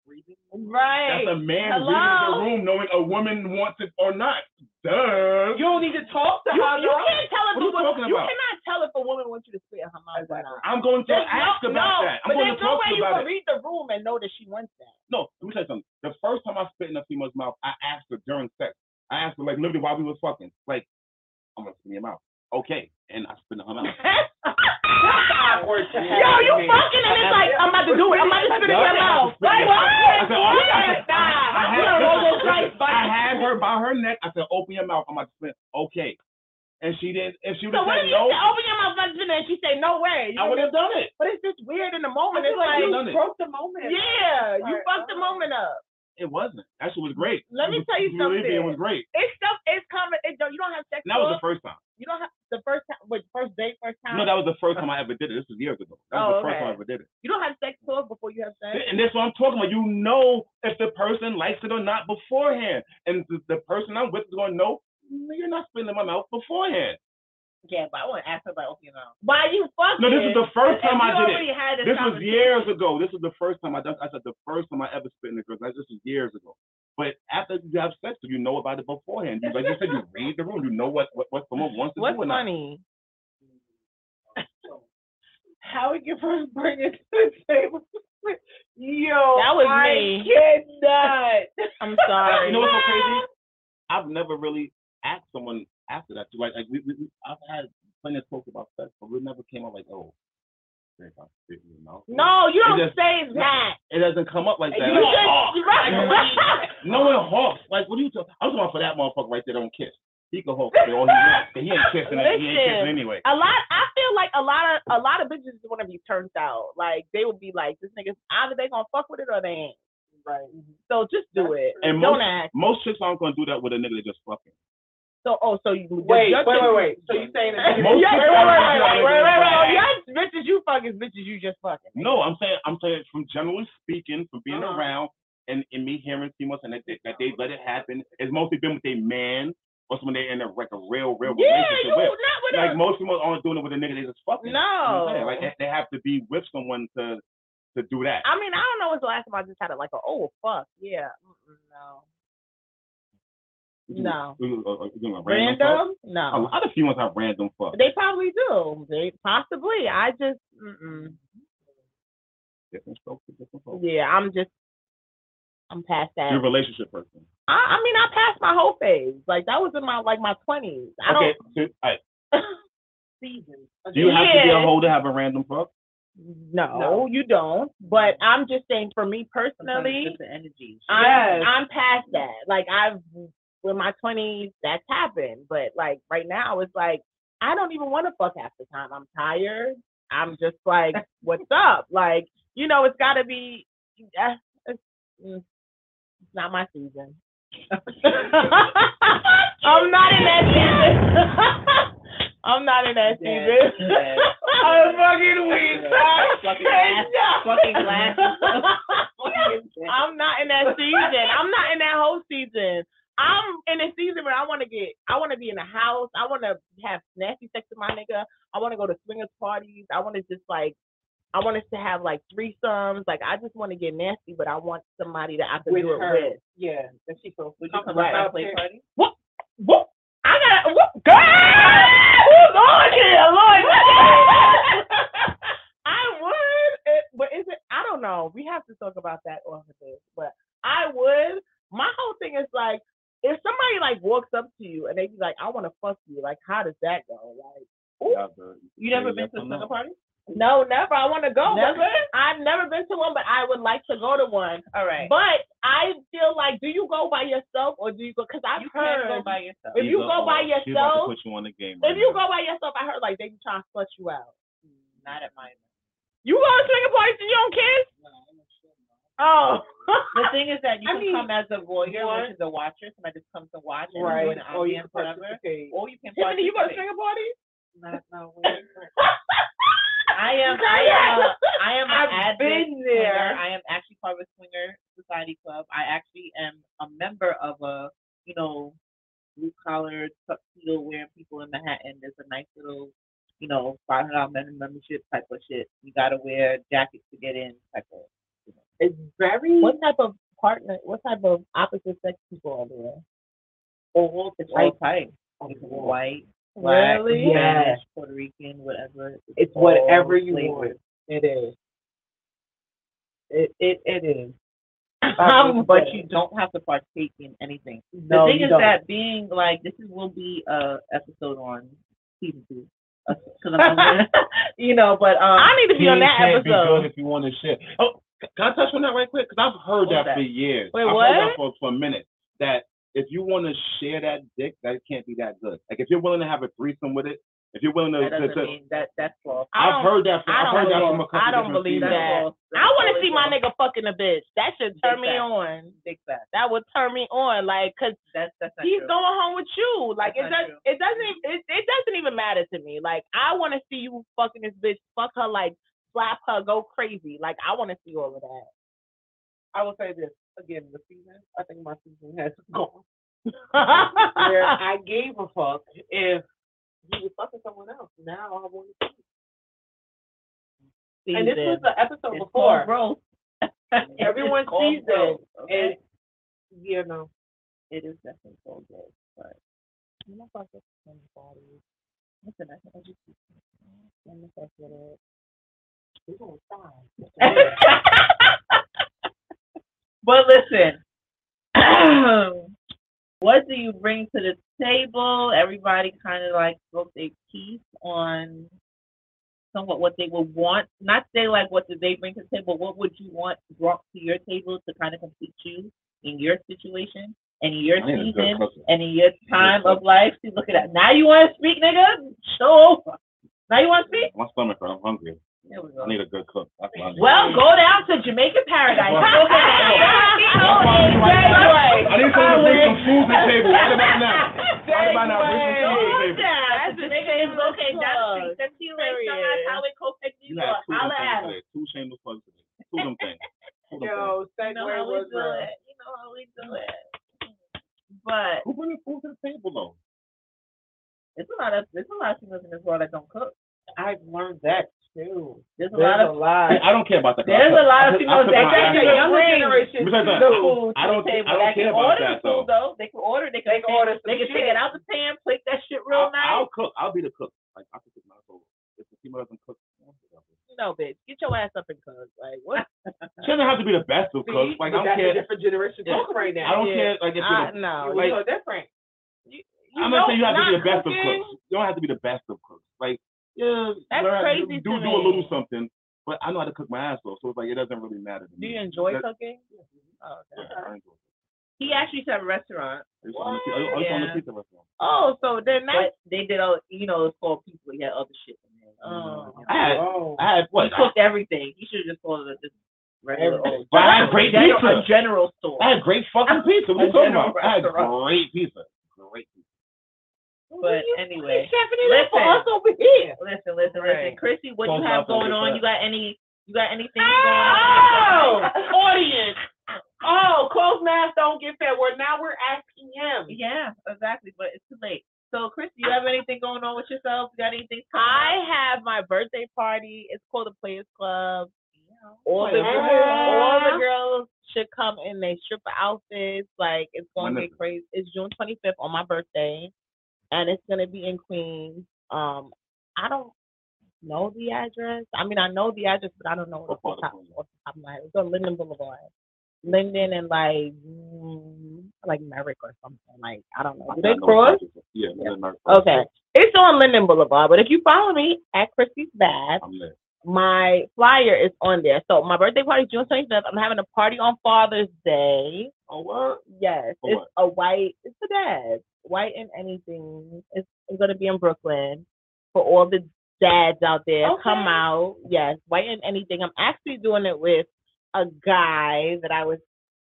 S5: Reading the room.
S2: That's
S1: Right.
S2: a man
S1: Hello?
S2: reading the room, knowing a woman wants it or not. Duh.
S5: You don't need to talk to
S1: You,
S5: her.
S1: you
S5: though.
S1: can't tell if
S2: What
S1: a
S2: are you
S1: woman-
S2: talking
S1: you
S2: about?
S1: cannot tell if a woman wants you to spit in her mouth or not.
S2: I'm going to
S1: There's
S2: ask
S1: no,
S2: about
S1: no,
S2: that. I'm
S1: But
S2: going
S1: there's
S2: to
S1: no
S2: talk
S1: way you
S2: about
S1: can
S2: it.
S1: read the room and know that she wants that.
S2: No, let me tell you something. The first time I spit in a female's mouth, I asked her during sex. I asked her like literally while we was fucking, like, I'm gonna spit in your mouth. Okay. And I spit in her mouth.
S5: Awkward to have.
S1: Yo, you
S5: man.
S1: fucking and it's like, I'm about to do it. I'm about to spit in your mouth. Like, what?
S2: I said, oh, I
S1: Yes,
S2: said,
S1: nah.
S2: I
S1: You don't
S2: had,
S1: know those rights, but
S2: I had her by her neck. I said, open your mouth. I'm about to spit. Okay. And she didn't. If she would
S1: So
S2: have
S1: what
S2: said
S1: if you
S2: no,
S1: say, Oh, open your mouth, about to do that, and she say, no way. You
S2: I would
S1: know,
S2: have done it.
S1: But it's just weird in the moment.
S5: I
S1: It's
S5: feel like
S1: like,
S2: done
S5: you
S2: it.
S5: broke the moment.
S1: yeah, you
S5: Alright,
S1: fucked the moment up.
S2: It wasn't. That shit was great.
S1: Let me
S2: It was-
S1: tell you
S2: believe me, It
S1: something.
S2: was great.
S1: It's stuff. It's common. It don't, you don't have sex.
S2: And that was
S1: talk.
S2: the first time.
S1: you don't have the first time. Wait, first date, first time.
S2: No, that was the first time I ever did it. This was years ago. That was
S1: Oh,
S2: the first
S1: okay.
S2: time I ever did it.
S1: you don't have sex talk before you have sex.
S2: And that's what I'm talking about. You know if the person likes it or not beforehand. And the, the person I'm with is going to know, "No, you're not spitting in my mouth beforehand.
S1: Yeah, but I want to ask her about opening your mouth. Why you fucking?
S2: No, this is the first time I did it.
S1: already had
S2: This was years ago. This is the first time I done. I said the first time I ever spit in a girl. This was years ago. But after you have sex, you know about it beforehand. You, like you said, you read the room. You know what what, what someone wants to
S15: What's
S2: do or not.
S15: funny?
S5: How would you first bring it to the table? Yo,
S15: That was
S5: I
S15: me.
S5: cannot.
S15: I'm
S2: You
S15: sorry.
S2: know what's so crazy? I've never really asked someone after that. Like, like we, we, we, I've had plenty of talk about sex, but we never came up like, oh, if I spit in your mouth.
S1: No, you don't
S2: just-
S1: say that.
S2: It doesn't come up like that.
S1: You
S2: Like,
S1: just-
S2: oh,
S1: right.
S2: No one hawks. Like, what are you talking? I'm talking about for that motherfucker right there. Don't kiss. He can hawk for all he wants. but He ain't kissing. it. He ain't
S1: Listen.
S2: kissing anyway.
S1: a lot. I feel like a lot of a lot of bitches want to be turned out. Like they would be like, this nigga's either they gonna fuck with it or they ain't. Right. So just do it.
S2: And
S1: don't
S2: most
S1: ask.
S2: most chicks aren't gonna do that with a nigga that just fucking.
S1: So oh, so you
S5: Wait,
S1: your
S5: wait, wait,
S1: chick-
S5: wait. So you saying that?
S2: Most
S1: Yeah, wait,
S2: chicks
S1: wait,
S2: aren't
S1: wait,
S2: gonna
S1: wait,
S2: do that with a
S1: wait, wait,
S2: nigga that's
S1: wait. Yes,
S2: fucking.
S1: bitches, you fuck is bitches, you just fucking.
S2: No, I'm saying I'm saying from generally speaking, from being
S1: Uh-huh.
S2: around and, and me hearing females and that they, that they let it happen. It's mostly been with a man or someone they in a like a real real
S1: Yeah, you
S2: relationship
S1: not
S2: with.
S1: with
S2: Like
S1: a
S2: most females aren't doing it with a nigga they just fucking. I'm saying,
S1: no.
S2: Like they- they have to be with someone to to do that.
S1: I mean, I don't know. What's the last time I just had it like a oh fuck yeah Mm-mm, no Mm-hmm. no. Oh.
S2: You doing a- you doing a random. fuck?
S1: random
S2: A
S1: no.
S2: lot of females have random fuck.
S1: They probably do. They possibly. I just mm-mm.
S2: Different strokes for different folks.
S1: yeah. I'm just I'm past that.
S2: You're a relationship person.
S1: I, I mean, I passed my whole phase. Like that was in my like my twenties. I
S2: okay.
S1: don't.
S2: So, all right.
S5: season.
S2: Do you have to be a
S1: Yeah.
S2: hoe to have a random fuck?
S1: No, you don't. But I'm just saying, for me personally,
S13: the energy.
S1: I'm
S5: Yes.
S1: I'm past that. Like I've with my twenties, that's happened. But like right now, it's like I don't even want to fuck half the time. I'm tired. I'm just like, what's up? Like you know, it's got to be. Uh, it's, mm, it's not my season. I'm not in that season. I'm not in that
S13: Yeah,
S1: season.
S13: yeah.
S1: I'm fucking weak.
S13: Fucking ass- fucking
S1: I'm not in that season. I'm not in that whole season. I'm in a season where I want to get, I want to be in the house. I want to have nasty sex with my nigga. I want to go to swingers parties. I want to just like, I want us to have like threesomes. Like, I just want to get nasty, but I want somebody that I can
S5: With
S1: do it
S5: her.
S1: with.
S5: Yeah, that she feels
S13: Would you come
S1: Right.
S13: right. out and play party?
S1: Whoop. I got whoop. God, who's on here, Lord? I would, eh, but is it? I don't know. We have to talk about that off of this. But I would. My whole thing is like, if somebody like walks up to you and they be like, "I want to fuck you," like, how does that go? Like,
S13: You never been to a single party?
S1: no, never. I want to go. but
S13: Never?
S1: I've never been to one, but I would like to go to one.
S13: All right.
S1: But I feel like, do you go by yourself or do you go? Because I've
S13: You can't
S1: heard
S13: go by yourself.
S1: if you
S2: She's
S1: go
S2: a-
S1: by
S2: She about to
S1: yourself,
S2: put you on the game.
S1: if
S2: right
S1: you
S2: now.
S1: go by yourself, I heard like they be trying to slut you out.
S13: Not at my.
S1: You go to swinger parties and you don't kiss? Oh,
S13: The thing is that you
S1: I
S13: can
S1: mean,
S13: come as a voyeur,
S1: what?
S13: which is a watcher. Somebody just comes to watch and
S5: Right.
S13: do an
S16: Oh,
S5: Or you
S13: ambiance,
S5: can
S13: whatever.
S5: participate.
S13: Or you can
S1: Tiffany, you go to
S13: participate.
S1: swinger parties?
S5: Not, not when
S13: I am. I am. A, I am. an
S5: I've
S13: advocate
S5: been
S13: swinger.
S5: there.
S13: I am actually part of a swinger society club. I actually am a member of a you know blue collar tuxedo wearing people in Manhattan. There's a nice little you know five hundred dollar membership type of shit. You gotta wear jackets to get in type of.
S5: It's very
S16: What type of partner? What type of opposite sex people are there?
S13: All all types. You can be White, black,
S16: Really?
S13: Spanish, Puerto Rican, whatever.
S5: it's
S13: all
S5: whatever you
S13: flavors.
S5: want. It is. It it it is.
S13: Um, but you don't have to partake in anything. The
S5: No,
S13: thing
S5: you
S13: is
S5: don't.
S13: that being like this is will be a episode on season two. Uh, 'cause I'm- I'm- you know, but um,
S1: I need to be on
S2: Kids
S1: that
S2: can't be good
S1: episode.
S2: if you want to shit. Oh, can I touch on that right quick? Because I've heard
S13: What's
S2: that,
S13: that?
S2: for years.
S1: Wait,
S2: I've
S1: what?
S2: heard that for, for a minute. That if you want to share that dick, that can't be that good. Like if you're willing to have a threesome with it, if you're willing to,
S13: that
S2: to,
S13: doesn't
S2: to-
S13: mean that that's false.
S1: I
S2: I've
S1: don't-
S2: heard that. From,
S1: I
S2: I've heard
S1: don't
S2: that from a
S1: believe-
S2: couple
S1: I don't
S2: different
S1: believe
S2: females.
S1: that. I want to see my nigga fucking a bitch. That should turn me
S13: Big facts.
S1: on.
S13: Big fact.
S1: That would turn me on, like, cause
S13: That's that's not
S1: he's
S13: true.
S1: going home with you. Like
S13: That's
S1: it
S13: not
S1: does, it doesn't, e, it, it doesn't even matter to me. Like I want to see you fucking this bitch, fuck her, like slap her, go crazy. Like I want to see all of that.
S5: I will say this again. The season, I think my season has gone. Where
S1: I
S5: I gave a fuck if he was fucking someone else. Now I want to see. And this was the episode
S13: it's
S5: before.
S13: called growth. It's
S5: Everyone
S13: called
S5: sees it.
S13: growth, okay?
S5: And you know,
S13: It is definitely called growth, but Listen, I can educate you. I'm obsessed with it.
S5: we gonna stop.
S13: but listen, what do you bring to the table? Everybody kind of like wrote their piece on somewhat what they would want. Not say like what do they bring to the table, what would you want brought to your table to kind of complete you in your situation and in your
S2: I need a good
S13: season
S2: cooker.
S13: and in your time
S2: cooker.
S13: of life. See, look at that. Now you want to speak, nigga? Show over. Now you want to speak?
S2: My stomach hurt. I'm hungry.
S13: There we
S2: I
S13: go.
S2: need a good cook. That's what I need.
S13: Well, go down to Jamaican Paradise. Go get that.
S2: I need someone to bring some food to the table. Right about now. Right about now. Bring some food to the table.
S13: That's Jamaican is located down the street.
S1: Club.
S13: That's you right down
S1: Period.
S13: Highway Copac, New
S2: You
S13: York.
S2: had two of them
S13: Holla
S2: things
S13: at him.
S2: today. Two shameless plugs today. Two of them things. Two of them things.
S5: Yo,
S13: You
S5: segue
S13: know how we
S5: was
S13: do
S5: real.
S13: it. You know how we do it. But
S2: Who bringing food to the table though?
S13: it's a lot of there's a lot of people in this world that don't cook.
S5: I've learned that too.
S13: There's
S5: There's
S13: a lot of
S2: I, I don't care about that.
S13: there's a lot
S2: I
S13: of people
S2: cook
S13: that
S2: my
S13: think
S2: ass
S13: that
S2: off.
S13: younger generation
S2: Let me tell you
S13: the
S2: something. I
S13: food to
S2: don't
S13: the
S2: think-
S13: table.
S2: I don't
S13: They
S2: care
S13: can
S2: about
S13: order
S2: that,
S13: the food though. They can order. They can
S5: They can order some
S13: They can take
S5: shit.
S13: it out the pan, plate that shit
S2: I'll,
S13: real nice.
S2: I'll cook. I'll be the cook. Like I can cook my soul. If the female doesn't cook, I don't cook.
S1: no, bitch, get your ass up and cook. Like what?
S2: she doesn't have to be the best of cooks. Like I
S5: But
S2: don't
S5: that's a
S2: care.
S5: different generation
S2: Yeah.
S5: talking right
S2: I
S5: now.
S2: don't
S1: Yeah.
S2: care. Like if you're
S1: I
S2: the-
S1: no.
S5: We
S2: like-
S5: so different.
S2: I'm not saying you have to be the best
S1: cooking?
S2: of cooks. You don't have to be the best of cooks. Like, yeah,
S1: That's
S2: learn-
S1: crazy
S2: do,
S1: to
S2: do a little
S1: me.
S2: something, but I know how to cook my ass off, so it's like it doesn't really matter to
S1: Do
S2: me.
S1: you enjoy
S2: That-
S1: cooking? Oh,
S2: Yeah,
S1: okay.
S2: I enjoy it.
S13: He actually used to have a restaurant.
S2: I used to own a- I used to own a
S13: Yeah.
S2: pizza restaurant.
S1: Oh, so then that
S13: But they did all, you know, it's called people. He had other shit in there.
S2: Mm.
S13: Um,
S1: Oh.
S2: I had,
S5: Oh.
S2: I had
S13: He
S2: what?
S13: cooked everything. He should have just called it a just regular old.
S2: But I had great
S13: general,
S2: pizza.
S13: A general store.
S2: I had great fucking pizza. What are
S13: A
S2: you talking
S13: general
S2: about? I had
S13: restaurant.
S2: great pizza. Great pizza.
S13: But anyway,
S5: Stephanie, for us
S13: Listen.
S5: over here.
S13: listen, listen, listen.
S1: Right.
S13: Chrissy, what
S2: Close
S13: you
S2: up
S13: have
S2: and
S13: going
S2: get
S13: on?
S2: that.
S13: You got any? You got anything
S5: Oh,
S13: going on?
S5: audience. Oh, closed mouths don't get fed. Well, now we're asking him.
S13: Yeah, exactly. But it's too late. So, Chrissy, you have anything going on with yourself? You got anything? coming up?
S1: I have my birthday party. It's called the Players Club. All the
S5: Yeah.
S1: girls, all the girls should come in their stripper outfits. Like it's going to
S2: When is
S1: get crazy. It's June 25th on my birthday, and it's gonna be in Queens. Um, I don't know the address. I mean, I know the address, but I don't know it off
S2: What part
S1: the top,
S2: of Queens?
S1: off the top of my head. It's on Linden Boulevard, Linden and like mm, like Merrick or something. Like I don't know. Do
S2: I
S1: they
S2: know
S1: cross?
S2: it's not- Yeah,
S1: Yeah.
S2: it's not-
S1: Okay. It's on Linden Boulevard, but if you follow me at Christie's Bath,
S2: I'm there.
S1: my flyer is on there. So my birthday party is June 25th. I'm having a party on Father's Day.
S2: Oh, what?
S1: Yes,
S2: For
S1: it's
S2: what?
S1: a white. It's for dads. White and anything. It's, it's gonna be in Brooklyn for all the dads out there. Come out. Yes, white and anything. I'm actually doing it with a guy that I was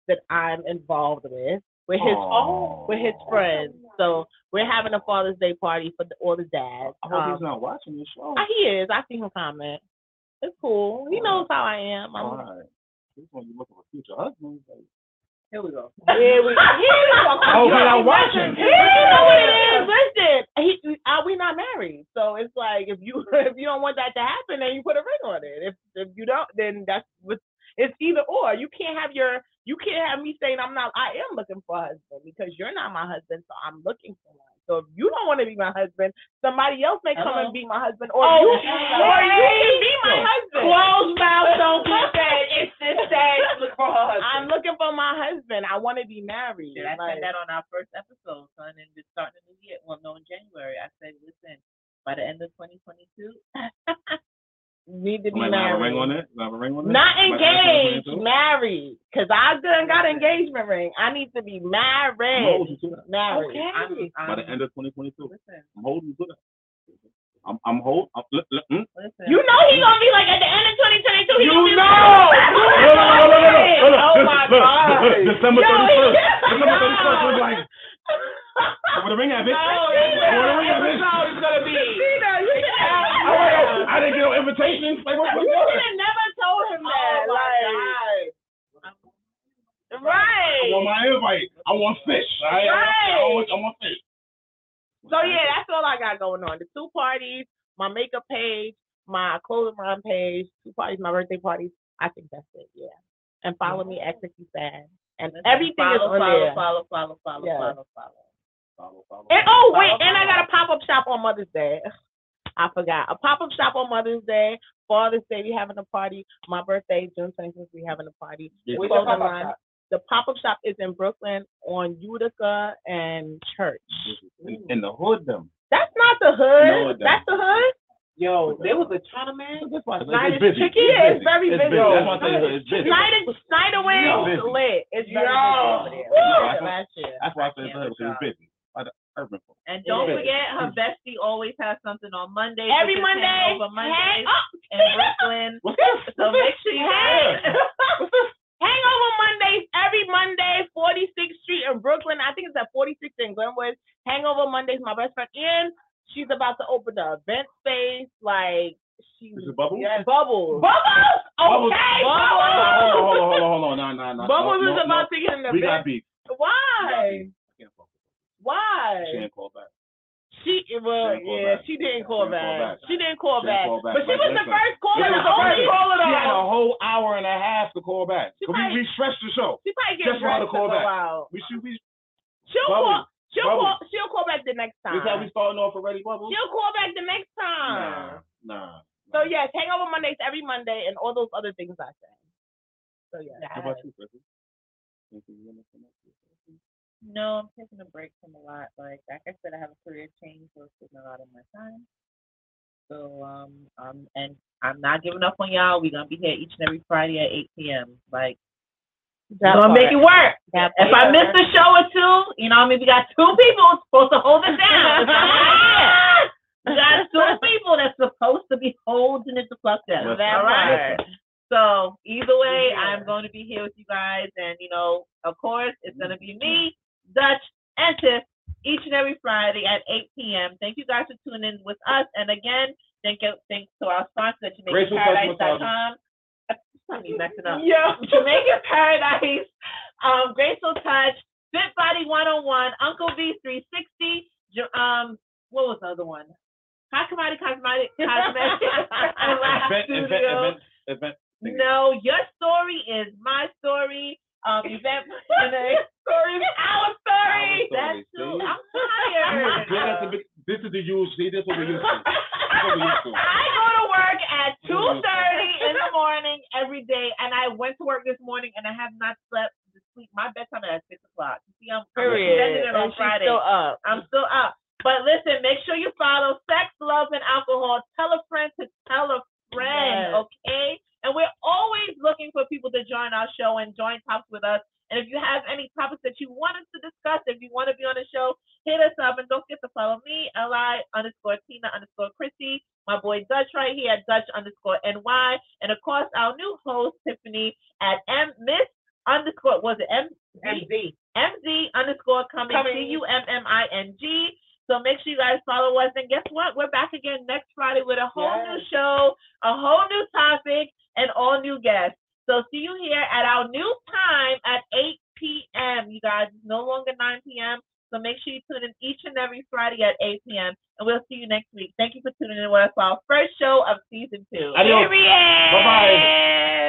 S1: that I'm involved with with his
S2: Aw.
S1: with his friends. So we're having a Father's Day party for the, all the dads.
S2: I hope he's
S1: Um,
S2: not watching this show.
S1: I- he is. I see him comment. It's cool. He knows how I am. I'm-
S2: All right. This one you looking for future husband. like-
S5: Here we go.
S1: Here we here we go.
S2: I hope you're
S1: Listen,
S2: not watching.
S1: You know what it is. Listen, he, I, we not married, so it's like if you if you don't want that to happen, then you put a ring on it. If if you don't, then that's what it's either or. You can't have your you can't have me saying I'm not. I am looking for a husband because you're not my husband, so I'm looking for one. So if you don't want to be my husband, somebody else may come and be my husband, or
S5: Oh,
S1: Oh, you or you can be my husband.
S13: Closed mouth don't be fed. It's just sad. Look for her husband.
S1: I'm looking for my husband. I want to be married.
S13: Yeah, I said
S1: Like-
S13: that on our first episode, son, and just starting the new year. Well, no, in January, I said, listen, by the end of 2022,
S1: need to be
S2: Somebody have a ring on
S1: married.
S2: it? Have a ring on it?
S1: Not
S2: Somebody have a ring
S1: engaged,
S2: on it?
S1: married. Cause I done got an engagement ring. I need to be
S2: I'm
S1: married.
S2: holding you to that.
S1: Married.
S13: I'm,
S2: By
S13: I'm
S2: the end of 2022,
S13: listen,
S2: I'm holding you to that. I'm I'm hold. I'm, look, look, mm.
S13: listen.
S1: You know he gonna be like at the end of 2022. He
S2: You
S1: gonna be
S2: know!
S1: Like,
S2: No, no, no, no, no, no, no, no.
S1: Oh my
S2: Look,
S1: god.
S2: look, look, December
S1: Yo,
S2: thirty first.
S1: yeah.
S2: December thirty first. We're like, where the ring at, bitch?
S1: No,
S2: Where the ring at, bitch?
S13: it's gonna be.
S1: Christina, you should
S2: I don't
S1: have.
S2: know. I didn't get no invitations. Like, what,
S1: You
S2: what's
S1: should
S2: good?
S1: have never told him
S13: Oh
S1: that.
S13: my
S1: like, right.
S2: I want my invite. I want fish. I, I, I, want, I want fish.
S1: So yeah, that's all I got going on. The two parties, my makeup page, my clothing line page, two parties, my birthday parties. I think that's it. Yeah. And follow me at Cookie Fan. And everything is
S13: follow,
S1: on
S13: follow,
S1: there.
S13: follow, follow, follow,
S1: Yeah.
S13: follow, follow.
S2: Follow, follow.
S1: And oh wait,
S13: follow,
S1: and I
S13: follow.
S1: got a pop up shop on Mother's Day. I forgot. A pop up shop on Mother's Day. Father's Day we having a party. My birthday, June twenty fifth, we having a party.
S2: Yeah.
S1: With
S2: Where's your
S1: clothing
S2: pop-up
S1: line. The pop up shop is in Brooklyn on Utica and Church.
S2: In, in the hood, them.
S1: That's not the
S2: No,
S1: hood.
S2: it
S1: That's the hood.
S5: Yo, there was a China man.
S2: That's why it's,
S1: Night
S2: it's
S1: is
S2: busy.
S1: tricky.
S2: It's
S1: Yeah, it's very
S2: busy.
S1: busy.
S2: It's busy. That's why I tell you, it's busy.
S1: Night and night away is
S2: Busy.
S1: lit. It's very
S13: Yo.
S1: busy over there.
S2: Woo.
S1: Yeah, Last year.
S2: That's why I said it's busy, because it's busy. By the urban folk.
S13: And don't
S2: Yeah.
S13: forget, her bestie always has something on Monday.
S1: Every Monday,
S13: over
S1: hang
S13: Mondays
S1: up,
S13: in Brooklyn.
S2: What's this?
S13: So make sure you
S1: Hey. Hangover Mondays every Monday, 46th Street in Brooklyn. I think it's at 46th in Glenwood. Hangover Mondays, my best friend Ian. She's about to open the event space. Like she
S2: Is it Bubbles?
S1: Yeah, bubbles. Bubbles.
S2: Bubbles.
S1: Okay,
S2: Hold
S1: bubbles.
S2: on, hold on, hold on, hold on, hold on. Nah, nah, nah.
S1: Bubbles
S2: No,
S1: is
S2: no,
S1: about
S2: no.
S1: to get an
S2: We
S1: event.
S2: got beat. We got
S1: Why?
S2: beat. I can't call back.
S1: Why?
S2: She ain't call back.
S1: She well,
S2: She didn't call
S1: yeah,
S2: back.
S1: she didn't
S2: She
S1: call
S2: didn't call
S1: back.
S2: back.
S1: She didn't call
S2: She didn't
S1: back.
S2: call back.
S1: But she
S2: Like,
S1: was the
S2: listen,
S1: first caller.
S2: this
S1: The
S2: is the
S1: only
S2: first-
S1: caller.
S2: She had
S1: though.
S2: a whole hour and a half to call back.
S1: She
S2: Could
S1: might- Oh,
S2: we restretched the show?
S1: She probably
S2: Just
S1: get
S2: for her to
S1: dressed to
S2: call
S1: go
S2: back.
S1: out.
S2: We should be.
S1: She'll
S2: Bubbles.
S1: call. She'll call.
S2: Bubbles.
S1: She'll call back the next time.
S2: This how we starting off already, Bubbles?
S1: she'll call back the next
S2: Nah,
S1: time.
S2: nah.
S1: So yes, Hangover Mondays every Monday and all those other things I said. So yeah.
S2: How about you, Chrissy? Anything you wanna come up with?
S13: No, I'm taking a break from a lot. Like, like I said, I have a career change, so it's taking a lot of my time. So, um, um, and I'm not giving up on y'all. We're gonna be here each and every Friday at 8 p.m. Like,
S1: That
S13: we're gonna make
S1: part.
S13: it work.
S1: That
S13: If
S1: part.
S13: I miss a show or two, you know, what I mean, we got two people supposed to hold it down. It's not fair. we got two people that's supposed to be holding it the fuck down.
S2: Listen,
S13: All right.
S2: listen.
S13: So either way, I'm going to be here with you guys, and you know, of course, it's going to be me, Dutch, and Tiff each and every Friday at 8 p.m. Thank you guys for tuning in with us, and again, thank you, thanks to our sponsor,
S2: Grateful customer
S13: JamaicanParadise.com. I'm messing up.
S1: Yeah.
S13: Jamaican Paradise, um, Graceful Touch, Fit Body 101, Uncle V 360, J- um, what was the other one? Hakamati Cosmetic, Cosmetic, and Lash
S2: Event,
S13: Studio.
S2: event, event, event. Thank you.
S13: No, your story is my story. Um, event story is our story.
S2: Our story,
S13: That's
S2: see?
S13: true. I'm
S2: You was
S13: tired.
S2: good at the big- This is the use. See, this is what we used to. what we used to.
S13: I go to work at two thirty in the morning every day, and I went to work this morning, and I have not slept this week. My bedtime is at six o'clock. You see, I'm I'm extending
S1: Period.
S13: it on
S1: And she's
S13: Friday.
S1: still up.
S13: I'm still up. But listen, make sure you follow Sex, Love, and Alcohol. Tell a friend to tell a friend.
S1: Yes. join our show and join talks with us. And if you have any topics that you want us to discuss, if you want to be on the show, hit us up and don't forget to follow me, Li underscore Tina underscore Chrissy, my boy Dutch right here at Dutch underscore NY, and of course our new host Tiffany at M Miss underscore was it M
S5: MZ.
S1: MZ underscore coming C U M M I N G. So make sure you guys follow us. And guess what? We're back again next Friday with a whole new show, a whole new topic, and all new guests. So see you here at our new time at 8 p.m. You guys, it's no longer 9 p.m. So make sure you tune in each and every Friday at 8 p.m. And we'll see you next week. Thank you for tuning in with us for our first show of season two.
S2: Adios.
S1: Period.
S2: Bye-bye.